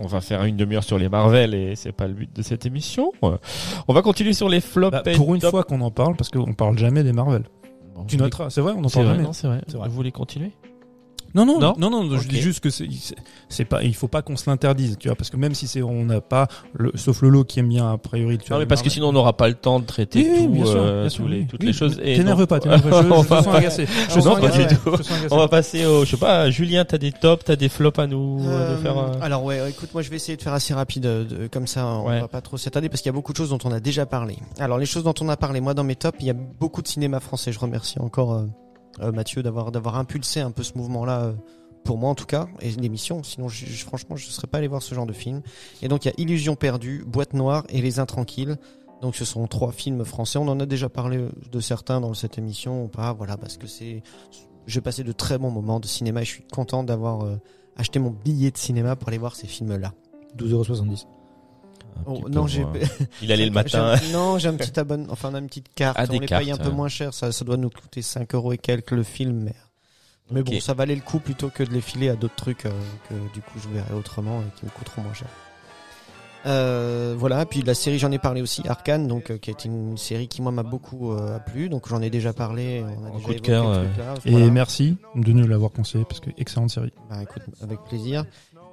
on va faire une demi-heure sur les Marvel et c'est pas le but de cette émission. On va continuer sur les flops. Bah, et pour une top. fois qu'on en parle, parce qu'on parle jamais des Marvel. Bon, Tu noteras, c'est vrai, on en C'est parle vrai, jamais. non, c'est vrai. C'est vrai. Vous voulez continuer Non, non, Non non, non, je Ok. dis juste que c'est- c'est c'est pas, il faut pas qu'on se l'interdise, tu vois, parce que même si c'est, on n'a pas, le, sauf Lolo qui aime bien, a priori, tu Non, vois, mais le parce que Marvel. sinon on n'aura pas le temps de traiter Oui, oui, tout, bien sûr, euh, bien tous sûr, les- oui. toutes Oui, les choses. et T'énerve non. (laughs) pas, t'énerve pas, je, On je va te sens pas- agacé. Je te Non, sens pas agacé. du tout. Je te sens agacé. On va passer au. Je sais pas, Julien, t'as des tops, t'as des flops à nous euh, de faire. euh, Euh, Alors ouais, écoute, moi je vais essayer de faire assez rapide, euh, de- comme ça on Ouais. va pas trop s'attarder parce qu'il y a beaucoup de choses dont on a déjà parlé. Alors les choses dont on a parlé, moi dans mes tops, il y a beaucoup de cinéma français. Je remercie encore euh, euh, Mathieu d'avoir d'avoir impulsé un peu ce mouvement-là. euh, pour moi en tout cas, et l'émission, sinon je- je- franchement je ne serais pas allé voir ce genre de film. Et donc il y a Illusion perdue, Boîte noire et Les Intranquilles. Donc ce sont trois films français. On en a déjà parlé euh, de certains dans cette émission ou pas, voilà, parce que c'est... J'ai passé de très bons moments de cinéma et je suis content d'avoir... euh, acheter mon billet de cinéma pour aller voir ces films-là. 12,70€. un Oh, petit non, peu, j'ai. euh, (laughs) (laughs) Il allait le j'ai un- matin. Non, j'ai un petit abonnement. Enfin, on a une petite carte. Ah, on des les paye un cartes, peu ouais. moins cher. Ça, ça doit nous coûter 5 euros et quelques le film. Mais, mais Ok. bon, ça valait le coup plutôt que de les filer à d'autres trucs euh, que du coup je verrai autrement et qui me coûteront moins cher. Euh, voilà, puis la série, j'en ai parlé aussi, Arcane, donc, euh, qui est une série qui, moi, m'a beaucoup euh, plu. Donc, j'en ai déjà parlé. On a déjà Un coup de évoqué cœur, euh, le ouais. truc-là, Et voilà. merci de nous l'avoir conseillé, parce que excellente série. Bah écoute, avec plaisir.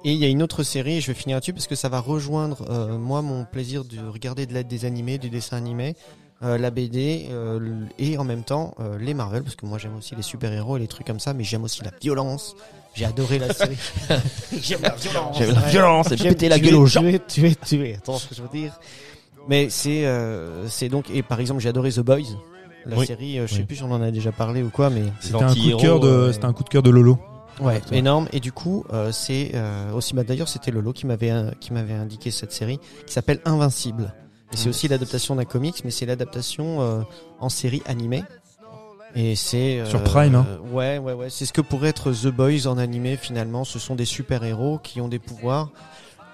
Et il y a une autre série, je vais finir là-dessus parce que ça va rejoindre euh, moi mon plaisir de regarder de la, des animés, du dessin animé, euh, la BD euh, l- et en même temps euh, les Marvel parce que moi j'aime aussi les super-héros et les trucs comme ça, mais j'aime aussi la violence. J'ai adoré la série. (laughs) j'aime la violence. J'aime la Ouais. violence et J'aime péter la tuer, gueule aux gens. Tuer, tuer, tuer. Attends ce que je veux dire. Mais c'est euh, c'est donc et par exemple j'ai adoré The Boys, la Oui. série. euh, je sais Oui. plus si on en a déjà parlé ou quoi, mais C'était un coup de L'anti-héros, cœur de, euh, c'était un coup de cœur de Lolo. Ouais, Exactement. énorme. Et du coup, euh, c'est euh, aussi bah, d'ailleurs c'était Lolo qui m'avait euh, qui m'avait indiqué cette série qui s'appelle Invincible. Et Mm. c'est aussi l'adaptation d'un comics, mais c'est l'adaptation euh, en série animée. Et c'est euh, Sur Prime, hein. euh, Ouais, ouais, ouais. C'est ce que pourrait être The Boys en animé finalement. Ce sont des super héros qui ont des pouvoirs.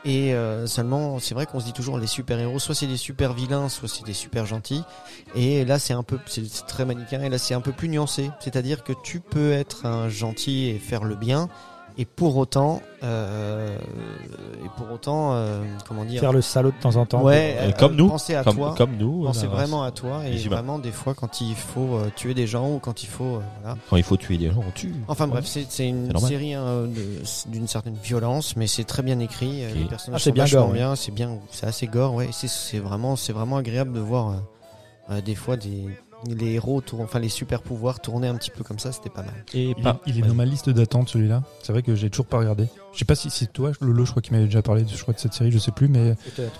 Et euh, seulement, c'est vrai qu'on se dit toujours les super héros, soit c'est des super vilains, soit c'est des super gentils. Et là, c'est un peu, c'est c'est très manichéen. Et là, c'est un peu plus nuancé. C'est-à-dire que tu peux être un gentil et faire le bien, et pour autant, euh, et pour autant, euh, comment dire, Faire le salaud de temps en temps. ouais, Euh, comme nous, penser à comme, toi, comme nous. penser euh, vraiment à toi, et les humains. vraiment des fois quand il faut euh, tuer des gens ou quand il faut, euh, voilà. Quand il faut tuer des gens, on tue. Enfin bref, c'est c'est C'est une normal. série hein, de- d'une certaine violence, mais c'est très bien écrit. euh, Ok. Les Ah, personnages c'est sont bien vachement gore, ouais. bien, c'est bien, c'est assez gore, ouais. C'est- C'est vraiment, c'est vraiment agréable de voir euh, euh, des fois des les héros, tour- enfin les super pouvoirs tourner un petit peu comme ça, c'était pas mal. Et Il, pas- il est dans ma liste d'attente celui-là. C'est vrai que j'ai toujours pas regardé. Je sais pas si c'est toi, Lolo, je crois qu'il m'avait déjà parlé, de- je crois de cette série, je sais plus, mais Peut-être.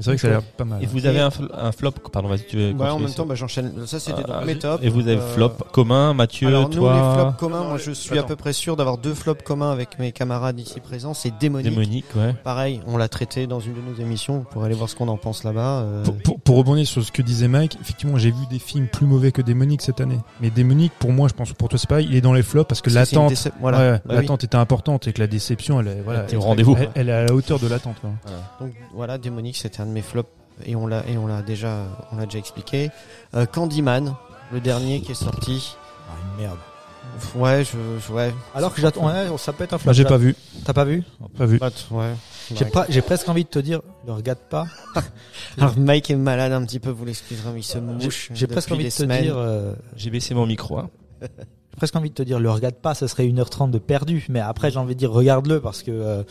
c'est vrai que ça a l'air pas mal. hein. Et vous avez un, fl- un flop, pardon, vas-y, tu veux Ouais, en continuer même ça temps, bah, j'enchaîne. Ça, c'était Ah, donc mes tops. Et vous avez Euh, flop commun, Mathieu, Alors nous, les toi, flops communs, moi je suis à peu près sûr d'avoir deux flops communs avec mes camarades ici présents, c'est démonique. Démonique, ouais. Pareil, on l'a traité dans une de nos émissions, vous pourrez aller voir ce qu'on en pense là-bas. euh, Pour, pour- pour rebondir sur ce que disait Mike, effectivement, j'ai vu des films plus mauvais que Démonique cette année. Mais Démonique, pour moi, je pense que pour toi, c'est pareil, il est dans les flops parce que parce que c'est une l'attente, déce- Voilà. ouais, Bah oui. l'attente était importante et que la déception, elle est, voilà, Elle était elle- au rendez-vous. Elle, elle est à la hauteur de l'attente. quoi. Donc voilà, démonique, c'était un de mes flops et on l'a et on l'a déjà on l'a déjà expliqué. Euh, Candyman, le dernier qui est sorti. Ah, une merde. Ouais, je, je- ouais. Alors que j'attends, ouais, ça peut être un Bah, flash. j'ai pas vu, T'as pas vu pas vu. Bah, t- ouais. J'ai Ouais. pas, j'ai presque envie de te dire, le regarde pas. Alors Mike est malade un petit peu, vous l'excuserez, mais il se mouche. J'ai presque depuis envie des de te semaines. dire, euh, J'ai baissé mon micro. hein. j'ai presque envie de te dire, le regarde pas, ça serait 1h30 de perdu. Mais après, j'ai envie de dire, regarde-le parce que euh,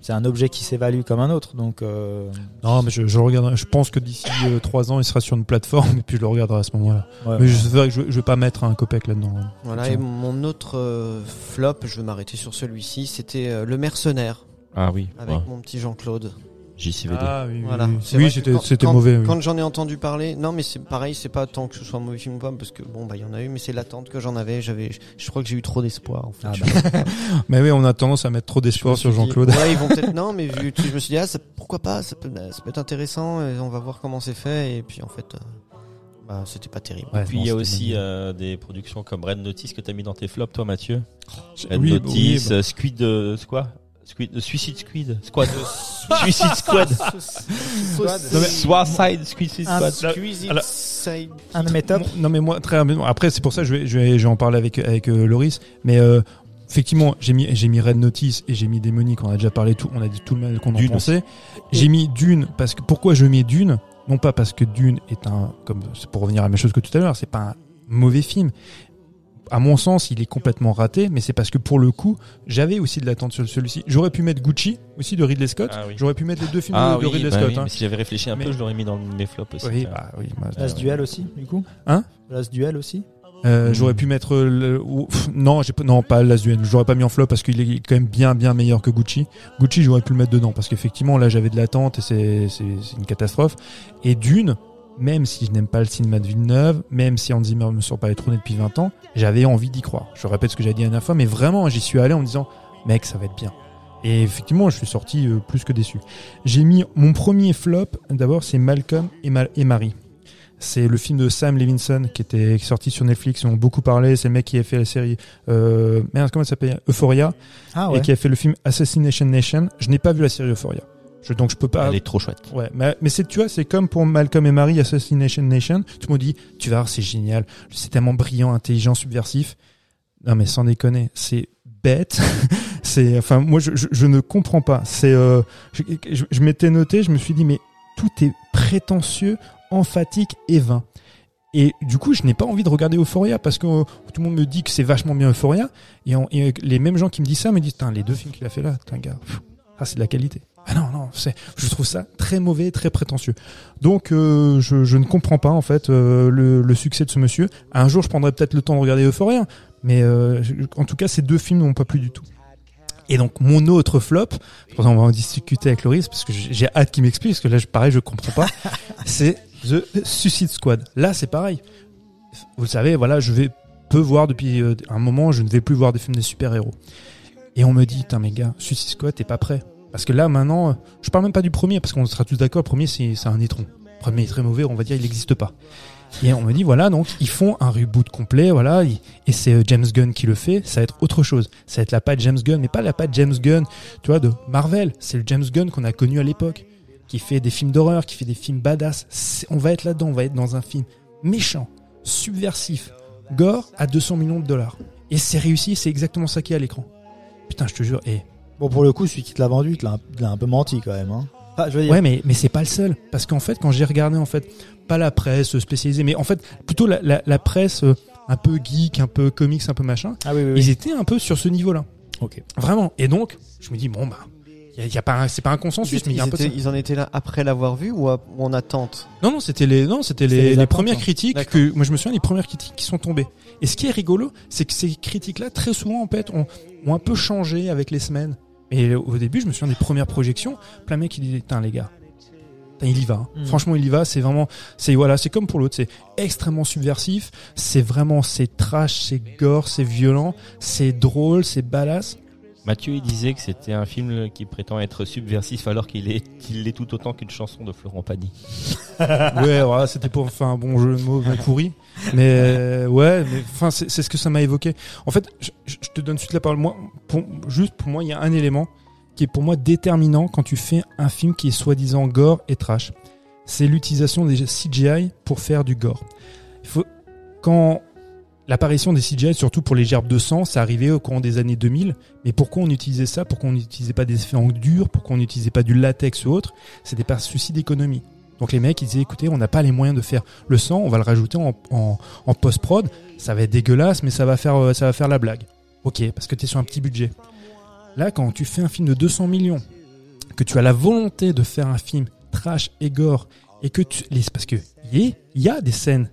c'est un objet qui s'évalue comme un autre. Donc, euh, Non, mais je, je le regarderai. Je pense que d'ici 3 ans, il sera sur une plateforme (laughs) et puis je le regarderai à ce moment-là. Euh, ouais, Mais je, c'est vrai que je, je vais pas mettre un copec là-dedans. Voilà, et mon autre euh, flop, je vais m'arrêter sur celui-ci, c'était euh, Le Mercenaire Ah oui, avec ouais, mon petit Jean-Claude. JCVD. Ah, oui, Voilà. C'est vrai Oui, que c'était quand- c'était quand- mauvais. oui. Quand j'en ai entendu parler, non mais c'est pareil, c'est pas tant que ce soit un mauvais film ou pas, parce que bon bah il y en a eu, mais c'est l'attente que j'en avais. J'avais, je, je crois que j'ai eu trop d'espoir. En fait. (laughs) Ah, Je- bah, Mais oui, on a tendance à mettre trop je me d'espoir suis sur dit, Jean-Claude. Ouais, ils vont (laughs) peut-être non, mais vu, je me suis dit ah ça- pourquoi pas, ça peut, bah, ça peut être intéressant. Et on va voir comment c'est fait. Et puis en fait, euh, bah c'était pas terrible. (laughs) Ouais, Puis non, il y a c'était aussi mauvais. euh, des productions comme Red Notice que t'as mis dans tes flops, toi, Mathieu. Red Oui, Notice, oui, bah. euh, Squid, euh, c'est quoi Squid, euh, Suicide Squid, (laughs) Squad, Suicide Squad, Non, mais- Suicide Squid, Suicide Un Squad. Squeezie, alors- Side- un de mes tops. Non, non, mais moi, très rapidement. Après, c'est pour ça que je vais, je vais, je vais en parler avec, avec euh, Loris. Mais euh, effectivement, j'ai mis, j'ai mis Red Notice et j'ai mis Démonique. On a déjà parlé tout. On a dit tout le mal qu'on en Dune pensait. J'ai mis Dune parce que pourquoi je mets Dune Non pas parce que Dune est un, comme c'est pour revenir à la même chose que tout à l'heure, c'est pas un mauvais film. À mon sens, il est complètement raté, mais c'est parce que pour le coup, j'avais aussi de l'attente sur celui-ci. J'aurais pu mettre Gucci aussi de Ridley Scott. Ah oui. J'aurais pu mettre les deux films Ah de, de oui, Ridley bah Scott. oui, hein. mais si j'avais réfléchi un Mais- peu, je l'aurais mis dans mes flops aussi. Oui, tiens. bah oui, bah, Là, ce duel aussi, du coup. Hein Là, ce duel aussi. Euh, Mm. J'aurais pu mettre euh, le, ou- pff, non, j'ai pas- non pas Lazuen. J'aurais pas mis en flop parce qu'il est quand même bien bien meilleur que Gucci. Gucci, j'aurais pu le mettre dedans parce qu'effectivement là j'avais de l'attente et c'est c'est c'est une catastrophe. Et Dune, même si je n'aime pas le cinéma de Villeneuve, même si Hans Zimmer me sort pas les trônés depuis 20 ans, j'avais envie d'y croire. Je répète ce que j'avais dit la dernière fois, mais vraiment j'y suis allé en me disant mec ça va être bien. Et effectivement, je suis sorti euh, plus que déçu. J'ai mis mon premier flop. D'abord, c'est Malcolm et, Mal- et Marie. C'est le film de Sam Levinson qui était sorti sur Netflix. Ils en ont beaucoup parlé. C'est le mec qui a fait la série euh, merde, comment ça s'appelle Euphoria Ah ouais. et qui a fait le film Assassination Nation. Je n'ai pas vu la série Euphoria. Je, donc je peux pas. Elle est trop chouette. Ouais, mais, mais c'est tu vois, c'est comme pour Malcolm et Marie Assassination Nation. Tout le monde dit, tu vas voir, c'est génial, c'est tellement brillant, intelligent, subversif. Non mais sans déconner, c'est bête. (laughs) c'est enfin moi je, je, je ne comprends pas. C'est euh, je, je- je m'étais noté, je me suis dit mais tout est prétentieux, emphatique et vain. Et du coup, je n'ai pas envie de regarder Euphoria parce que euh, tout le monde me dit que c'est vachement bien Euphoria. Et, on- et, euh, les mêmes gens qui me disent ça me disent, Tain, les deux films qu'il a fait là, putain, gars, pff, ah, c'est de la qualité. Ah non, non, c'est, je trouve ça très mauvais, très prétentieux. Donc, euh, je, je ne comprends pas, en fait, euh, le, le succès de ce monsieur. Un jour, je prendrai peut-être le temps de regarder Euphoria, mais euh, je- en tout cas, ces deux films n'ont pas plu du tout. Et donc, mon autre flop, c'est pour ça qu'on va en discuter avec Loris, parce que j'ai j'ai hâte qu'il m'explique, parce que là, je- pareil, je comprends pas, c'est The Suicide Squad. Là, c'est pareil. Vous le savez, voilà, je vais peu voir depuis euh, un moment, je ne vais plus voir des films des super-héros. Et on me dit, putain, mes gars, Suicide Squad, t'es pas prêt. Parce que là, maintenant, euh, je parle même pas du premier, parce qu'on sera tous d'accord, le premier, c'est c'est un étron. Le premier est très mauvais, on va dire, il n'existe pas. Et on me dit, voilà, donc, ils font un reboot complet, voilà, ils- et c'est euh, James Gunn qui le fait, ça va être autre chose. Ça va être la patte James Gunn, mais pas la patte James Gunn, tu vois, de Marvel. C'est le James Gunn qu'on a connu à l'époque, qui fait des films d'horreur, qui fait des films badass. C'est- On va être là-dedans, on va être dans un film méchant, subversif, gore à 200 millions de dollars. Et c'est réussi, c'est exactement ça qui est à l'écran. Putain, je te jure, et Bon, pour le coup, celui qui te l'a vendu, il te l'a un- il te l'a un peu menti quand même. Hein. Ah, je veux dire, Ouais, mais, mais c'est pas le seul. Parce qu'en fait, quand j'ai regardé, en fait, pas la presse spécialisée, mais en fait, plutôt la, la, la presse euh, un peu geek, un peu comics, un peu machin, ah oui, oui, oui. ils étaient un peu sur ce niveau-là. Ok. Vraiment. Et donc, je me dis, bon, bah. Y a, y a pas un- c'est pas un consensus mais il y a un peu de étaient- ça. ils en étaient là après l'avoir vu ou, à- ou en attente non non c'était les non c'était C'était les, les les attentes, premières hein. critiques D'accord. que moi je me souviens les premières critiques qui sont tombées et ce qui est rigolo c'est que ces critiques là très souvent en fait ont, ont un peu changé avec les semaines et au début je me souviens des premières projections plein de mecs qui disaient tiens les gars Putain, il y va. hein. Mm. Franchement, il y va. C'est vraiment, c'est voilà, c'est comme pour l'autre. C'est extrêmement subversif. C'est vraiment, c'est trash, c'est gore, c'est violent, c'est drôle, c'est badass. Mathieu, il disait que c'était un film qui prétend être subversif alors qu'il est, qu'il l'est tout autant qu'une chanson de Florent Pagny. ouais, voilà, c'était pour faire un bon jeu de mots mais pourri. Mais euh, ouais, mais enfin, c'est c'est ce que ça m'a évoqué. En fait, je, je- je te donne suite la parole. Moi, pour, juste pour moi, il y a un élément qui est pour moi déterminant quand tu fais un film qui est soi-disant gore et trash. c'est l'utilisation des CGI pour faire du gore. Il faut, quand l'apparition des CGI, surtout pour les gerbes de sang, ça arrivait au courant des années 2000, mais pourquoi on utilisait ça Pourquoi on n'utilisait pas des effets en dur Pourquoi on n'utilisait pas du latex ou autre C'était par souci d'économie. Donc les mecs, ils disaient, écoutez, on n'a pas les moyens de faire le sang, on va le rajouter en, en- en post-prod, ça va être dégueulasse, mais ça va faire, euh, ça va faire la blague. Ok, parce que tu es sur un petit budget. Là, quand tu fais un film de 200 millions, que tu as la volonté de faire un film trash et gore, et que tu... les- Parce que il y a- il y a des scènes,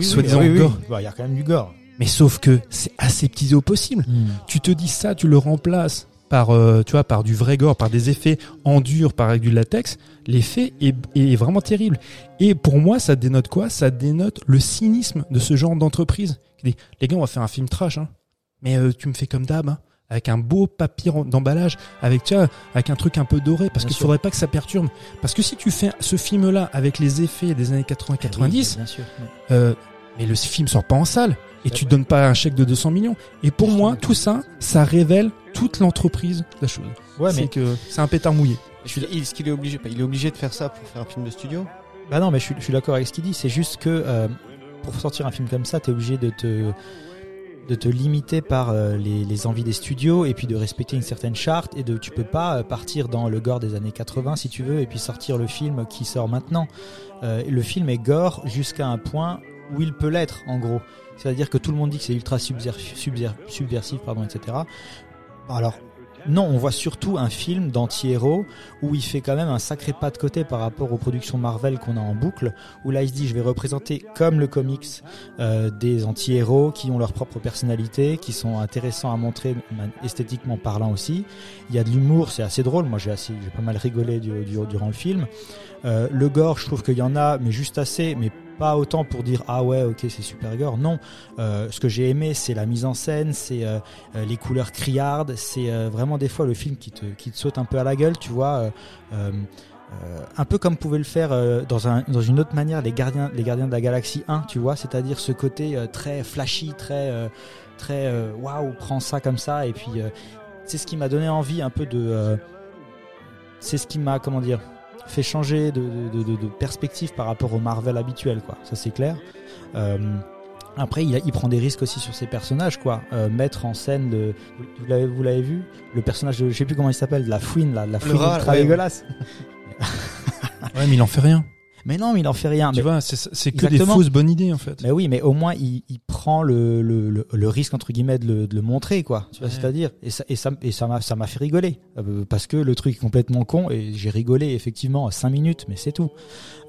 soi-disant oui, oui. gore, Bah, Il y a quand même du gore. Ah mais sauf que c'est aseptisé au possible. Tu te dis ça, tu le remplaces par, euh, tu vois, par du vrai gore, par des effets en dur, par avec du latex. L'effet est, est vraiment terrible. Et pour moi, ça dénote quoi Ça dénote le cynisme de ce genre d'entreprise. Qui dit, les gars, on va faire un film trash, hein. mais euh, tu me fais comme d'hab, hein, avec un beau papier en- d'emballage, avec, tu vois, avec un truc un peu doré, parce Bien qu'il sûr. faudrait pas que ça perturbe. Parce que si tu fais ce film-là avec les effets des années 80-90, Bien sûr. euh, mais le film sort pas en salle et tu donnes pas un chèque de 200 millions. Et pour moi, tout ça, ça révèle toute l'entreprise de la chose. Ouais, c'est mais que c'est un pétard mouillé. Est-ce qu'il est obligé Il est obligé de faire ça pour faire un film de studio Bah non, mais je suis, je suis d'accord avec ce qu'il dit. C'est juste que euh, pour sortir un film comme ça, t'es obligé de te de te limiter par euh, les, les envies des studios et puis de respecter une certaine charte et de tu peux pas euh, partir dans le gore des années 80 si tu veux et puis sortir le film qui sort maintenant. Euh, le film est gore jusqu'à un point où il peut l'être en gros. C'est-à-dire que tout le monde dit que c'est ultra subver- subver- subversif, pardon, etc. Alors non, on voit surtout un film d'anti-héros où il fait quand même un sacré pas de côté par rapport aux productions Marvel qu'on a en boucle, où là il se dit je vais représenter comme le comics euh, des anti-héros qui ont leur propre personnalité, qui sont intéressants à montrer man- esthétiquement parlant aussi. Il y a de l'humour, c'est assez drôle, moi j'ai assez- j'ai pas mal rigolé du- du- durant le film. Euh, le gore, je trouve qu'il y en a, mais juste assez, mais pas autant pour dire ah ouais ok c'est super gore non Euh, ce que j'ai aimé c'est la mise en scène c'est euh, euh, les couleurs criardes c'est euh, vraiment des fois le film qui te, qui te saute un peu à la gueule tu vois euh, euh, euh, un peu comme pouvaient le faire euh, dans, un, dans une autre manière les gardiens, les gardiens de la galaxie 1, tu vois, c'est-à-dire ce côté euh, très flashy, très euh, très euh, waouh, prends ça comme ça, et puis euh, c'est ce qui m'a donné envie un peu de, euh, c'est ce qui m'a comment dire, fait changer de, de- de- de perspective par rapport au Marvel habituel, quoi. Ça c'est clair. Euh, après, il, a- il prend des risques aussi sur ses personnages, quoi. Euh, mettre en scène, le, vous, vous l'avez- vous l'avez vu, le personnage, de, je sais plus comment il s'appelle, de la fouine, là, de la fouine rat, ultra ouais, ouais. dégueulasse. Ouais, mais il en fait rien. Mais non, mais il en fait rien. Tu Ah. Mais, vois, c'est- c'est que des Exactement. fausses bonnes idées en fait. mais oui, mais au moins il, il prend le, le, le, le risque entre guillemets de le, de le montrer, quoi. Tu vois, Ouais. c'est-à-dire et ça et ça et ça m'a ça m'a fait rigoler Euh, parce que le truc est complètement con et j'ai rigolé effectivement cinq minutes, mais c'est tout.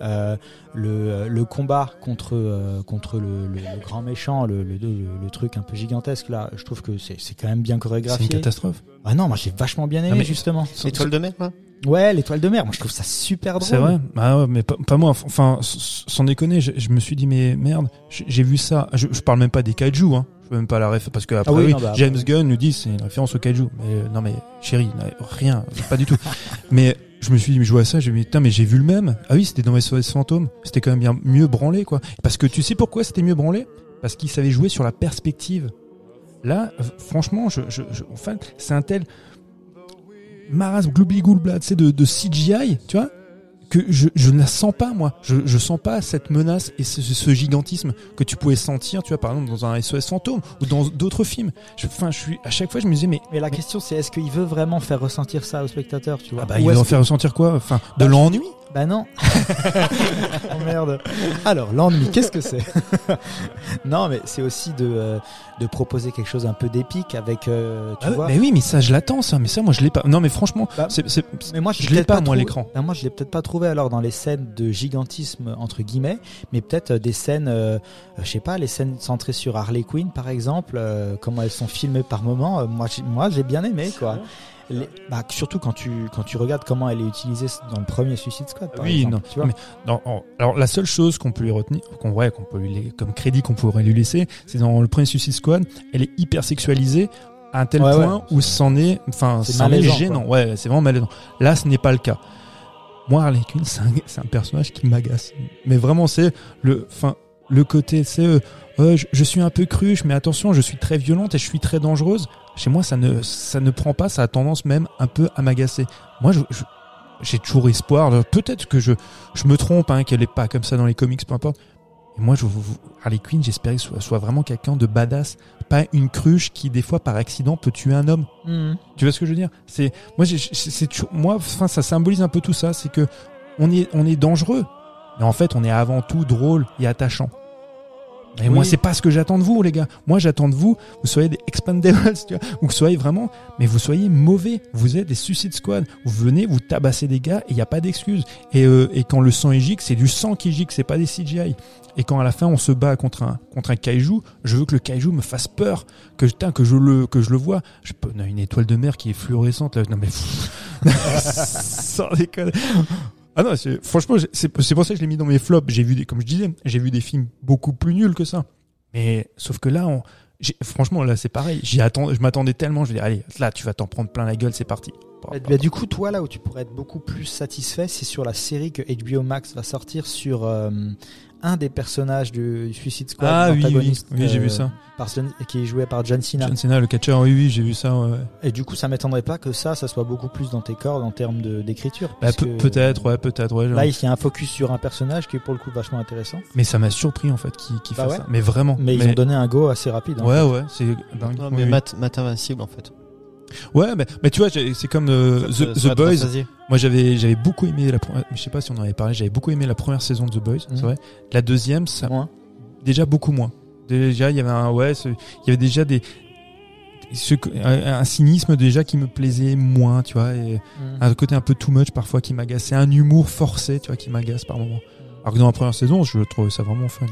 Euh, le, le combat contre euh, contre le, le, le grand méchant, le, le, le- le truc un peu gigantesque là, je trouve que c'est c'est quand même bien C'est une chorégraphié. catastrophe. Ah non, moi j'ai vachement bien aimé Non, mais- justement. L'étoile de mer, hein. là Ouais, l'étoile de mer, moi je trouve ça super drôle. C'est vrai. Bah ouais, mais pas, pas moi. Enfin, s- sans déconner, je, je me suis dit mais merde, j- j'ai vu ça. Je, je parle même pas des kaiju. Hein. Je veux même pas la ref parce que après Ah oui, oui, non, bah, James après. Gunn nous dit c'est une référence au kaiju. Mais euh, non mais chérie, non, rien, pas du tout. (laughs) mais je me suis dit mais je vois ça, j'ai dit putain mais j'ai vu le même. Ah oui, c'était dans SOS Fantôme. C'était quand même bien mieux branlé quoi. Parce que tu sais pourquoi c'était mieux branlé Parce qu'il savait jouer sur la perspective. Là, euh, franchement, je, je, je- enfin, c'est un tel maras gloobly tu sais, de, de CGI, tu vois, que je, je ne la sens pas, moi. Je, je sens pas cette menace et ce, ce- ce gigantisme que tu pouvais sentir, tu vois, par exemple, dans un SOS fantôme ou dans d'autres films. Je- Enfin, je, suis, à chaque fois, je me disais, mais. Mais la question c'est est-ce qu'il veut vraiment faire ressentir ça au spectateur, tu vois Ah bah, Ou il est-ce va en faire ressentir quoi Enfin, de Bah, l'ennui Bah non. (laughs) oh merde. Alors, l'ennui, qu'est-ce que c'est (laughs) Non, mais c'est aussi de, euh, de proposer quelque chose un peu d'épique avec, euh, tu Ah ouais, vois. Mais oui, mais ça, je l'attends, ça. Mais ça, moi, je l'ai pas. Non, mais franchement, Bah, c'est- c'est- Mais moi, je l'ai l'ai peut-être pas, moi, à trouvé- l'écran. Ah, moi, je l'ai peut-être pas trouvé alors dans les scènes de gigantisme entre guillemets, mais peut-être euh, des scènes, euh, euh, je sais pas, les scènes centrées sur Harley Quinn par exemple, euh, comment elles sont filmées par moment. euh, moi, j'ai- moi, j'ai bien aimé quoi. Les- bah, surtout quand tu quand tu regardes comment elle est utilisée dans le premier Suicide Squad. Par Oui, exemple, non, tu vois. mais- Non, en- alors la seule chose qu'on peut lui retenir, qu'on ouais, qu'on peut lui, comme crédit qu'on pourrait lui laisser, c'est dans le premier Suicide Squad, elle est hyper sexualisée à un tel Ouais, point ouais. où c'en est, enfin, C'est c'en est malaisant, gênant. Ouais, c'est vraiment malaisant. Là, ce n'est pas le cas. Moi, Harley Quinn, c'est un, c'est un personnage qui m'agace. Mais vraiment, c'est le, enfin, le côté, c'est, euh, euh, je, je suis un peu cruche, mais attention, je suis très violente et je suis très dangereuse. Chez moi, ça ne, ça ne prend pas, ça a tendance même un peu à m'agacer. Moi, je, je- j'ai toujours espoir. Alors, Peut-être que je, je me trompe, hein, qu'elle est pas comme ça dans les comics, peu importe. Et moi, je, Harley Quinn, j'espérais que ce soit, soit vraiment quelqu'un de badass, pas une cruche qui, des fois, par accident, peut tuer un homme. Mhm. Tu vois ce que je veux dire C'est moi, j'ai- j'ai- c'est toujours- moi, enfin, ça symbolise un peu tout ça. C'est que on est on est dangereux, mais en fait, on est avant tout drôle et attachant. Et moi, c'est pas ce que j'attends de vous, les gars. Moi, j'attends de vous, vous soyez des expandables, (laughs) tu vois, ou que vous soyez vraiment, mais vous soyez mauvais. Vous êtes des Suicide Squad. Vous venez, vous tabassez des gars, et il n'y a pas d'excuse. Et, euh, et quand le sang est gicle, c'est du sang qui gicle, c'est pas des CGI. Et quand à la fin, on se bat contre un, contre un kaiju, je veux que le kaiju me fasse peur, que, putain, que je le, que je le vois. Je peux, on a une étoile de mer qui est fluorescente, là. Non, mais, pff, (laughs) sans déconner. Ah non, c'est- franchement, j'ai- c'est c'est pour ça que je l'ai mis dans mes flops. J'ai vu des, comme je disais, j'ai vu des films beaucoup plus nuls que ça. Mais sauf que là, on, j'ai- franchement, là, c'est pareil. J'y attends, je m'attendais tellement. Je vais dire, allez, là, tu vas t'en prendre plein la gueule, c'est parti. Bah, bah, du coup, toi, là où tu pourrais être beaucoup plus satisfait, c'est sur la série que HBO Max va sortir sur euh, un des personnages du euh, Suicide Squad, Ah oui, oui. l'antagoniste, Oui, j'ai vu ça. par John- qui est joué par John Cena. John Cena, le catcher, oui, oui, j'ai vu ça. ouais. Bah, Et du coup, ça m'étonnerait pas que ça, ça soit beaucoup plus dans tes cordes en termes de- d'écriture. Bah, puisque pe- peut-être, ouais, peut-être, ouais. genre. Là, il y a un focus sur un personnage qui est pour le coup vachement intéressant. Mais ça m'a surpris en fait qu'il qu'il Bah fasse ouais. ça. Mais vraiment. Mais, ils ont donné un go assez rapide. hein. Ouais, ouais, c'est dingue. Non, Oui, mais oui. Matt, Matt Invincible, en fait. Ouais, mais, mais tu vois, j'ai- c'est comme euh, The, The Matt Boys. Fantasy. Moi, j'avais, j'avais beaucoup aimé la première. Je sais pas si on en avait parlé. J'avais beaucoup aimé la première saison de The Boys. Mhm. C'est vrai. La deuxième, ça, Moins. déjà beaucoup moins. Déjà, il y avait un, ouais, ce- il y avait déjà des, ce- un un cynisme déjà qui me plaisait moins, tu vois, et Mhm. un côté un peu too much parfois qui m'agaçait, un humour forcé, tu vois, qui m'agace par moment. Alors que dans la première saison, je trouvais ça vraiment fun.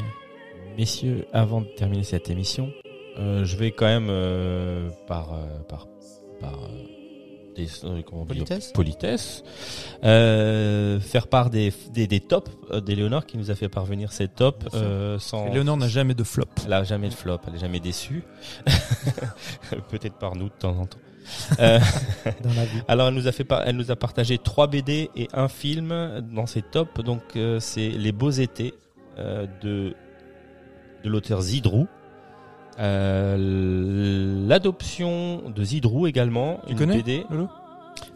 Messieurs, avant de terminer cette émission, euh, je vais quand même euh, par euh, par par euh, des, euh, comment dire, Politesse politesse, euh, faire part des des, des tops euh, d'Éléonore qui nous a fait parvenir ses tops Bien sûr. euh, sans Léonore n'a jamais de flop. elle a jamais de flop, elle est jamais déçue. (laughs) Peut-être par nous de temps en temps. Euh, Dans la vie. alors elle nous a fait par- elle nous a partagé trois BD et un film dans ses tops. Donc euh, c'est Les Beaux Étés euh, de de l'auteur Zidrou. Euh, L'adoption de Zidrou également, Tu une connais, BD. Lolo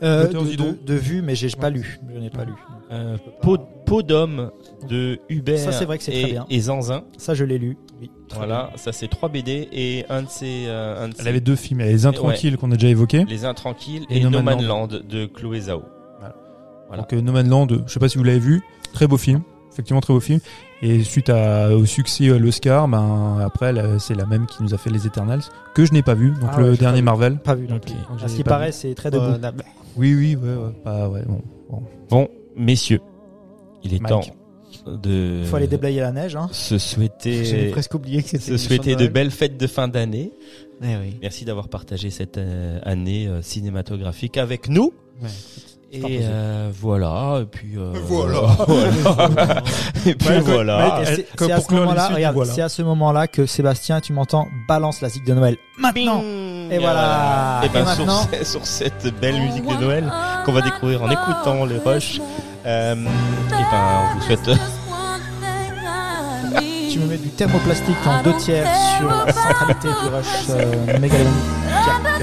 Euh, L'auteur de, Zidon. de- de vue, mais j'ai j'ai pas lu. Je n'ai pas Ouais. lu. Euh, Je peux pas- Peau, Peau d'homme de Hubert Ça, c'est vrai que c'est et, très bien. et Zanzin. Ça, je l'ai lu. Oui. Voilà, ça c'est trois BD et un de ses, euh, un de Elle ses- avait deux films. Elle avait Les Intranquilles qu'on a déjà évoqués. Les Intranquilles Et et, No No Man Man Land de Chloé Zhao. Voilà. Donc euh, No Man Land, euh, je sais pas si vous l'avez vu, très beau film, effectivement très beau film. Et suite à, au succès à l'Oscar, ben après là, c'est la même qui nous a fait Les Eternals que je n'ai pas vu, donc Ah le ouais, je dernier l'ai pas Marvel. Pas vu. Euh, non Ok. plus. À Donc, ce j'ai qui pas paraît, c'est très debout. Voilà. Oui oui ouais ouais, bah, ouais bon. Bon, messieurs, il est Mike. temps de Il faut aller déblayer la neige. Hein. se J'avais souhaiter, presque oublié que c'était. se une chanson souhaiter de Noël. belles fêtes de fin d'année. Eh oui. Merci d'avoir partagé cette euh, année euh, cinématographique avec nous. Ouais. pas Et possible. euh, voilà, et puis euh, Voilà. (laughs) voilà. et puis Ouais, voilà. Et elle- c'est- comme C'est à pour ce clore moment-là, l'issue, regarde, voilà. c'est à ce moment-là que Sébastien, tu m'entends, balance la zig de Noël maintenant. Bing Et voilà. Et, ben, Et sur, maintenant- ce- sur cette belle musique de Noël qu'on va découvrir en écoutant les Rush, euh, et ben, on vous souhaite Tu me mets du thermoplastique en deux tiers sur la centralité du rush euh, mégalomane.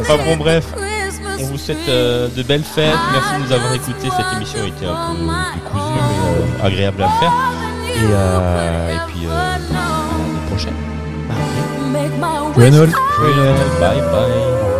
Enfin bon bref, on vous souhaite euh, de belles fêtes. Merci de nous avoir écoutés. Cette émission était un peu décousue mais euh, agréable à faire. Et, euh, et puis euh, à l'année prochaine. Make my Noël. Bye bye.